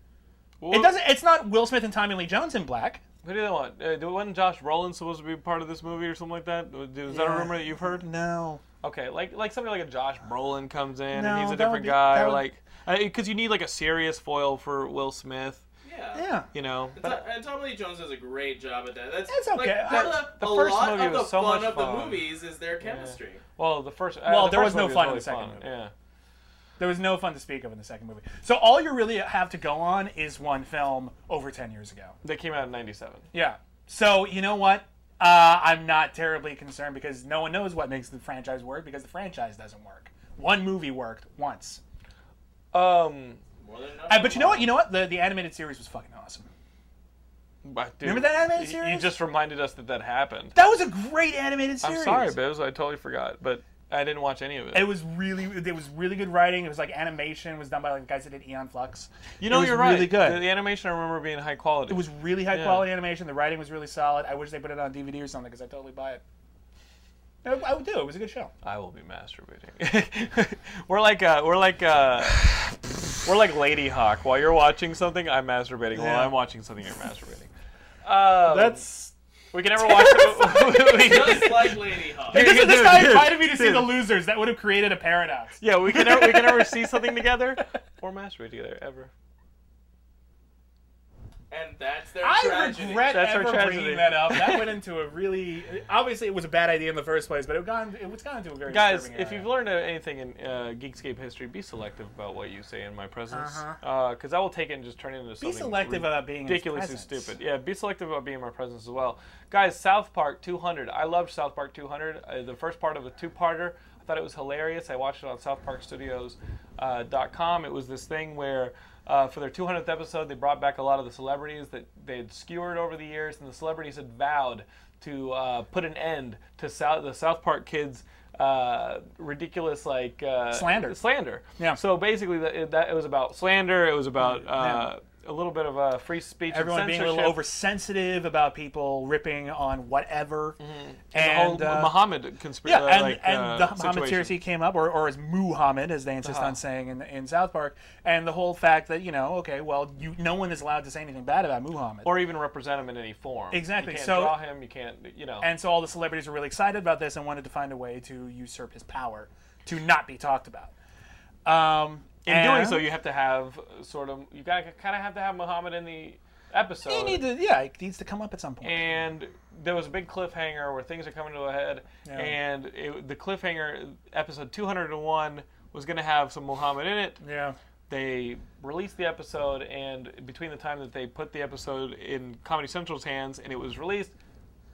[SPEAKER 1] Well,
[SPEAKER 2] It doesn't. It's not Will Smith and Tommy Lee Jones in black.
[SPEAKER 1] Who do they want? Uh, do- wasn't Josh Brolin supposed to be part of this movie or something like that? Uh, do- Is that a
[SPEAKER 2] Yeah.
[SPEAKER 1] rumor that you've heard?
[SPEAKER 2] No.
[SPEAKER 1] Okay, like like somebody like a Josh Brolin comes in
[SPEAKER 2] No,
[SPEAKER 1] and he's a
[SPEAKER 2] that
[SPEAKER 1] different
[SPEAKER 2] would be-
[SPEAKER 1] guy,
[SPEAKER 2] that
[SPEAKER 1] or
[SPEAKER 2] would-
[SPEAKER 1] like because you need like a serious foil for Will Smith,
[SPEAKER 3] Yeah.
[SPEAKER 2] Yeah.
[SPEAKER 1] you know.
[SPEAKER 3] And Tom- And Tommy Lee Jones does a great job at that. That's
[SPEAKER 2] It's
[SPEAKER 3] like,
[SPEAKER 2] okay.
[SPEAKER 3] part of
[SPEAKER 1] The
[SPEAKER 3] the, a
[SPEAKER 1] first
[SPEAKER 3] lot
[SPEAKER 1] movie
[SPEAKER 3] of the
[SPEAKER 1] was so
[SPEAKER 3] fun
[SPEAKER 1] much
[SPEAKER 3] of the
[SPEAKER 1] fun.
[SPEAKER 3] movies is their chemistry.
[SPEAKER 1] Well, the first uh,
[SPEAKER 2] Well,
[SPEAKER 1] the
[SPEAKER 2] there
[SPEAKER 1] first
[SPEAKER 2] was no
[SPEAKER 1] movie
[SPEAKER 2] fun in
[SPEAKER 1] really
[SPEAKER 2] the second
[SPEAKER 1] fun.
[SPEAKER 2] movie.
[SPEAKER 1] Yeah.
[SPEAKER 2] There was no fun to speak of in the second movie. So all you really have to go on is one film over ten years ago.
[SPEAKER 1] That came out in '97.
[SPEAKER 2] Yeah. So you know what? Uh, I'm not terribly concerned because no one knows what makes the franchise work because the franchise doesn't work. One movie worked once.
[SPEAKER 1] Um,
[SPEAKER 3] More than enough.
[SPEAKER 2] Uh, but you know what? You know what? The the animated series was fucking awesome.
[SPEAKER 1] but, dude,
[SPEAKER 2] Remember that animated
[SPEAKER 1] you- You
[SPEAKER 2] series?
[SPEAKER 1] just reminded us that that happened.
[SPEAKER 2] That was a great animated series.
[SPEAKER 1] I'm sorry, Biz. I totally forgot, but I didn't watch any of it.
[SPEAKER 2] It was really it was really good writing. It was like animation was done by like guys that did Eon Flux.
[SPEAKER 1] you know,
[SPEAKER 2] it was
[SPEAKER 1] you're right.
[SPEAKER 2] Really good.
[SPEAKER 1] The, the animation I remember being high quality.
[SPEAKER 2] it was really high quality animation. The writing was really solid. I wish they put it on DVD or something because I totally buy it. I, I would do. It was a good show.
[SPEAKER 1] I will be masturbating. we're like uh, we're like uh, we're like Lady Hawk. While you're watching something, I'm masturbating.
[SPEAKER 2] Yeah.
[SPEAKER 1] While I'm watching something, you're masturbating. Um,
[SPEAKER 2] That's
[SPEAKER 1] we can never watch. The, we-
[SPEAKER 3] Just like Lady Hawk.
[SPEAKER 1] Here,
[SPEAKER 2] this,
[SPEAKER 1] here,
[SPEAKER 2] this
[SPEAKER 1] dude,
[SPEAKER 2] guy
[SPEAKER 1] dude,
[SPEAKER 2] invited me to see
[SPEAKER 1] dude.
[SPEAKER 2] the losers. That would have created a paradox.
[SPEAKER 1] yeah, we can never we can never see something together or masturbate together ever.
[SPEAKER 3] And that's their
[SPEAKER 2] I
[SPEAKER 3] tragedy.
[SPEAKER 2] regret
[SPEAKER 1] That's our
[SPEAKER 2] ever
[SPEAKER 1] tragedy.
[SPEAKER 2] bringing that up. That went into a really obviously it was a bad idea in the first place, but it gone it was gone into a very
[SPEAKER 1] Guys,
[SPEAKER 2] disturbing
[SPEAKER 1] if
[SPEAKER 2] area.
[SPEAKER 1] you've learned anything in uh, Geekscape history, be selective about what you say in my presence, because
[SPEAKER 2] Uh-huh.
[SPEAKER 1] I will take it and just turn it into something
[SPEAKER 2] be selective about being in his
[SPEAKER 1] ridiculously
[SPEAKER 2] presence.
[SPEAKER 1] stupid. Yeah, be selective about being in my presence as well. Guys, South Park 200. I loved South Park 200. Uh, the first part of a two-parter. I thought it was hilarious. I watched it on SouthParkStudios.com. it was this thing where, uh, for their 200th episode, they brought back a lot of the celebrities that they had skewered over the years, and the celebrities had vowed to uh, put an end to South, the South Park kids. Uh, ridiculous, like uh,
[SPEAKER 2] Slander.
[SPEAKER 1] slander.
[SPEAKER 2] Yeah. Mm-hmm.
[SPEAKER 1] So basically, that it, that it was about slander. It was about uh, a little bit of uh, free speech. and
[SPEAKER 2] Everyone being a little
[SPEAKER 1] censorship.
[SPEAKER 2] oversensitive about people ripping on whatever,
[SPEAKER 1] Mm-hmm. the whole
[SPEAKER 2] and uh,
[SPEAKER 1] Muhammad conspiracy.
[SPEAKER 2] yeah, and,
[SPEAKER 1] like,
[SPEAKER 2] and
[SPEAKER 1] uh,
[SPEAKER 2] the Muhammad
[SPEAKER 1] situation. Uh-huh.
[SPEAKER 2] seriously came up, or, or as Muhammad, as they insist on saying in, in South Park, and the whole fact that you know, okay, well, you no one is allowed to say anything bad about Muhammad,
[SPEAKER 1] or even represent him in any form.
[SPEAKER 2] Exactly,
[SPEAKER 1] You can't
[SPEAKER 2] so-
[SPEAKER 1] draw him. You can't. You know.
[SPEAKER 2] and so all the celebrities were really excited about this and wanted to find a way to usurp his power to not be talked about. Um,
[SPEAKER 1] in doing
[SPEAKER 2] and-
[SPEAKER 1] so, you have to have uh, sort of. You gotta kind of have to have Muhammad in the episode.
[SPEAKER 2] you need to, yeah, it needs to come up at some point.
[SPEAKER 1] and there was a big cliffhanger where things are coming to a head, and it, the cliffhanger episode 201 was going to have some Muhammad in it.
[SPEAKER 2] yeah.
[SPEAKER 1] they released the episode, and between the time that they put the episode in Comedy Central's hands and it was released,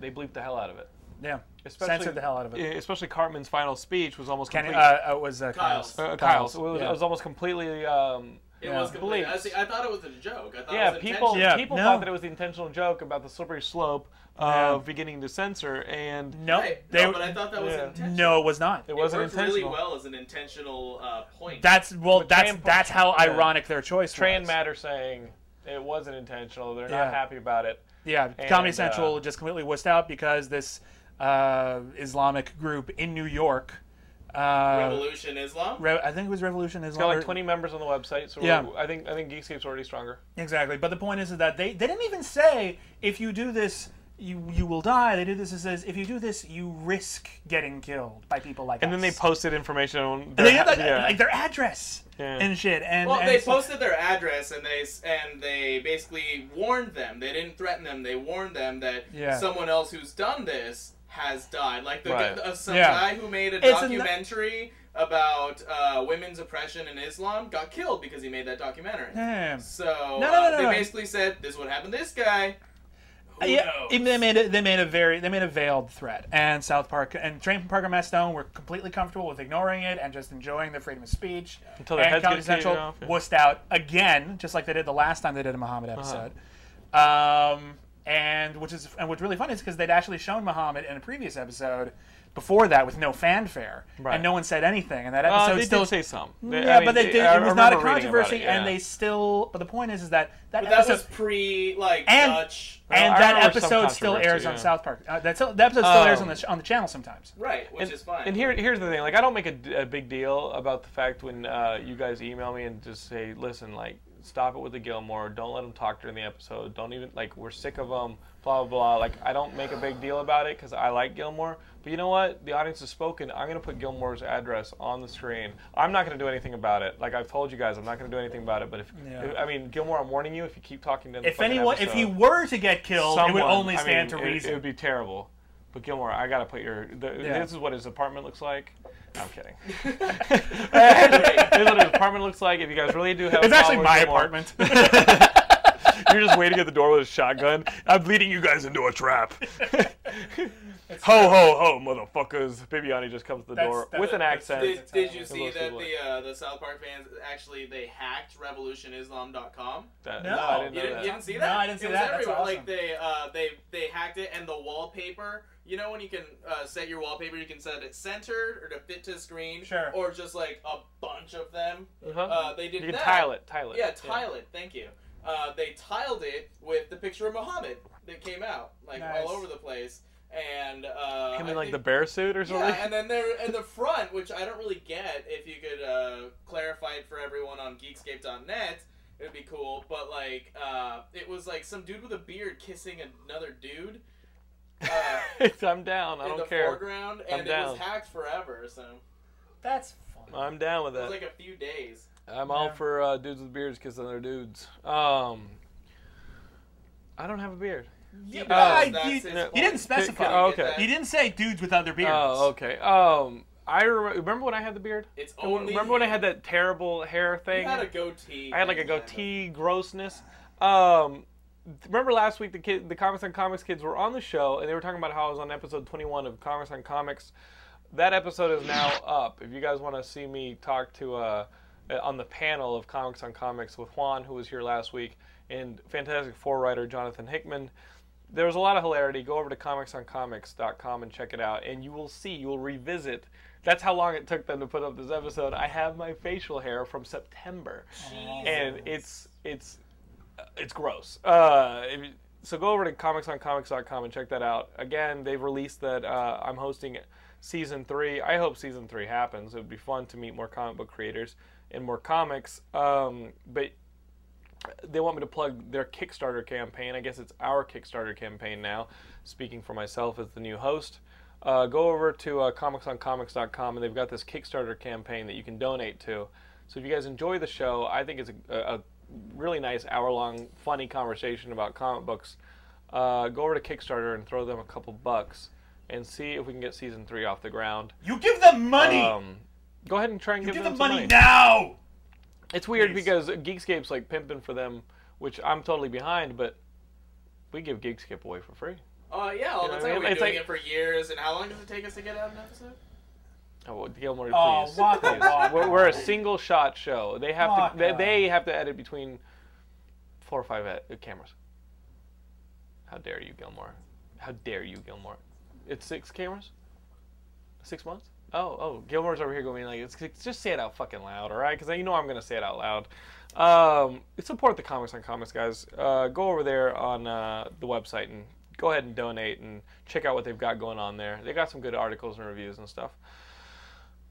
[SPEAKER 1] they bleeped the hell out of it.
[SPEAKER 2] Yeah,
[SPEAKER 1] Especially-
[SPEAKER 2] censored the hell out of it.
[SPEAKER 1] e- Especially Cartman's final speech was almost
[SPEAKER 2] Can it,
[SPEAKER 1] complete.
[SPEAKER 2] uh, it was uh,
[SPEAKER 3] Kyle's.
[SPEAKER 2] Kyle's.
[SPEAKER 1] uh, Kyle's. It was,
[SPEAKER 2] yeah.
[SPEAKER 1] it was almost completely. Um,
[SPEAKER 3] It
[SPEAKER 2] Yeah.
[SPEAKER 3] was complete. I,
[SPEAKER 1] Bleeps.
[SPEAKER 3] see, I thought it was a joke. I thought
[SPEAKER 1] yeah,
[SPEAKER 3] it was
[SPEAKER 1] people
[SPEAKER 3] intentional.
[SPEAKER 2] Yeah,
[SPEAKER 1] people
[SPEAKER 2] no.
[SPEAKER 1] thought that it was the intentional joke about the slippery slope of
[SPEAKER 2] Yeah.
[SPEAKER 1] beginning to censor, and
[SPEAKER 2] No,
[SPEAKER 3] Right.
[SPEAKER 2] they,
[SPEAKER 3] no, but I thought that was
[SPEAKER 1] yeah.
[SPEAKER 3] intentional.
[SPEAKER 2] no, it was not.
[SPEAKER 1] it
[SPEAKER 3] it
[SPEAKER 1] wasn't
[SPEAKER 3] worked
[SPEAKER 1] intentional.
[SPEAKER 3] really well as an intentional uh, point.
[SPEAKER 2] That's well.
[SPEAKER 1] But
[SPEAKER 2] That's
[SPEAKER 1] Tran-
[SPEAKER 2] that's how
[SPEAKER 1] yeah.
[SPEAKER 2] ironic their choice
[SPEAKER 1] Tran
[SPEAKER 2] was.
[SPEAKER 1] Matter saying it wasn't intentional. They're
[SPEAKER 2] Yeah.
[SPEAKER 1] not happy about it.
[SPEAKER 2] yeah,
[SPEAKER 1] and,
[SPEAKER 2] Comedy
[SPEAKER 1] uh,
[SPEAKER 2] Central just completely wussed out because this uh, Islamic group in New York, uh,
[SPEAKER 3] Revolution Islam.
[SPEAKER 2] Re- I think it was Revolution Islam.
[SPEAKER 1] Got like
[SPEAKER 2] or-
[SPEAKER 1] 20 members on the website, so
[SPEAKER 2] Yeah.
[SPEAKER 1] we're- I think I think Geekscape's already stronger.
[SPEAKER 2] Exactly. But the point is that they, they didn't even say if you do this. You, you will die. They did this. It says if you do this, you risk getting killed by people like
[SPEAKER 1] And then they
[SPEAKER 2] us.
[SPEAKER 1] posted information on
[SPEAKER 2] And
[SPEAKER 1] their,
[SPEAKER 2] they had like,
[SPEAKER 1] yeah.
[SPEAKER 2] like their address
[SPEAKER 1] Yeah.
[SPEAKER 2] and shit. And
[SPEAKER 3] Well,
[SPEAKER 2] and
[SPEAKER 3] they
[SPEAKER 2] it's like-
[SPEAKER 3] posted their address and they s- and they basically warned them. They didn't threaten them. They warned them that
[SPEAKER 2] Yeah.
[SPEAKER 3] someone else who's done this has died. Like the
[SPEAKER 1] Right.
[SPEAKER 3] uh, some
[SPEAKER 2] Yeah.
[SPEAKER 3] guy who made a
[SPEAKER 2] It's a n-
[SPEAKER 3] documentary about uh, women's oppression in Islam got killed because he made that documentary.
[SPEAKER 2] Damn.
[SPEAKER 3] So
[SPEAKER 2] No, no,
[SPEAKER 3] uh,
[SPEAKER 2] no,
[SPEAKER 3] they
[SPEAKER 2] no.
[SPEAKER 3] basically said this is what happened to this guy. Who
[SPEAKER 2] yeah,
[SPEAKER 3] knows?
[SPEAKER 2] even they made a, they made a very they made a veiled threat, and South Park and Train from Parker and Matt Stone were completely comfortable with ignoring it and just enjoying their freedom of speech.
[SPEAKER 1] Until their
[SPEAKER 2] and
[SPEAKER 1] heads
[SPEAKER 2] Comedy
[SPEAKER 1] get taken
[SPEAKER 2] Central
[SPEAKER 1] off, yeah. Uh-huh.
[SPEAKER 2] wussed out again, just like they did the last time they did a Muhammad episode. Um, and which is and what's really funny is because they'd actually shown Muhammad in a previous episode before that with no fanfare,
[SPEAKER 1] Right.
[SPEAKER 2] and no one said anything, and that
[SPEAKER 1] Uh,
[SPEAKER 2] episode
[SPEAKER 1] they
[SPEAKER 2] still
[SPEAKER 1] still say some. They-
[SPEAKER 2] yeah,
[SPEAKER 1] I mean,
[SPEAKER 2] but they did.
[SPEAKER 1] I
[SPEAKER 2] It was not
[SPEAKER 1] remember
[SPEAKER 2] a
[SPEAKER 1] reading about
[SPEAKER 2] controversy,
[SPEAKER 1] it,
[SPEAKER 2] and
[SPEAKER 1] yeah.
[SPEAKER 2] they still. But the point is, is that that
[SPEAKER 3] But that
[SPEAKER 2] episode
[SPEAKER 3] was pre like
[SPEAKER 2] and
[SPEAKER 3] Dutch.
[SPEAKER 2] and
[SPEAKER 1] I
[SPEAKER 2] that
[SPEAKER 1] remember some
[SPEAKER 2] episode still
[SPEAKER 1] controversy,
[SPEAKER 2] airs on
[SPEAKER 1] yeah.
[SPEAKER 2] South Park. Uh, that's, that episode still airs on
[SPEAKER 1] Um,
[SPEAKER 2] the sh- on the channel sometimes.
[SPEAKER 3] Right, which is fine.
[SPEAKER 1] And here, here's the thing. Like, I don't make a, d- a big deal about the fact when uh, you guys email me and just say, "Listen, like, stop it with the Gilmore. Don't let them talk during the episode. Don't even like, we're sick of them." Blah blah blah. Like, I don't make a big deal about it because I like Gilmore. But you know what? The audience has spoken. I'm gonna put Gilmore's address on the screen. I'm not gonna do anything about it. Like I've told you guys, I'm not gonna do anything about it. But if,
[SPEAKER 2] Yeah.
[SPEAKER 1] if- I mean, Gilmore, I'm warning you. If you keep talking to the
[SPEAKER 2] If
[SPEAKER 1] fucking
[SPEAKER 2] anyone, if
[SPEAKER 1] episode-
[SPEAKER 2] he were to get killed, it would
[SPEAKER 1] Someone-
[SPEAKER 2] only
[SPEAKER 1] I
[SPEAKER 2] stand
[SPEAKER 1] mean,
[SPEAKER 2] to
[SPEAKER 1] it-
[SPEAKER 2] reason.
[SPEAKER 1] It, would be terrible. But Gilmore, I gotta put your. The,
[SPEAKER 2] Yeah.
[SPEAKER 1] This is what his apartment looks like. No, I'm kidding. this is what his apartment looks like. If you guys really do have, a
[SPEAKER 2] it's actually
[SPEAKER 1] problem with
[SPEAKER 2] my
[SPEAKER 1] Gilmore,
[SPEAKER 2] apartment.
[SPEAKER 1] You're just waiting at the door with a shotgun. I'm leading you guys into a trap. ho ho ho, motherfuckers! Bibiani just comes to the
[SPEAKER 2] That's-
[SPEAKER 1] door
[SPEAKER 2] that's-
[SPEAKER 1] with an
[SPEAKER 2] that's-
[SPEAKER 1] accent.
[SPEAKER 3] Did,
[SPEAKER 2] That's
[SPEAKER 3] did
[SPEAKER 2] how
[SPEAKER 3] you
[SPEAKER 2] it
[SPEAKER 3] see
[SPEAKER 1] looks
[SPEAKER 3] that
[SPEAKER 1] like.
[SPEAKER 3] the uh, the South Park fans actually they hacked RevolutionIslam.com?
[SPEAKER 1] That-
[SPEAKER 2] No.
[SPEAKER 1] I didn't
[SPEAKER 3] You
[SPEAKER 1] know
[SPEAKER 3] didn't,
[SPEAKER 1] that.
[SPEAKER 3] you didn't see
[SPEAKER 2] No,
[SPEAKER 3] that?
[SPEAKER 2] I didn't see
[SPEAKER 3] it
[SPEAKER 2] that. That's
[SPEAKER 3] Was everywhere.
[SPEAKER 2] awesome.
[SPEAKER 3] Like they uh, they they hacked it, and the wallpaper. You know when you can uh, set your wallpaper, you can set it centered or to fit to screen,
[SPEAKER 2] Sure.
[SPEAKER 3] or just like a bunch of them.
[SPEAKER 1] Uh-huh.
[SPEAKER 3] Uh, they did
[SPEAKER 1] you can
[SPEAKER 3] that.
[SPEAKER 1] tile it. Tile it.
[SPEAKER 3] Yeah, tile it. Thank you. Uh, they tiled it with the picture of Muhammad that came out like
[SPEAKER 2] Nice.
[SPEAKER 3] all over the place, and uh,
[SPEAKER 1] Him
[SPEAKER 3] I
[SPEAKER 1] in like
[SPEAKER 3] think-
[SPEAKER 1] the bear suit or something.
[SPEAKER 3] yeah, and then there in the front, which I don't really get. If you could uh, clarify it for everyone on Geekscape.net, it would be cool. But like, uh, it was like some dude with a beard kissing another dude uh,
[SPEAKER 1] I'm down. I
[SPEAKER 3] in the
[SPEAKER 1] don't care.
[SPEAKER 3] foreground,
[SPEAKER 1] I'm
[SPEAKER 3] and it
[SPEAKER 1] down.
[SPEAKER 3] was hacked forever. So
[SPEAKER 2] That's fun.
[SPEAKER 1] I'm down with
[SPEAKER 3] it
[SPEAKER 1] that.
[SPEAKER 3] was like a few days.
[SPEAKER 1] I'm all
[SPEAKER 2] Yeah.
[SPEAKER 1] for uh, dudes with beards kissing other dudes. Um, I don't have a beard.
[SPEAKER 3] Yeah,
[SPEAKER 2] but
[SPEAKER 1] I-
[SPEAKER 3] that's
[SPEAKER 2] you-
[SPEAKER 3] his
[SPEAKER 2] you
[SPEAKER 3] point.
[SPEAKER 2] didn't specify.
[SPEAKER 3] You
[SPEAKER 1] Oh,
[SPEAKER 3] get
[SPEAKER 1] okay.
[SPEAKER 3] that.
[SPEAKER 2] He didn't say dudes without their beards.
[SPEAKER 1] Oh, okay. Um, I re- remember when I had the beard.
[SPEAKER 3] It's only
[SPEAKER 1] Remember when I had that terrible hair
[SPEAKER 3] You
[SPEAKER 1] thing?
[SPEAKER 3] had a goatee.
[SPEAKER 1] I had like a
[SPEAKER 3] and then
[SPEAKER 1] goatee grossness. Um, remember last week the kid, the Comics on Comics kids were on the show and they were talking about how I was on episode 21 of Comics on Comics. That episode is now up. If you guys want to see me talk to uh, on the panel of Comics on Comics with Juan, who was here last week, and Fantastic Four writer Jonathan Hickman. There was a lot of hilarity. Go over to comicsoncomics.com and check it out, and you will see, you will revisit. That's how long it took them to put up this episode. I have my facial hair from September
[SPEAKER 3] Jesus.
[SPEAKER 1] and it's it's it's gross. Uh, if you- so go over to comicsoncomics.com and check that out. Again, they've released that uh, I'm hosting season three. I hope season three happens. It would be fun to meet more comic book creators and more comics. Um, but they want me to plug their Kickstarter campaign. I guess it's our Kickstarter campaign now. Speaking for myself as the new host, uh, go over to uh, comicsoncomics.com and they've got this Kickstarter campaign that you can donate to. So if you guys enjoy the show, I think it's a, a really nice hour-long, funny conversation about comic books. Uh, go over to Kickstarter and throw them a couple bucks and see if we can get season three off the ground.
[SPEAKER 2] You give them money.
[SPEAKER 1] Um, go ahead and try and
[SPEAKER 2] you
[SPEAKER 1] give
[SPEAKER 2] give
[SPEAKER 1] them
[SPEAKER 2] them
[SPEAKER 1] some
[SPEAKER 2] money, now.
[SPEAKER 1] it's weird
[SPEAKER 2] Please.
[SPEAKER 1] because Geekscape's like pimping for them, which I'm totally behind, but we give Geekscape away for free.
[SPEAKER 3] Uh, yeah, all
[SPEAKER 1] You know what
[SPEAKER 3] the
[SPEAKER 1] I
[SPEAKER 3] time.
[SPEAKER 1] mean?
[SPEAKER 3] We've been
[SPEAKER 1] It's
[SPEAKER 3] doing
[SPEAKER 1] like-
[SPEAKER 3] it for years, and how long does it take us to get out an episode?
[SPEAKER 1] Oh, well, Gilmore,
[SPEAKER 2] Oh,
[SPEAKER 1] please.
[SPEAKER 2] walk the
[SPEAKER 1] please.
[SPEAKER 2] walk.
[SPEAKER 1] We're, we're a single shot show. They have
[SPEAKER 2] Walk
[SPEAKER 1] to they,
[SPEAKER 2] the-
[SPEAKER 1] they have to edit between four or five ed- cameras. How dare you, Gilmore? How dare you, Gilmore? It's six cameras. Six months. Oh, oh, Gilmore's over here going like, it's, it's- just say it out fucking loud, all right? Because you know I'm gonna say it out loud. Um, support the comics on comics, guys. Uh, go over there on uh, the website and go ahead and donate and check out what they've got going on there. They got some good articles and reviews and stuff.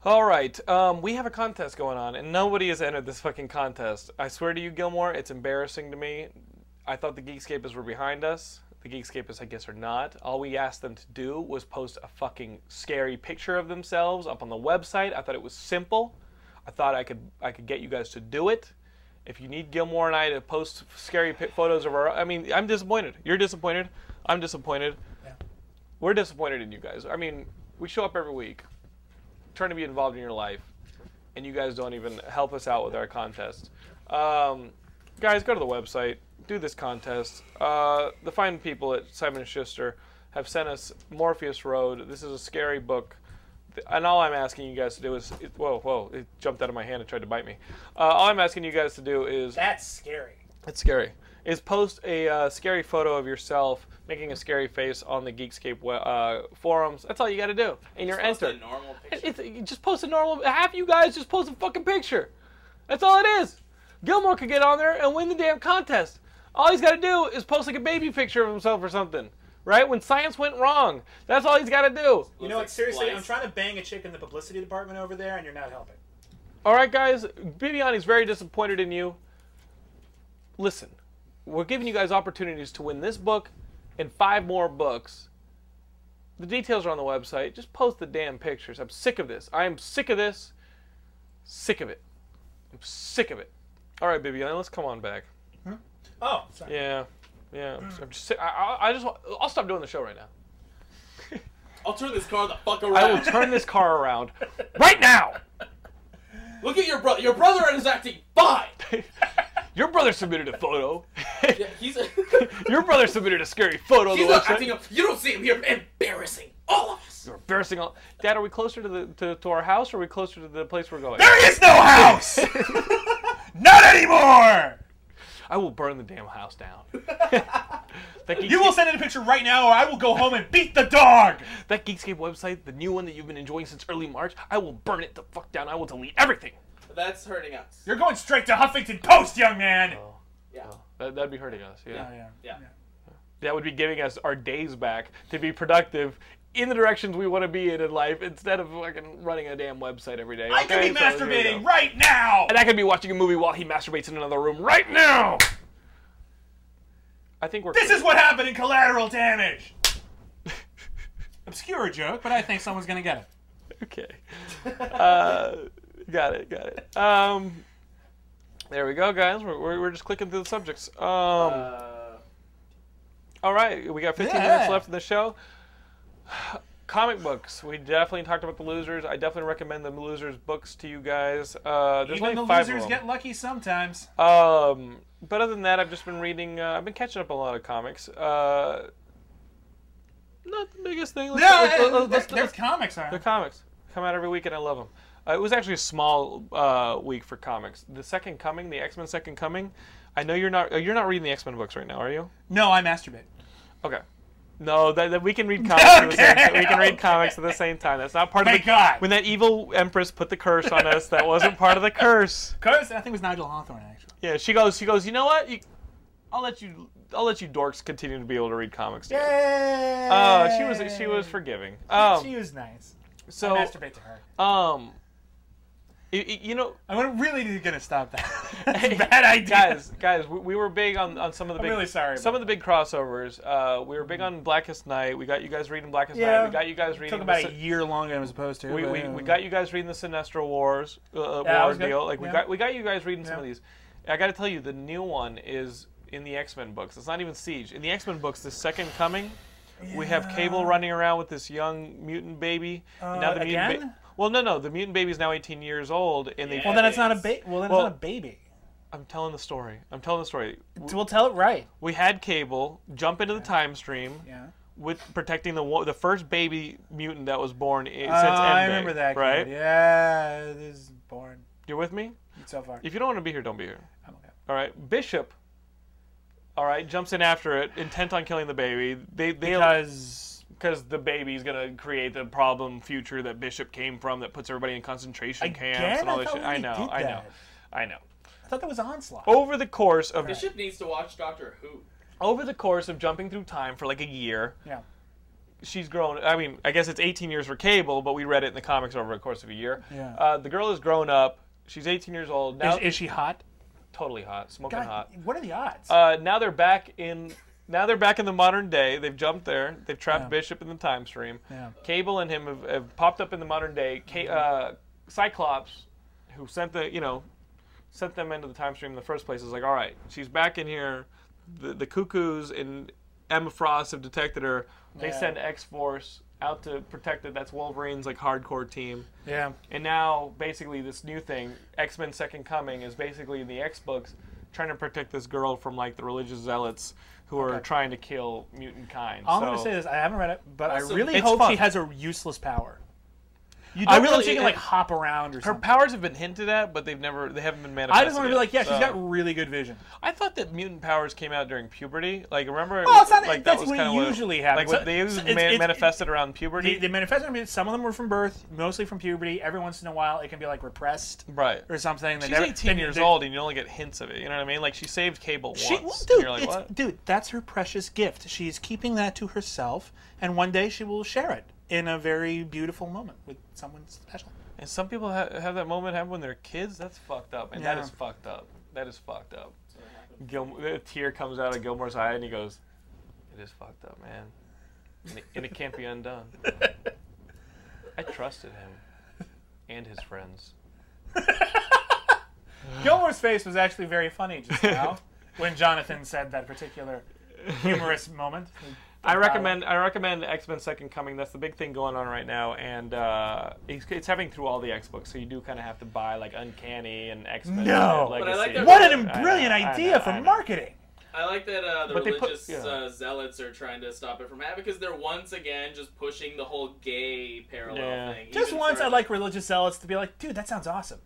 [SPEAKER 1] All right, um, we have a contest going on, and nobody has entered this fucking contest. I swear to you, Gilmore, it's embarrassing to me. I thought the Geekscapers were behind us. The Geekscapers, I guess, are not. All we asked them to do was post a fucking scary picture of themselves up on the website. I thought it was simple. I thought I could I could get you guys to do it. If you need Gilmore and I to post scary pi- photos of our, I mean, I'm disappointed. You're disappointed. I'm disappointed. We're disappointed in you guys. I mean, we show up every week trying to be involved in your life, and you guys don't even help us out with our contest. Um, guys, go to the website, do this contest. Uh, the fine people at Simon and Schuster have sent us Morpheus Road. This is a scary book, Th- and all I'm asking you guys to do is it, whoa, whoa! It jumped out of my hand and tried to bite me. Uh, all I'm asking you guys to do is
[SPEAKER 2] That's scary.
[SPEAKER 1] it's scary. Is post a uh, scary photo of yourself making a scary face on the Geekscape we- uh, forums. That's all you got to do, and you're
[SPEAKER 3] It's
[SPEAKER 1] entered.
[SPEAKER 3] a normal
[SPEAKER 1] It-
[SPEAKER 3] picture.
[SPEAKER 1] It's, you just post a normal. Half you guys just post a fucking picture. That's all it is. Gilmore could get on there and win the damn contest. All he's got to do is post like a baby picture of himself or something, right? When science went wrong, that's all he's got to do.
[SPEAKER 2] You know what? Seriously, I'm trying to bang a chick in the publicity department over there, and you're not helping.
[SPEAKER 1] All right, guys. Bibiani's very disappointed in you. Listen, we're giving you guys opportunities to win this book and five more books. The details are on the website. Just post the damn pictures. I'm sick of this. I am sick of this. Sick of it. I'm sick of it. All right, Bibiani, let's come on back.
[SPEAKER 2] Oh, sorry.
[SPEAKER 1] Yeah, yeah. I'm, I'm just. Sick. I, I, I just. Want, I'll stop doing the show right now.
[SPEAKER 3] I'll turn this car the fuck around.
[SPEAKER 1] I will turn this car around right now.
[SPEAKER 3] Look at your brother. Your brother is acting fine.
[SPEAKER 1] Your brother submitted a photo.
[SPEAKER 3] Yeah, he's
[SPEAKER 1] Your brother submitted a scary photo. on
[SPEAKER 3] he's
[SPEAKER 1] the
[SPEAKER 3] not
[SPEAKER 1] website.
[SPEAKER 3] acting up. You don't see him here embarrassing all of us.
[SPEAKER 1] You're embarrassing all. Dad, are we closer to the to, to our house, or are we closer to the place we're going?
[SPEAKER 2] There is no house. not anymore.
[SPEAKER 1] I will burn the damn house down. that, Geekscape,
[SPEAKER 2] You will send in a picture right now, or I will go home and beat the dog.
[SPEAKER 1] that Geekscape website, the new one that you've been enjoying since early March, I will burn it the fuck down. I will delete everything.
[SPEAKER 3] That's hurting us.
[SPEAKER 2] You're going straight to Huffington Post, young man.
[SPEAKER 1] Oh,
[SPEAKER 3] yeah.
[SPEAKER 1] that, that'd be hurting us. Yeah.
[SPEAKER 2] Oh, yeah.
[SPEAKER 3] Yeah.
[SPEAKER 1] that would be giving us our days back to be productive in the directions we want to be in in life instead of fucking running a damn website every day.
[SPEAKER 2] I could
[SPEAKER 1] okay? So
[SPEAKER 2] be
[SPEAKER 1] there you go.
[SPEAKER 2] masturbating right now.
[SPEAKER 1] And I could be watching a movie while he masturbates in another room right now. I think we're.
[SPEAKER 2] This is what happened in Collateral Damage. Obscure joke, but I think someone's gonna get it.
[SPEAKER 1] Okay. Uh, got it. Got it. Um, there we go, guys. We're, we're, we're just clicking through the subjects. Um,
[SPEAKER 3] Uh,
[SPEAKER 1] All right, we got 15
[SPEAKER 2] Yeah.
[SPEAKER 1] minutes left in the show. Comic books. We definitely talked about the losers. I definitely recommend the losers books to you guys. Uh, there's
[SPEAKER 2] Even
[SPEAKER 1] only
[SPEAKER 2] the
[SPEAKER 1] five
[SPEAKER 2] losers
[SPEAKER 1] of them.
[SPEAKER 2] get lucky sometimes.
[SPEAKER 1] Um, but other than that, I've just been reading. Uh, I've been catching up on a lot of comics. Uh, not the biggest thing. Let's,
[SPEAKER 2] yeah,
[SPEAKER 1] uh, let's- let's-
[SPEAKER 2] there's,
[SPEAKER 1] let's-
[SPEAKER 2] there's comics on.
[SPEAKER 1] the
[SPEAKER 2] it.
[SPEAKER 1] comics come out every week, and I love them. Uh, it was actually a small uh, week for comics. The Second Coming, the X Men Second Coming. I know you're not. uh, You're not reading the X Men books right now, are you?
[SPEAKER 2] No, I masturbate.
[SPEAKER 1] Okay. No, that, that we can read comics. At the same time.
[SPEAKER 2] Okay,
[SPEAKER 1] We can read
[SPEAKER 2] okay.
[SPEAKER 1] comics at the same time. That's not part of
[SPEAKER 2] Thank
[SPEAKER 1] the
[SPEAKER 2] God.
[SPEAKER 1] When that evil empress put the curse on us, that wasn't part of the curse.
[SPEAKER 2] Curse, I think it was Nigel Hawthorne actually.
[SPEAKER 1] Yeah, she goes. She goes. You know what? You, I'll let you. I'll let you dorks continue to be able to read comics. together."
[SPEAKER 2] Yay!
[SPEAKER 1] Oh, she was. She was forgiving. Um,
[SPEAKER 2] she was nice.
[SPEAKER 1] so
[SPEAKER 2] I masturbate to her.
[SPEAKER 1] um, you, you know,
[SPEAKER 2] I'm really gonna stop that. That's a bad idea.
[SPEAKER 1] guys, guys, we, we were big on, on some of the
[SPEAKER 2] I'm
[SPEAKER 1] big
[SPEAKER 2] really sorry
[SPEAKER 1] some
[SPEAKER 2] about
[SPEAKER 1] of the big crossovers. Uh, we were big on Blackest Night. We got you guys reading Blackest Night.
[SPEAKER 2] Yeah.
[SPEAKER 1] We got you guys reading.
[SPEAKER 2] took about
[SPEAKER 1] the
[SPEAKER 2] a year longer than I was supposed to.
[SPEAKER 1] Sin- we,
[SPEAKER 2] but,
[SPEAKER 1] we,
[SPEAKER 2] um,
[SPEAKER 1] we got you guys reading the Sinestro Wars uh,
[SPEAKER 2] Yeah, I
[SPEAKER 1] war
[SPEAKER 2] was good.
[SPEAKER 1] deal. Like we
[SPEAKER 2] Yeah.
[SPEAKER 1] got we got you guys reading some
[SPEAKER 2] Yeah.
[SPEAKER 1] of these. I got to tell you, the new one is in the X Men books. It's not even Siege. In the X Men books, the Second Coming, we have Cable running around with this young mutant baby. and now
[SPEAKER 2] Uh,
[SPEAKER 1] the mutant
[SPEAKER 2] again?
[SPEAKER 1] well, no, no. The mutant baby's now 18 years old, and they.
[SPEAKER 2] Well, then it's not a ba- well, then
[SPEAKER 1] Well-
[SPEAKER 2] it's not a baby.
[SPEAKER 1] I'm telling the story. I'm telling the story.
[SPEAKER 2] We'll tell it right.
[SPEAKER 1] we had cable jump into the time stream
[SPEAKER 2] Yeah.
[SPEAKER 1] with protecting the wo- the first baby mutant that was born i- since
[SPEAKER 2] Oh, I
[SPEAKER 1] Endgame,
[SPEAKER 2] remember that. kid.
[SPEAKER 1] Right?
[SPEAKER 2] Yeah, this is boring
[SPEAKER 1] You're with me?
[SPEAKER 2] so far.
[SPEAKER 1] If you don't want to be here, don't be here.
[SPEAKER 2] I'm okay.
[SPEAKER 1] All right. Bishop. All right, jumps in after it, intent on killing the baby. They they
[SPEAKER 2] Because
[SPEAKER 1] because the baby's gonna create the problem future that Bishop came from that puts everybody in concentration camps
[SPEAKER 2] Again?
[SPEAKER 1] and all
[SPEAKER 2] I
[SPEAKER 1] this
[SPEAKER 2] thought
[SPEAKER 1] shit.
[SPEAKER 2] we
[SPEAKER 1] I know,
[SPEAKER 2] did
[SPEAKER 1] I know,
[SPEAKER 2] that.
[SPEAKER 1] I know.
[SPEAKER 2] I thought that was onslaught.
[SPEAKER 1] Over the course of
[SPEAKER 3] Bishop needs to watch Doctor Who.
[SPEAKER 1] over the course of jumping through time for like a year,
[SPEAKER 2] Yeah.
[SPEAKER 1] she's grown. I mean, I guess it's 18 years for Cable, but we read it in the comics over the course of a year.
[SPEAKER 2] Yeah.
[SPEAKER 1] Uh, the girl has grown up. She's 18 years old now.
[SPEAKER 2] Is, is she hot?
[SPEAKER 1] totally hot, smoking
[SPEAKER 2] God,
[SPEAKER 1] hot.
[SPEAKER 2] what are the odds?
[SPEAKER 1] Uh, now they're back in. Now they're back in the modern day. They've jumped there. They've trapped
[SPEAKER 2] Yeah.
[SPEAKER 1] Bishop in the time stream.
[SPEAKER 2] Yeah.
[SPEAKER 1] Cable and him have, have popped up in the modern day. Ca
[SPEAKER 2] Mm-hmm.
[SPEAKER 1] uh, Cyclops, who sent the you know, sent them into the time stream in the first place, is like, all right, she's back in here. The the cuckoos and Emma Frost have detected her. They
[SPEAKER 2] Yeah.
[SPEAKER 1] send X Force out to protect it. That's Wolverine's like hardcore team.
[SPEAKER 2] yeah.
[SPEAKER 1] And now, basically, this new thing, X Men Second Coming, is basically the X books trying to protect this girl from like the religious zealots who are
[SPEAKER 2] Okay.
[SPEAKER 1] trying to kill mutant kind.
[SPEAKER 2] All
[SPEAKER 1] so,
[SPEAKER 2] I'm gonna say is I haven't read it, but
[SPEAKER 3] Also,
[SPEAKER 2] I really
[SPEAKER 1] it's
[SPEAKER 2] hope
[SPEAKER 1] fun.
[SPEAKER 2] she has a useless power. You
[SPEAKER 1] I
[SPEAKER 2] don't really
[SPEAKER 1] really-
[SPEAKER 2] she can like hop around or
[SPEAKER 1] her
[SPEAKER 2] something.
[SPEAKER 1] powers have been hinted at, but they've never they haven't been manifested.
[SPEAKER 2] I just want to be
[SPEAKER 1] yet,
[SPEAKER 2] like, yeah,
[SPEAKER 1] so.
[SPEAKER 2] she's got really good vision.
[SPEAKER 1] I thought that mutant powers came out during puberty. Like, remember?
[SPEAKER 2] Well, it's not-
[SPEAKER 1] like,
[SPEAKER 2] that's
[SPEAKER 1] that was
[SPEAKER 2] when it
[SPEAKER 1] kinda what-
[SPEAKER 2] usually happens.
[SPEAKER 1] Like,
[SPEAKER 2] So-
[SPEAKER 1] they
[SPEAKER 2] so
[SPEAKER 1] was
[SPEAKER 2] it's-
[SPEAKER 1] ma-
[SPEAKER 2] it's-
[SPEAKER 1] manifested around puberty.
[SPEAKER 2] The, the manifesto, I mean, some of them were from birth, mostly from puberty. Every once in a while, it can be like repressed
[SPEAKER 1] right.
[SPEAKER 2] or something. They
[SPEAKER 1] She's
[SPEAKER 2] never-
[SPEAKER 1] 18
[SPEAKER 2] they-
[SPEAKER 1] years
[SPEAKER 2] they-
[SPEAKER 1] old, and you only get hints of it. You know what I mean? Like, she saved Cable once.
[SPEAKER 2] She, well,
[SPEAKER 1] and
[SPEAKER 2] dude,
[SPEAKER 1] you're like,
[SPEAKER 2] it's-
[SPEAKER 1] what?
[SPEAKER 2] dude, that's her precious gift. She is keeping that to herself, and one day she will share it in a very beautiful moment with someone special.
[SPEAKER 1] And some people ha- have that moment happen when they're kids. That's fucked up, and that
[SPEAKER 2] Yeah.
[SPEAKER 1] is fucked up. That is fucked up. Gil- a tear comes out of Gilmore's eye, and he goes, "It is fucked up, man, and it, and it can't be undone." I trusted him and his friends.
[SPEAKER 2] Gilmore's face was actually very funny just now when Jonathan said that particular humorous moment.
[SPEAKER 1] I recommend I recommend X Men Second Coming. That's the big thing going on right now, and uh, it's, it's having through all the X books. So you do kind of have to buy like Uncanny and X Men.
[SPEAKER 2] No.
[SPEAKER 1] Legacy.
[SPEAKER 3] But I like that-
[SPEAKER 2] What
[SPEAKER 1] I
[SPEAKER 2] an
[SPEAKER 1] know,
[SPEAKER 2] brilliant
[SPEAKER 1] I know,
[SPEAKER 2] idea for
[SPEAKER 1] I know.
[SPEAKER 2] marketing!
[SPEAKER 3] I like that uh, the
[SPEAKER 1] But they put-
[SPEAKER 3] religious
[SPEAKER 1] yeah.
[SPEAKER 3] uh, zealots are trying to stop it from happening because they're once again just pushing the whole gay parallel
[SPEAKER 1] Yeah.
[SPEAKER 3] thing.
[SPEAKER 2] Just
[SPEAKER 3] even
[SPEAKER 2] once, I'd
[SPEAKER 3] further.
[SPEAKER 2] like religious zealots to be like, dude, that sounds awesome.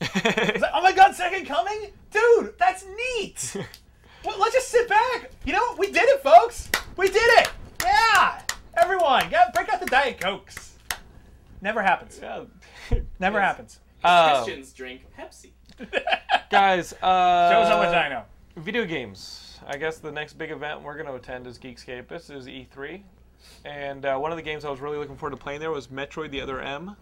[SPEAKER 2] It's like, oh my god, Second Coming? Dude, that's neat! well, let's just sit back. You know, we did it, folks! We did it! Yeah! Everyone, yeah, break out the Diet Cokes. Never happens.
[SPEAKER 1] Yeah.
[SPEAKER 2] Never
[SPEAKER 3] Yes.
[SPEAKER 2] happens.
[SPEAKER 1] Um,
[SPEAKER 3] Christians drink Pepsi.
[SPEAKER 1] guys, uh,
[SPEAKER 2] Shows how much I know.
[SPEAKER 1] video games. I guess the next big event we're going to attend is Geekscape. This is E3. And uh, one of the games I was really looking forward to playing there was Metroid the Other M.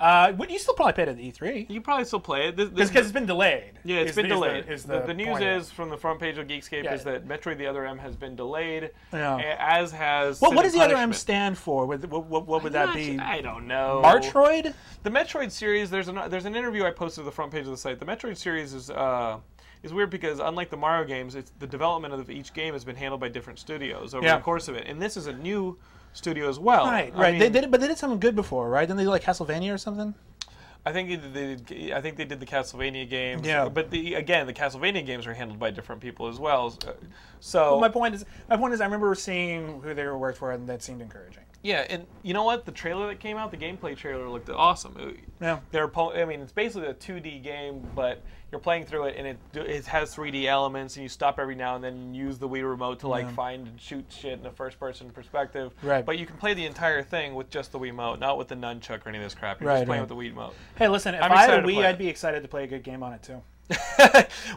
[SPEAKER 2] Uh, would you still probably pay to the E3?
[SPEAKER 1] You probably still play it. This, this,
[SPEAKER 2] It's because it's been delayed.
[SPEAKER 1] yeah, it's
[SPEAKER 2] is
[SPEAKER 1] been
[SPEAKER 2] the- is the-
[SPEAKER 1] delayed.
[SPEAKER 2] is
[SPEAKER 1] the, the news
[SPEAKER 2] point.
[SPEAKER 1] is from the front page of Geekscape
[SPEAKER 2] Yeah.
[SPEAKER 1] is that Metroid the Other M has been delayed,
[SPEAKER 2] Yeah.
[SPEAKER 1] a- as has.
[SPEAKER 2] Well,
[SPEAKER 1] Sin
[SPEAKER 2] what
[SPEAKER 1] and
[SPEAKER 2] does the other M
[SPEAKER 1] Punishment.
[SPEAKER 2] stand for? What, what, what, what would that
[SPEAKER 1] Not-
[SPEAKER 2] be?
[SPEAKER 1] I don't know.
[SPEAKER 2] Martroid?
[SPEAKER 1] The Metroid series, there's an there's an interview I posted to the front page of the site. The Metroid series is uh, is weird because unlike the Mario games, it's the development of each game has been handled by different studios over
[SPEAKER 2] Yeah.
[SPEAKER 1] the course of it, and this is a new studio as well.
[SPEAKER 2] Right,
[SPEAKER 1] Oh, I
[SPEAKER 2] right. they
[SPEAKER 1] mean,
[SPEAKER 2] did, but they did something good before, right? Didn't they do like Castlevania or something?
[SPEAKER 1] I think either they did, I think they did the Castlevania games.
[SPEAKER 2] Yeah.
[SPEAKER 1] But the again, the Castlevania games are handled by different people as well. So
[SPEAKER 2] Well, my point is, my point is, I remember seeing who they were worked for, and that seemed encouraging.
[SPEAKER 1] yeah, and you know what? The trailer that came out, the gameplay trailer looked awesome. It-
[SPEAKER 2] Yeah,
[SPEAKER 1] They're, po- I mean, it's basically a 2D game, but you're playing through it, and it do- it has 3D elements, and you stop every now and then and use the Wii remote to like
[SPEAKER 2] Yeah.
[SPEAKER 1] find and shoot shit in a first-person perspective.
[SPEAKER 2] Right.
[SPEAKER 1] But you can play the entire thing with just the Wii remote, not with the nunchuck or any of this crap. You're
[SPEAKER 2] Right,
[SPEAKER 1] just playing
[SPEAKER 2] right.
[SPEAKER 1] with the Wii remote.
[SPEAKER 2] Hey, listen, if
[SPEAKER 1] I'm
[SPEAKER 2] i had a
[SPEAKER 1] excited to
[SPEAKER 2] Wii,
[SPEAKER 1] play
[SPEAKER 2] I'd
[SPEAKER 1] it.
[SPEAKER 2] be excited to play a good game on it too.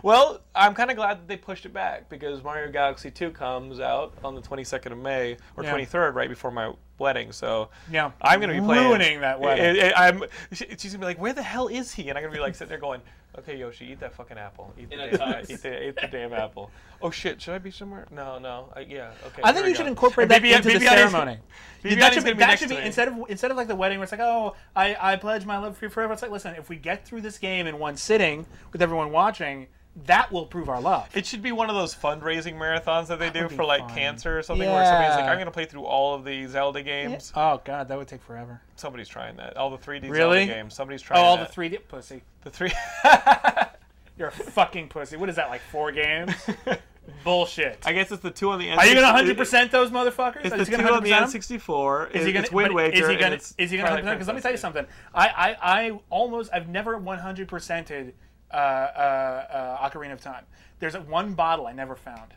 [SPEAKER 1] well, I'm kind of glad that they pushed it back because Mario Galaxy 2 comes out on the 22nd of May or
[SPEAKER 2] Yeah.
[SPEAKER 1] 23rd, right before my wedding. So
[SPEAKER 2] Yeah.
[SPEAKER 1] I'm gonna be playing
[SPEAKER 2] Ruining that wedding.
[SPEAKER 1] I- I- I'm- she- she's gonna be like, "Where the hell is he?" And I'm gonna be like sitting there going, "Okay, Yoshi, eat that fucking apple. Eat the,
[SPEAKER 3] In a
[SPEAKER 1] damn,
[SPEAKER 3] tux.
[SPEAKER 1] eat the, eat the damn apple." Oh shit, should I be somewhere? No, no. I, yeah, okay.
[SPEAKER 2] I think
[SPEAKER 1] here we
[SPEAKER 2] you should
[SPEAKER 1] go.
[SPEAKER 2] incorporate
[SPEAKER 1] And
[SPEAKER 2] that
[SPEAKER 1] BB
[SPEAKER 2] into the
[SPEAKER 1] BB Annie's-
[SPEAKER 2] ceremony.
[SPEAKER 1] BB
[SPEAKER 2] that
[SPEAKER 1] Annie's
[SPEAKER 2] should be,
[SPEAKER 1] gonna be
[SPEAKER 2] that
[SPEAKER 1] next
[SPEAKER 2] should
[SPEAKER 1] to
[SPEAKER 2] be
[SPEAKER 1] me.
[SPEAKER 2] instead of instead of like the wedding where it's like, oh, I, I pledge my love for you forever. It's like, listen, if we get through this game in one sitting with everyone watching, that will prove our love.
[SPEAKER 1] It should be one of those fundraising marathons that they do
[SPEAKER 2] would be
[SPEAKER 1] for like
[SPEAKER 2] fun.
[SPEAKER 1] cancer or something, where somebody's like,
[SPEAKER 2] Yeah.
[SPEAKER 1] "I'm gonna play through all of the Zelda games."
[SPEAKER 2] Oh god, that would take forever.
[SPEAKER 1] Somebody's trying that. All the 3D Zelda
[SPEAKER 2] Really?
[SPEAKER 1] games. Somebody's
[SPEAKER 2] Oh,
[SPEAKER 1] trying.
[SPEAKER 2] all the
[SPEAKER 1] that.
[SPEAKER 2] three D pussy.
[SPEAKER 1] The three.
[SPEAKER 2] You're a fucking pussy. What is that like four games? Bullshit.
[SPEAKER 1] I guess it's the two on the N.
[SPEAKER 2] Are you gonna 100 percent those motherfuckers?
[SPEAKER 1] It's
[SPEAKER 2] Are
[SPEAKER 1] the
[SPEAKER 2] you
[SPEAKER 1] two
[SPEAKER 2] gonna
[SPEAKER 1] on the
[SPEAKER 2] 100% 'em?
[SPEAKER 1] N64.
[SPEAKER 2] Is he gonna?
[SPEAKER 1] It's Wind
[SPEAKER 2] but
[SPEAKER 1] Waker.
[SPEAKER 2] Is he
[SPEAKER 1] and
[SPEAKER 2] gonna?
[SPEAKER 1] it's
[SPEAKER 2] Is he gonna?
[SPEAKER 1] Twilight
[SPEAKER 2] Because let me
[SPEAKER 1] Princess.
[SPEAKER 2] tell you something. I I, I almost I've never 100 percented uh, uh, uh, Ocarina of Time. There's one bottle I never found.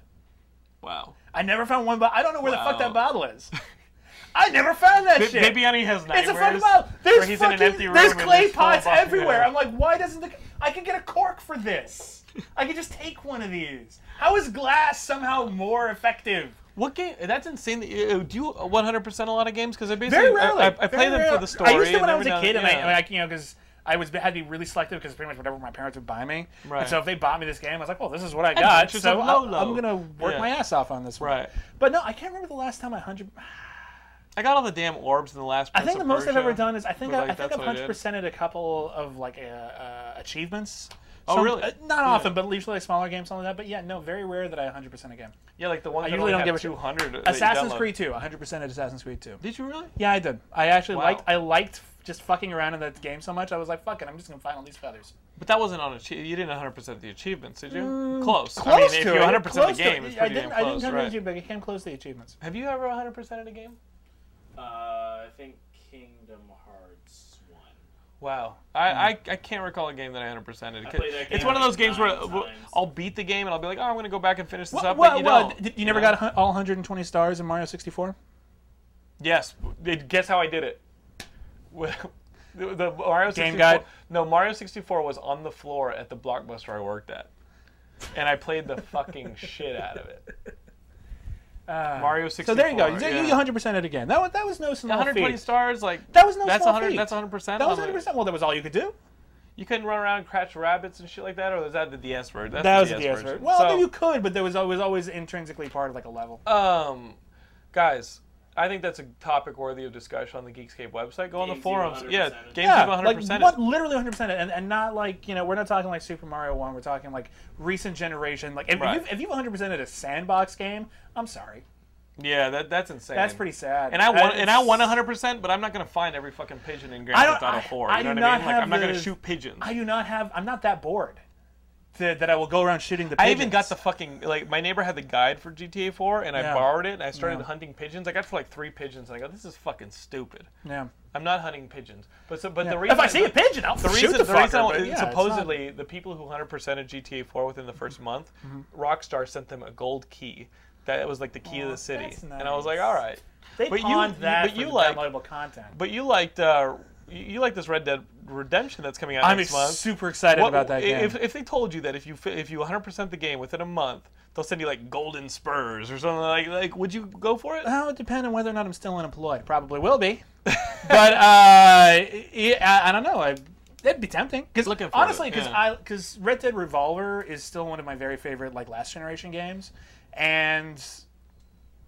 [SPEAKER 1] Wow.
[SPEAKER 2] I never found one bottle. I don't know where the
[SPEAKER 1] Wow.
[SPEAKER 2] fuck that bottle is. I never found that shit.
[SPEAKER 1] Maybe Annie has nightmares.
[SPEAKER 2] it's a fucking bottle. There's
[SPEAKER 1] where he's
[SPEAKER 2] fucking,
[SPEAKER 1] in an empty room.
[SPEAKER 2] there's
[SPEAKER 1] and
[SPEAKER 2] clay
[SPEAKER 1] full
[SPEAKER 2] pots
[SPEAKER 1] bottles.
[SPEAKER 2] everywhere.
[SPEAKER 1] Yeah.
[SPEAKER 2] I'm like, why doesn't the? I can get a cork for this. I can just take one of these. How is glass somehow more effective?
[SPEAKER 1] what game? That's insane. That you, do you 100% a lot of games? Because I basically
[SPEAKER 2] Very rarely.
[SPEAKER 1] I, I, I play
[SPEAKER 2] Very
[SPEAKER 1] them
[SPEAKER 2] rarely.
[SPEAKER 1] for the story.
[SPEAKER 2] I used to
[SPEAKER 1] and
[SPEAKER 2] when I was
[SPEAKER 1] every
[SPEAKER 2] a
[SPEAKER 1] now-
[SPEAKER 2] kid, and I,
[SPEAKER 1] yeah.
[SPEAKER 2] and I you know, because I was had to be really selective because pretty much whatever my parents would buy me. And
[SPEAKER 1] Right.
[SPEAKER 2] so if they bought me this game, I was like, well, this is what I got.
[SPEAKER 1] Adventures
[SPEAKER 2] So
[SPEAKER 1] of
[SPEAKER 2] I'll-
[SPEAKER 1] Lolo.
[SPEAKER 2] I'm gonna work
[SPEAKER 1] Yeah.
[SPEAKER 2] my ass off on this one.
[SPEAKER 1] Right.
[SPEAKER 2] But no, I can't remember the last time I hundred.
[SPEAKER 1] I got all the damn orbs in the last.
[SPEAKER 2] I think the most I've ever done is I think
[SPEAKER 1] But,
[SPEAKER 2] I,
[SPEAKER 1] like,
[SPEAKER 2] I think
[SPEAKER 1] that's
[SPEAKER 2] I've
[SPEAKER 1] what I
[SPEAKER 2] hundred
[SPEAKER 1] did.
[SPEAKER 2] percented a couple of like uh, uh, achievements.
[SPEAKER 1] Oh,
[SPEAKER 2] Some-
[SPEAKER 1] really?
[SPEAKER 2] uh, not
[SPEAKER 1] Yeah.
[SPEAKER 2] often, but usually like smaller games, something like that. But yeah, no, very rare that I 100% a game.
[SPEAKER 1] Yeah, like the one.
[SPEAKER 2] I
[SPEAKER 1] that
[SPEAKER 2] usually
[SPEAKER 1] only
[SPEAKER 2] don't
[SPEAKER 1] had
[SPEAKER 2] give a shit.
[SPEAKER 1] 200. that uh, you
[SPEAKER 2] Assassin's
[SPEAKER 1] download.
[SPEAKER 2] Creed 2, 100% Assassin's Creed 2.
[SPEAKER 1] Did you really?
[SPEAKER 2] Yeah, I did. I actually
[SPEAKER 1] Wow.
[SPEAKER 2] liked. I liked just fucking around in that game so much. I was like, "Fuck it, I'm just gonna find all these feathers."
[SPEAKER 1] But that wasn't on achie- you didn't 100% the achievements, did you? close. I mean,
[SPEAKER 2] Mm, Close
[SPEAKER 1] if
[SPEAKER 2] to
[SPEAKER 1] you
[SPEAKER 2] it.
[SPEAKER 1] 100%
[SPEAKER 2] Close
[SPEAKER 1] the
[SPEAKER 2] to
[SPEAKER 1] game,
[SPEAKER 2] it.
[SPEAKER 1] it's
[SPEAKER 2] I
[SPEAKER 1] pretty
[SPEAKER 2] didn't.
[SPEAKER 1] damn
[SPEAKER 2] I didn't
[SPEAKER 1] close,
[SPEAKER 2] turn
[SPEAKER 1] right?
[SPEAKER 2] into it, but I came close to the achievements.
[SPEAKER 1] Have you ever 100% of a game?
[SPEAKER 3] Uh, I think Kingdom Hearts one.
[SPEAKER 1] Wow. I, I, I can't recall a game that I 100%ed.
[SPEAKER 3] I played that
[SPEAKER 1] it's
[SPEAKER 3] game
[SPEAKER 1] one of
[SPEAKER 3] like
[SPEAKER 1] those games where
[SPEAKER 3] nine
[SPEAKER 1] I'll-
[SPEAKER 3] times.
[SPEAKER 1] I'll beat the game and I'll be like, oh, I'm going to go back and finish this
[SPEAKER 2] Well,
[SPEAKER 1] up,
[SPEAKER 2] well,
[SPEAKER 1] but you
[SPEAKER 2] well,
[SPEAKER 1] don't.
[SPEAKER 2] did- you never
[SPEAKER 1] know?
[SPEAKER 2] got got hun- all 120 stars in Mario 64?
[SPEAKER 1] Yes. Did- Guess how I did it? Well, The, the Mario 64,
[SPEAKER 2] guide?
[SPEAKER 1] No, Mario 64 was on the floor at the Blockbuster I worked at. And I played the fucking shit out of it. Mario 64.
[SPEAKER 2] Ah. So there you go. You,
[SPEAKER 1] yeah.
[SPEAKER 2] you 100% it again. That was that was no small
[SPEAKER 1] 120
[SPEAKER 2] feat.
[SPEAKER 1] stars, like
[SPEAKER 2] That was no
[SPEAKER 1] that's
[SPEAKER 2] small
[SPEAKER 1] 100.
[SPEAKER 2] feat.
[SPEAKER 1] That's 100. percent
[SPEAKER 2] That was 100%. Well, that was all you could do.
[SPEAKER 1] You couldn't run around and catch rabbits and shit like that, or was that the DS word? That's
[SPEAKER 2] That
[SPEAKER 1] the
[SPEAKER 2] was a DS
[SPEAKER 1] version.
[SPEAKER 2] version. Well,
[SPEAKER 1] So,
[SPEAKER 2] you could, but there was always always intrinsically part of like a level.
[SPEAKER 1] um, guys, I think that's a topic worthy of discussion on the Geekscape website. Go on the
[SPEAKER 3] Games you
[SPEAKER 1] forums.
[SPEAKER 3] 100%.
[SPEAKER 1] Yeah, games
[SPEAKER 2] yeah,
[SPEAKER 1] you 100
[SPEAKER 2] like
[SPEAKER 1] percent
[SPEAKER 2] what, literally 100 percent, and and not like you know we're not talking like Super Mario One. We're talking like recent generation. Like if
[SPEAKER 1] Right.
[SPEAKER 2] you've if you've 100 percent a sandbox game, I'm sorry,
[SPEAKER 1] Yeah, that, that's insane.
[SPEAKER 2] that's pretty sad.
[SPEAKER 1] And I want
[SPEAKER 2] That
[SPEAKER 1] and I
[SPEAKER 2] is-
[SPEAKER 1] want 100, percent but I'm not gonna find every fucking pigeon in
[SPEAKER 2] I
[SPEAKER 1] Grand
[SPEAKER 2] don't-
[SPEAKER 1] Theft Auto
[SPEAKER 2] I-
[SPEAKER 1] 4.
[SPEAKER 2] I
[SPEAKER 1] you know
[SPEAKER 2] do
[SPEAKER 1] what I
[SPEAKER 2] not
[SPEAKER 1] mean? Like I'm
[SPEAKER 2] have
[SPEAKER 1] not gonna
[SPEAKER 2] the-
[SPEAKER 1] shoot pigeons.
[SPEAKER 2] I do not have. I'm not that bored that, that I will go around shooting the.
[SPEAKER 1] I
[SPEAKER 2] Pigeons.
[SPEAKER 1] even got the fucking like my neighbor had the guide for GTA 4 and I
[SPEAKER 2] Yeah.
[SPEAKER 1] borrowed it and I started
[SPEAKER 2] Yeah.
[SPEAKER 1] hunting pigeons. I got for like three pigeons and I go, this is fucking stupid.
[SPEAKER 2] Yeah.
[SPEAKER 1] I'm not hunting pigeons, but so but the reason
[SPEAKER 2] If I see a pigeon, I'll
[SPEAKER 1] the reason,
[SPEAKER 2] shoot the,
[SPEAKER 1] the
[SPEAKER 2] fucker,
[SPEAKER 1] reason I-
[SPEAKER 2] but yeah, it's not- Mm-hmm.
[SPEAKER 1] supposedly the people who 100 percent of GTA 4 within the 1st month, Rockstar sent them a gold key that was like the key of
[SPEAKER 2] Aw,
[SPEAKER 1] the city,
[SPEAKER 2] that's
[SPEAKER 1] and I was like,
[SPEAKER 2] nice.
[SPEAKER 1] all right,
[SPEAKER 2] they
[SPEAKER 1] but you-
[SPEAKER 2] pawned that
[SPEAKER 1] but
[SPEAKER 2] for
[SPEAKER 1] you
[SPEAKER 2] the
[SPEAKER 1] like-
[SPEAKER 2] downloadable content.
[SPEAKER 1] but you liked uh, you you like this Red Dead Redemption that's coming out
[SPEAKER 2] I'm
[SPEAKER 1] next month.
[SPEAKER 2] super excited
[SPEAKER 1] What-
[SPEAKER 2] about that game.
[SPEAKER 1] If, if they told you that if you fi- if you 100% the game within a month, they'll send you like golden spurs or something like like would you go for it?
[SPEAKER 2] Well, it would depend on whether or not I'm still unemployed. Probably will be. but uh, yeah, I, I don't know. I, that'd be tempting. Because
[SPEAKER 1] Looking for
[SPEAKER 2] honestly,
[SPEAKER 1] it,
[SPEAKER 2] because
[SPEAKER 1] yeah.
[SPEAKER 2] I because Red Dead Revolver is still one of my very favorite like last generation games, and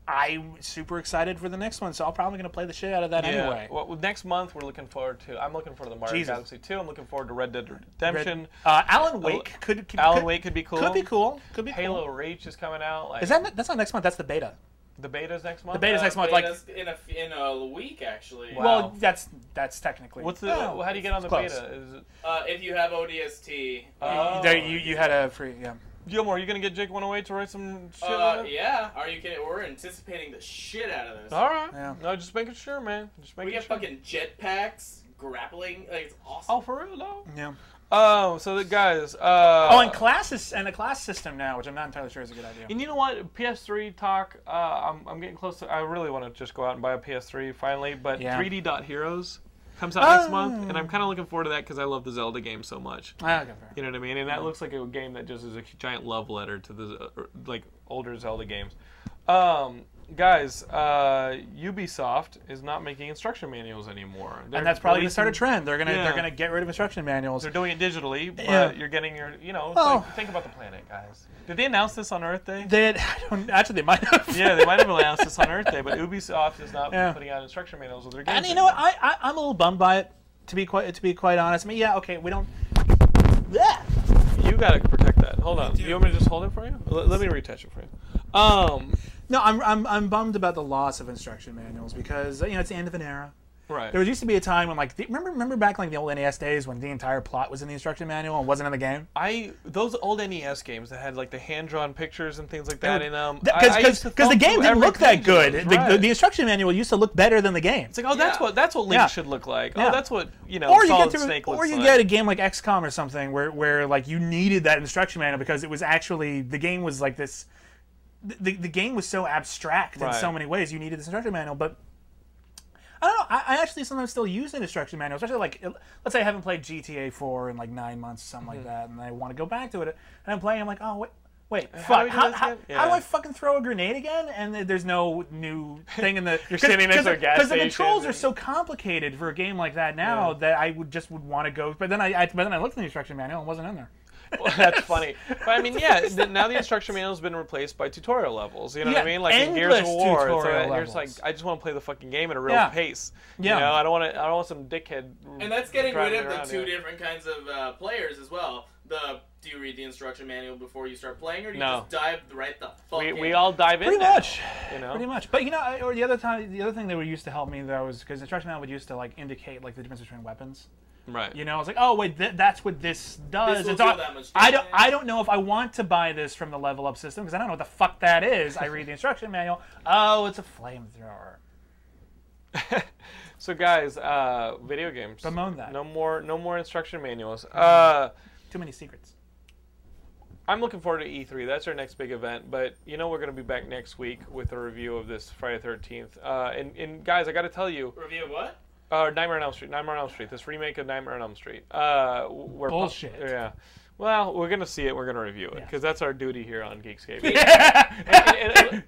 [SPEAKER 2] I'm super excited for the next one, so I'm probably gonna play the shit out of that
[SPEAKER 1] Yeah.
[SPEAKER 2] anyway.
[SPEAKER 1] Well, well, next month we're looking forward to. I'm looking forward to Mario
[SPEAKER 2] Jesus.
[SPEAKER 1] Galaxy 2. I'm looking forward to Red Dead
[SPEAKER 2] Red-
[SPEAKER 1] Redemption.
[SPEAKER 2] uh, Alan Wake could, could
[SPEAKER 1] Alan
[SPEAKER 2] could,
[SPEAKER 1] Wake could be cool.
[SPEAKER 2] Could be cool. Could be
[SPEAKER 1] Halo
[SPEAKER 2] Cool.
[SPEAKER 1] Reach is coming out. Like
[SPEAKER 2] Is that ne- that's not next month? That's the beta.
[SPEAKER 1] the beta's next month?
[SPEAKER 2] The beta's
[SPEAKER 3] Uh,
[SPEAKER 2] next month, like-
[SPEAKER 3] beta's in a f- in a week actually.
[SPEAKER 1] Wow.
[SPEAKER 2] Well, that's that's technically. Oh.
[SPEAKER 1] What's the?
[SPEAKER 2] No,
[SPEAKER 1] how do you get on
[SPEAKER 2] it's
[SPEAKER 1] the
[SPEAKER 2] close.
[SPEAKER 1] beta? Is it,
[SPEAKER 3] Uh, if you have ODST,
[SPEAKER 1] Oh.
[SPEAKER 2] There, you you had a free yeah.
[SPEAKER 1] Gilmore, are you gonna get Jake 108 to write some shit? on
[SPEAKER 3] uh,
[SPEAKER 1] it?
[SPEAKER 3] yeah. Are you kidding? We're anticipating the shit out of this.
[SPEAKER 1] All right.
[SPEAKER 2] Yeah.
[SPEAKER 1] No, just making sure, man. Just
[SPEAKER 3] We
[SPEAKER 1] making
[SPEAKER 3] get
[SPEAKER 1] sure.
[SPEAKER 3] fucking jetpacks, grappling. Like it's awesome.
[SPEAKER 1] Oh, for real though.
[SPEAKER 2] Yeah.
[SPEAKER 1] Oh, so the guys. Uh,
[SPEAKER 2] Oh, and classes and a class system now, which I'm not entirely sure is a good idea.
[SPEAKER 1] And you know what? PS3 talk. Uh, I'm, I'm getting close to. I really want to just go out and buy a PS3 finally. But
[SPEAKER 2] Yeah. Ah.
[SPEAKER 1] 3D Dot Heroes comes out next month, and I'm kind of looking forward to that because I love the Zelda game so much.
[SPEAKER 2] Ah, okay, fair.
[SPEAKER 1] You know what I mean? And that looks like a game that just is a giant love letter to the uh, like older Zelda games. Um, guys, uh, Ubisoft is not making instruction manuals anymore, They're
[SPEAKER 2] And that's probably gonna
[SPEAKER 1] releasing-
[SPEAKER 2] start a trend. They're gonna
[SPEAKER 1] Yeah.
[SPEAKER 2] they're gonna get rid of instruction manuals.
[SPEAKER 1] They're doing it digitally, but
[SPEAKER 2] Yeah.
[SPEAKER 1] you're getting your, you know, it's
[SPEAKER 2] Oh.
[SPEAKER 1] like, think about the planet, guys. Did they announce this on Earth Day?
[SPEAKER 2] They I don't, actually they might have.
[SPEAKER 1] yeah, they might have announced this on Earth Day, but Ubisoft is not
[SPEAKER 2] Yeah.
[SPEAKER 1] putting out instruction manuals with their games.
[SPEAKER 2] And you know what? I, I I'm a little bummed by it. To be quite to be quite honest, I mean, yeah, okay, we don't. Yeah.
[SPEAKER 1] anymore. You gotta protect that. Hold on.
[SPEAKER 3] do.
[SPEAKER 1] You want me to just hold it for you? Let, let me retouch it for you. Um,
[SPEAKER 2] No, I'm, I'm I'm bummed about the loss of instruction manuals because you know it's the end of an era.
[SPEAKER 1] right.
[SPEAKER 2] There was used to be a time when like the, remember remember back like the old NES days when the entire plot was in the instruction manual and wasn't in the game.
[SPEAKER 1] I those old NES games that had like the hand-drawn pictures and things like that in them. um, I- I used
[SPEAKER 2] Because
[SPEAKER 1] to
[SPEAKER 2] because the
[SPEAKER 1] thumb
[SPEAKER 2] game
[SPEAKER 1] through
[SPEAKER 2] didn't
[SPEAKER 1] every
[SPEAKER 2] look that
[SPEAKER 1] page of
[SPEAKER 2] good.
[SPEAKER 1] those,
[SPEAKER 2] The, the,
[SPEAKER 1] right.
[SPEAKER 2] the instruction manual used to look better than the game.
[SPEAKER 1] it's like, oh, that's
[SPEAKER 3] Yeah.
[SPEAKER 1] what that's what Link
[SPEAKER 2] Yeah.
[SPEAKER 1] should look like.
[SPEAKER 2] Yeah.
[SPEAKER 1] Oh, that's what you know.
[SPEAKER 2] or you
[SPEAKER 1] Solid
[SPEAKER 2] get through,
[SPEAKER 1] Snake looks
[SPEAKER 2] or you
[SPEAKER 1] like.
[SPEAKER 2] get a game like XCOM or something where where like you needed that instruction manual because it was actually the game was like this. The, the game was so abstract in
[SPEAKER 1] Right.
[SPEAKER 2] so many ways. You needed this instruction manual, but I don't know. I, I actually sometimes still use an instruction manual, especially like it- let's say I haven't played GTA 4 in like nine months or something
[SPEAKER 1] Mm-hmm.
[SPEAKER 2] like that, and I want to go back to it. And I'm playing, I'm like, oh wait. Wait,
[SPEAKER 1] How do
[SPEAKER 2] fuck!
[SPEAKER 1] we do
[SPEAKER 2] How,
[SPEAKER 1] this
[SPEAKER 2] how,
[SPEAKER 1] again?
[SPEAKER 2] how do
[SPEAKER 1] Yeah.
[SPEAKER 2] I fucking throw a grenade again? And th- there's no new thing in the. You're
[SPEAKER 1] standing next to a gas
[SPEAKER 2] Because the
[SPEAKER 1] station
[SPEAKER 2] controls are
[SPEAKER 1] and-
[SPEAKER 2] so so complicated for a game like that now
[SPEAKER 1] Yeah.
[SPEAKER 2] that I would just would want to go. But then I, I but then I looked in the instruction manual and it wasn't in there.
[SPEAKER 1] Well, that's funny. But I mean, yeah, the, now the instruction manual has been replaced by tutorial levels. You know what I
[SPEAKER 2] Yeah,
[SPEAKER 1] mean? Like in Gears of
[SPEAKER 2] endless
[SPEAKER 1] War, it's like,
[SPEAKER 2] tutorial
[SPEAKER 1] you're just like,
[SPEAKER 2] levels.
[SPEAKER 1] I just want to play the fucking game at a real
[SPEAKER 2] Yeah.
[SPEAKER 1] pace.
[SPEAKER 2] Yeah.
[SPEAKER 1] You know, I don't want to. I don't want some dickhead.
[SPEAKER 3] And that's getting rid
[SPEAKER 1] driving
[SPEAKER 3] of the
[SPEAKER 1] around,
[SPEAKER 3] two
[SPEAKER 1] yeah.
[SPEAKER 3] different kinds of uh, players as well. The do you read the instruction manual before you start playing, or do you
[SPEAKER 1] No.
[SPEAKER 3] just dive right the fuck
[SPEAKER 1] We,
[SPEAKER 3] in?
[SPEAKER 1] we all dive in.
[SPEAKER 2] Pretty
[SPEAKER 1] now,
[SPEAKER 2] much.
[SPEAKER 1] You know.
[SPEAKER 2] Pretty much. But you know, I- or the other time, the other thing they were used to help me though was because instruction manual would used to like indicate like the difference between weapons.
[SPEAKER 1] Right.
[SPEAKER 2] You know, I was like, oh wait, th- that's what this does.
[SPEAKER 3] This will
[SPEAKER 2] it's
[SPEAKER 3] do
[SPEAKER 2] all-
[SPEAKER 3] that much
[SPEAKER 2] I don't,
[SPEAKER 3] damage.
[SPEAKER 2] I don't know if I want to buy this from the level up system because I don't know what the fuck that is. I read the instruction manual. Oh, it's a flamethrower.
[SPEAKER 1] So guys, uh, video games.
[SPEAKER 2] Bemoan that. Mm-hmm.
[SPEAKER 1] No more. No more instruction manuals. Uh,
[SPEAKER 2] Too many secrets.
[SPEAKER 1] I'm looking forward to E3. That's our next big event. But you know we're going to be back next week with a review of this Friday 13th. Uh, and, and guys, I got to tell you,
[SPEAKER 3] review what?
[SPEAKER 1] Uh, Nightmare on Elm Street. Nightmare on Elm Street. This remake of Nightmare on Elm Street. Uh, we're
[SPEAKER 2] Bullshit.
[SPEAKER 1] yeah. Well, we're gonna see it. We're gonna review it because that's our duty here on Geekscape. and,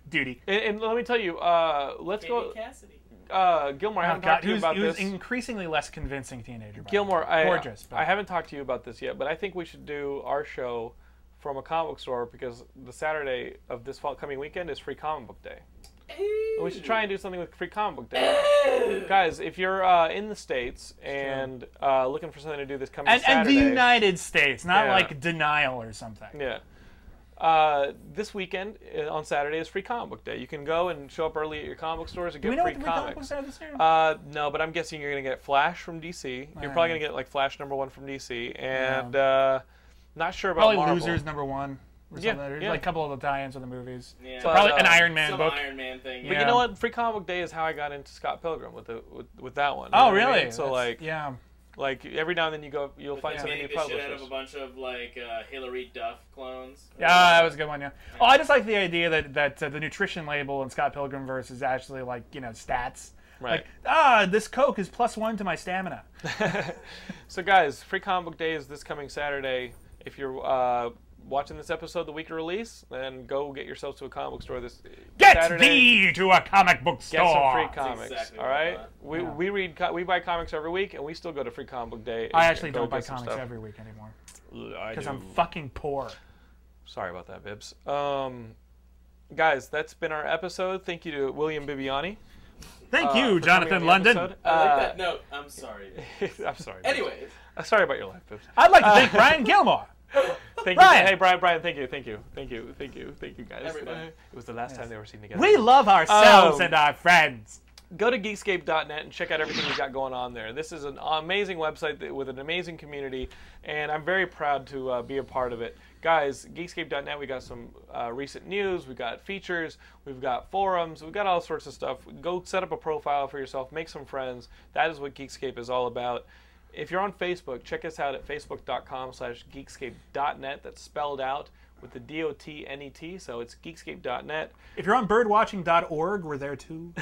[SPEAKER 2] Duty.
[SPEAKER 1] and- and let me tell you, uh, let's
[SPEAKER 3] Katie
[SPEAKER 1] go.
[SPEAKER 3] Cassidy.
[SPEAKER 1] Uh, Gilmore, I
[SPEAKER 2] Oh,
[SPEAKER 1] haven't
[SPEAKER 2] God,
[SPEAKER 1] talked to you
[SPEAKER 2] who's,
[SPEAKER 1] about
[SPEAKER 2] who's
[SPEAKER 1] this.
[SPEAKER 2] increasingly less convincing teenager. by the way.
[SPEAKER 1] Gilmore, I,
[SPEAKER 2] Gorgeous, but-
[SPEAKER 1] I haven't talked to you about this yet, but I think we should do our show from a comic book store because the Saturday of this fall coming weekend is Free Comic Book Day. We should try and do something with Free Comic Book Day. Guys, if you're uh, in the States and uh, looking for something to do this coming
[SPEAKER 2] and, and the
[SPEAKER 1] Saturday,
[SPEAKER 2] United States, not
[SPEAKER 1] Yeah.
[SPEAKER 2] like denial or something.
[SPEAKER 1] Yeah. Uh, this weekend uh, on Saturday is Free Comic Book Day. You can go and show up early at your comic book stores and
[SPEAKER 2] Do
[SPEAKER 1] get
[SPEAKER 2] we know
[SPEAKER 1] free
[SPEAKER 2] what the comic
[SPEAKER 1] comics.
[SPEAKER 2] books are this year?
[SPEAKER 1] Uh, no, but I'm guessing you're gonna get Flash from DC. You're probably
[SPEAKER 2] Alright.
[SPEAKER 1] gonna get like Flash number one from DC, and uh, not sure about
[SPEAKER 2] probably
[SPEAKER 1] Marvel.
[SPEAKER 2] Losers number one. Or
[SPEAKER 1] Yeah,
[SPEAKER 2] something. There's
[SPEAKER 1] yeah.
[SPEAKER 2] like a couple of the tie-ins with the movies.
[SPEAKER 3] Yeah.
[SPEAKER 2] So probably
[SPEAKER 1] But,
[SPEAKER 2] an
[SPEAKER 1] uh,
[SPEAKER 2] Iron Man
[SPEAKER 3] Some
[SPEAKER 2] book.
[SPEAKER 3] Iron Man thing.
[SPEAKER 1] But
[SPEAKER 2] Yeah.
[SPEAKER 1] you know what? Free Comic Book Day is how I got into Scott Pilgrim with the with, with that one. You
[SPEAKER 2] Oh,
[SPEAKER 1] know what I
[SPEAKER 2] really?
[SPEAKER 1] mean? So
[SPEAKER 2] That's-
[SPEAKER 1] like
[SPEAKER 2] yeah.
[SPEAKER 1] like every now and then you go you'll find
[SPEAKER 3] Yeah.
[SPEAKER 1] something new
[SPEAKER 3] Beating the shit out of
[SPEAKER 1] publishers.
[SPEAKER 3] a bunch of like uh, Hillary Duff clones.
[SPEAKER 2] Yeah, that was a good one. Yeah. Oh, I just like the idea that that uh, the nutrition label in Scott Pilgrim verse is actually like you know stats.
[SPEAKER 1] Right.
[SPEAKER 2] Like ah, this Coke is plus one to my stamina.
[SPEAKER 1] So, guys, Free Comic Book Day is this coming Saturday. If you're uh, watching this episode the week of release, then go get yourselves to a comic book store this
[SPEAKER 2] Get
[SPEAKER 1] Saturday.
[SPEAKER 2] thee to a comic book store.
[SPEAKER 1] Get some free comics.
[SPEAKER 3] exactly
[SPEAKER 1] all
[SPEAKER 3] what I
[SPEAKER 1] right,
[SPEAKER 3] thought.
[SPEAKER 1] we, we read co- we buy comics every week, and we still go to Free Comic Book Day. and-
[SPEAKER 2] I actually
[SPEAKER 1] and go
[SPEAKER 2] don't buy
[SPEAKER 1] get some
[SPEAKER 2] comics
[SPEAKER 1] stuff.
[SPEAKER 2] every week anymore
[SPEAKER 1] I
[SPEAKER 2] because
[SPEAKER 1] do.
[SPEAKER 2] I'm fucking poor.
[SPEAKER 1] Sorry about that, Bibs. Um, guys, that's been our episode. Thank you to William Bibiani.
[SPEAKER 4] Thank
[SPEAKER 1] uh,
[SPEAKER 4] you,
[SPEAKER 1] for coming on
[SPEAKER 4] Jonathan
[SPEAKER 1] the
[SPEAKER 4] London.
[SPEAKER 1] episode.
[SPEAKER 3] I like
[SPEAKER 1] Uh,
[SPEAKER 3] that note. I'm sorry.
[SPEAKER 1] I'm sorry. Bibbs.
[SPEAKER 3] Anyways,
[SPEAKER 1] I'm sorry about your life, Bibbs.
[SPEAKER 2] I'd like to thank Brian Gilmore.
[SPEAKER 1] Thank
[SPEAKER 2] Brian.
[SPEAKER 1] you. Hey, Brian, Brian, thank you, thank you, thank you, thank you, thank you, guys.
[SPEAKER 3] Everybody.
[SPEAKER 1] It was the last time they were seen together.
[SPEAKER 2] We love ourselves
[SPEAKER 1] Um,
[SPEAKER 2] and our friends.
[SPEAKER 1] go to geekscape.net and check out everything we've got going on there. This is an amazing website that, with an amazing community, and I'm very proud to uh, be a part of it. Guys, geekscape.net, we got some uh, recent news, we've got features, we've got forums, we've got all sorts of stuff. Go set up a profile for yourself, make some friends. That is what Geekscape is all about. If you're on Facebook, check us out at facebook.com slash geekscape.net. That's spelled out with the D-O-T-N-E-T, E so it's geekscape.net.
[SPEAKER 2] If you're on birdwatching.org, we're there too.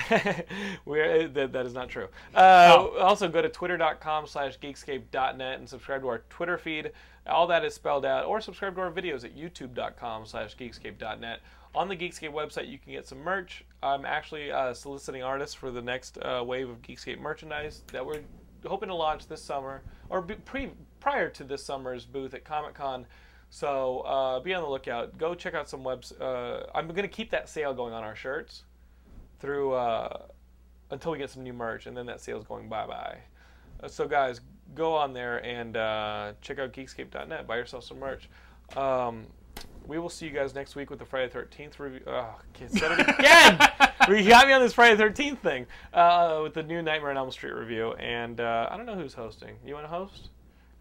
[SPEAKER 1] We're, uh, that, that is not true. Uh, Also, go to twitter.com slash geekscape.net and subscribe to our Twitter feed. All that is spelled out. Or subscribe to our videos at youtube.com slash geekscape.net. On the Geekscape website, you can get some merch. I'm actually uh, soliciting artists for the next uh, wave of Geekscape merchandise that we're hoping to launch this summer or be pre, prior to this summer's booth at Comic Con. So uh, be on the lookout. Go check out some webs. Uh, I'm going to keep that sale going on our shirts through uh, until we get some new merch, and then that sale's going bye bye. so guys, go on there and uh, check out Geekscape.net. Buy yourself some merch. Um, we will see you guys next week with the Friday Thirteenth review. Oh, can't say it again. we got me on this Friday Thirteenth thing uh, with the new Nightmare on Elm Street review, and uh, I don't know who's hosting. You want to host?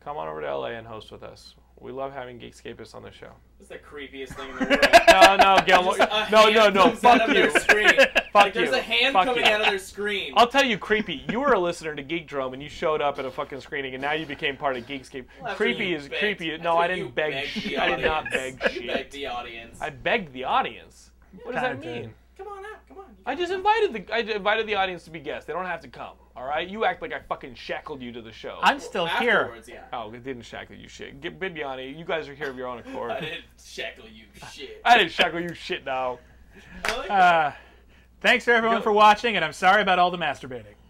[SPEAKER 1] Come on over to LA and host with us. We love having Geekscapists on the show.
[SPEAKER 3] it's the creepiest thing in the world.
[SPEAKER 1] No, no, Gilmore.
[SPEAKER 3] A
[SPEAKER 1] No, no,
[SPEAKER 3] hand
[SPEAKER 1] no.
[SPEAKER 3] comes out
[SPEAKER 1] Fuck
[SPEAKER 3] of
[SPEAKER 1] you.
[SPEAKER 3] their screen.
[SPEAKER 1] Fuck you.
[SPEAKER 3] There's a hand
[SPEAKER 1] Fuck
[SPEAKER 3] coming
[SPEAKER 1] you.
[SPEAKER 3] out of their screen.
[SPEAKER 1] I'll tell you, creepy. You were a listener to Geek Drum, and you showed up at a fucking screening, and now you became part of Geekscape.
[SPEAKER 3] After
[SPEAKER 1] creepy
[SPEAKER 3] you
[SPEAKER 1] is
[SPEAKER 3] begged-
[SPEAKER 1] creepy. No,
[SPEAKER 3] after
[SPEAKER 1] I
[SPEAKER 3] you
[SPEAKER 1] didn't beg.
[SPEAKER 3] begged
[SPEAKER 1] shit.
[SPEAKER 3] the
[SPEAKER 1] I did not
[SPEAKER 3] audience.
[SPEAKER 1] beg
[SPEAKER 3] You begged
[SPEAKER 1] shit.
[SPEAKER 3] the audience.
[SPEAKER 1] I begged the audience. What does that
[SPEAKER 2] kinda did.
[SPEAKER 1] mean?
[SPEAKER 3] Come on out. Come on.
[SPEAKER 1] I just invited the I invited the audience to be guests. They don't have to come. All right. You act like I fucking shackled you to the show.
[SPEAKER 2] I'm still here.
[SPEAKER 3] Afterwards, yeah.
[SPEAKER 1] Oh, it didn't shackle you shit. Get Bibiani. You guys are here of your own accord.
[SPEAKER 3] I didn't shackle you shit.
[SPEAKER 1] I didn't shackle you shit now.
[SPEAKER 3] I like that.
[SPEAKER 1] Uh,
[SPEAKER 2] Uh, thanks for everyone for watching, and I'm sorry about all the masturbating.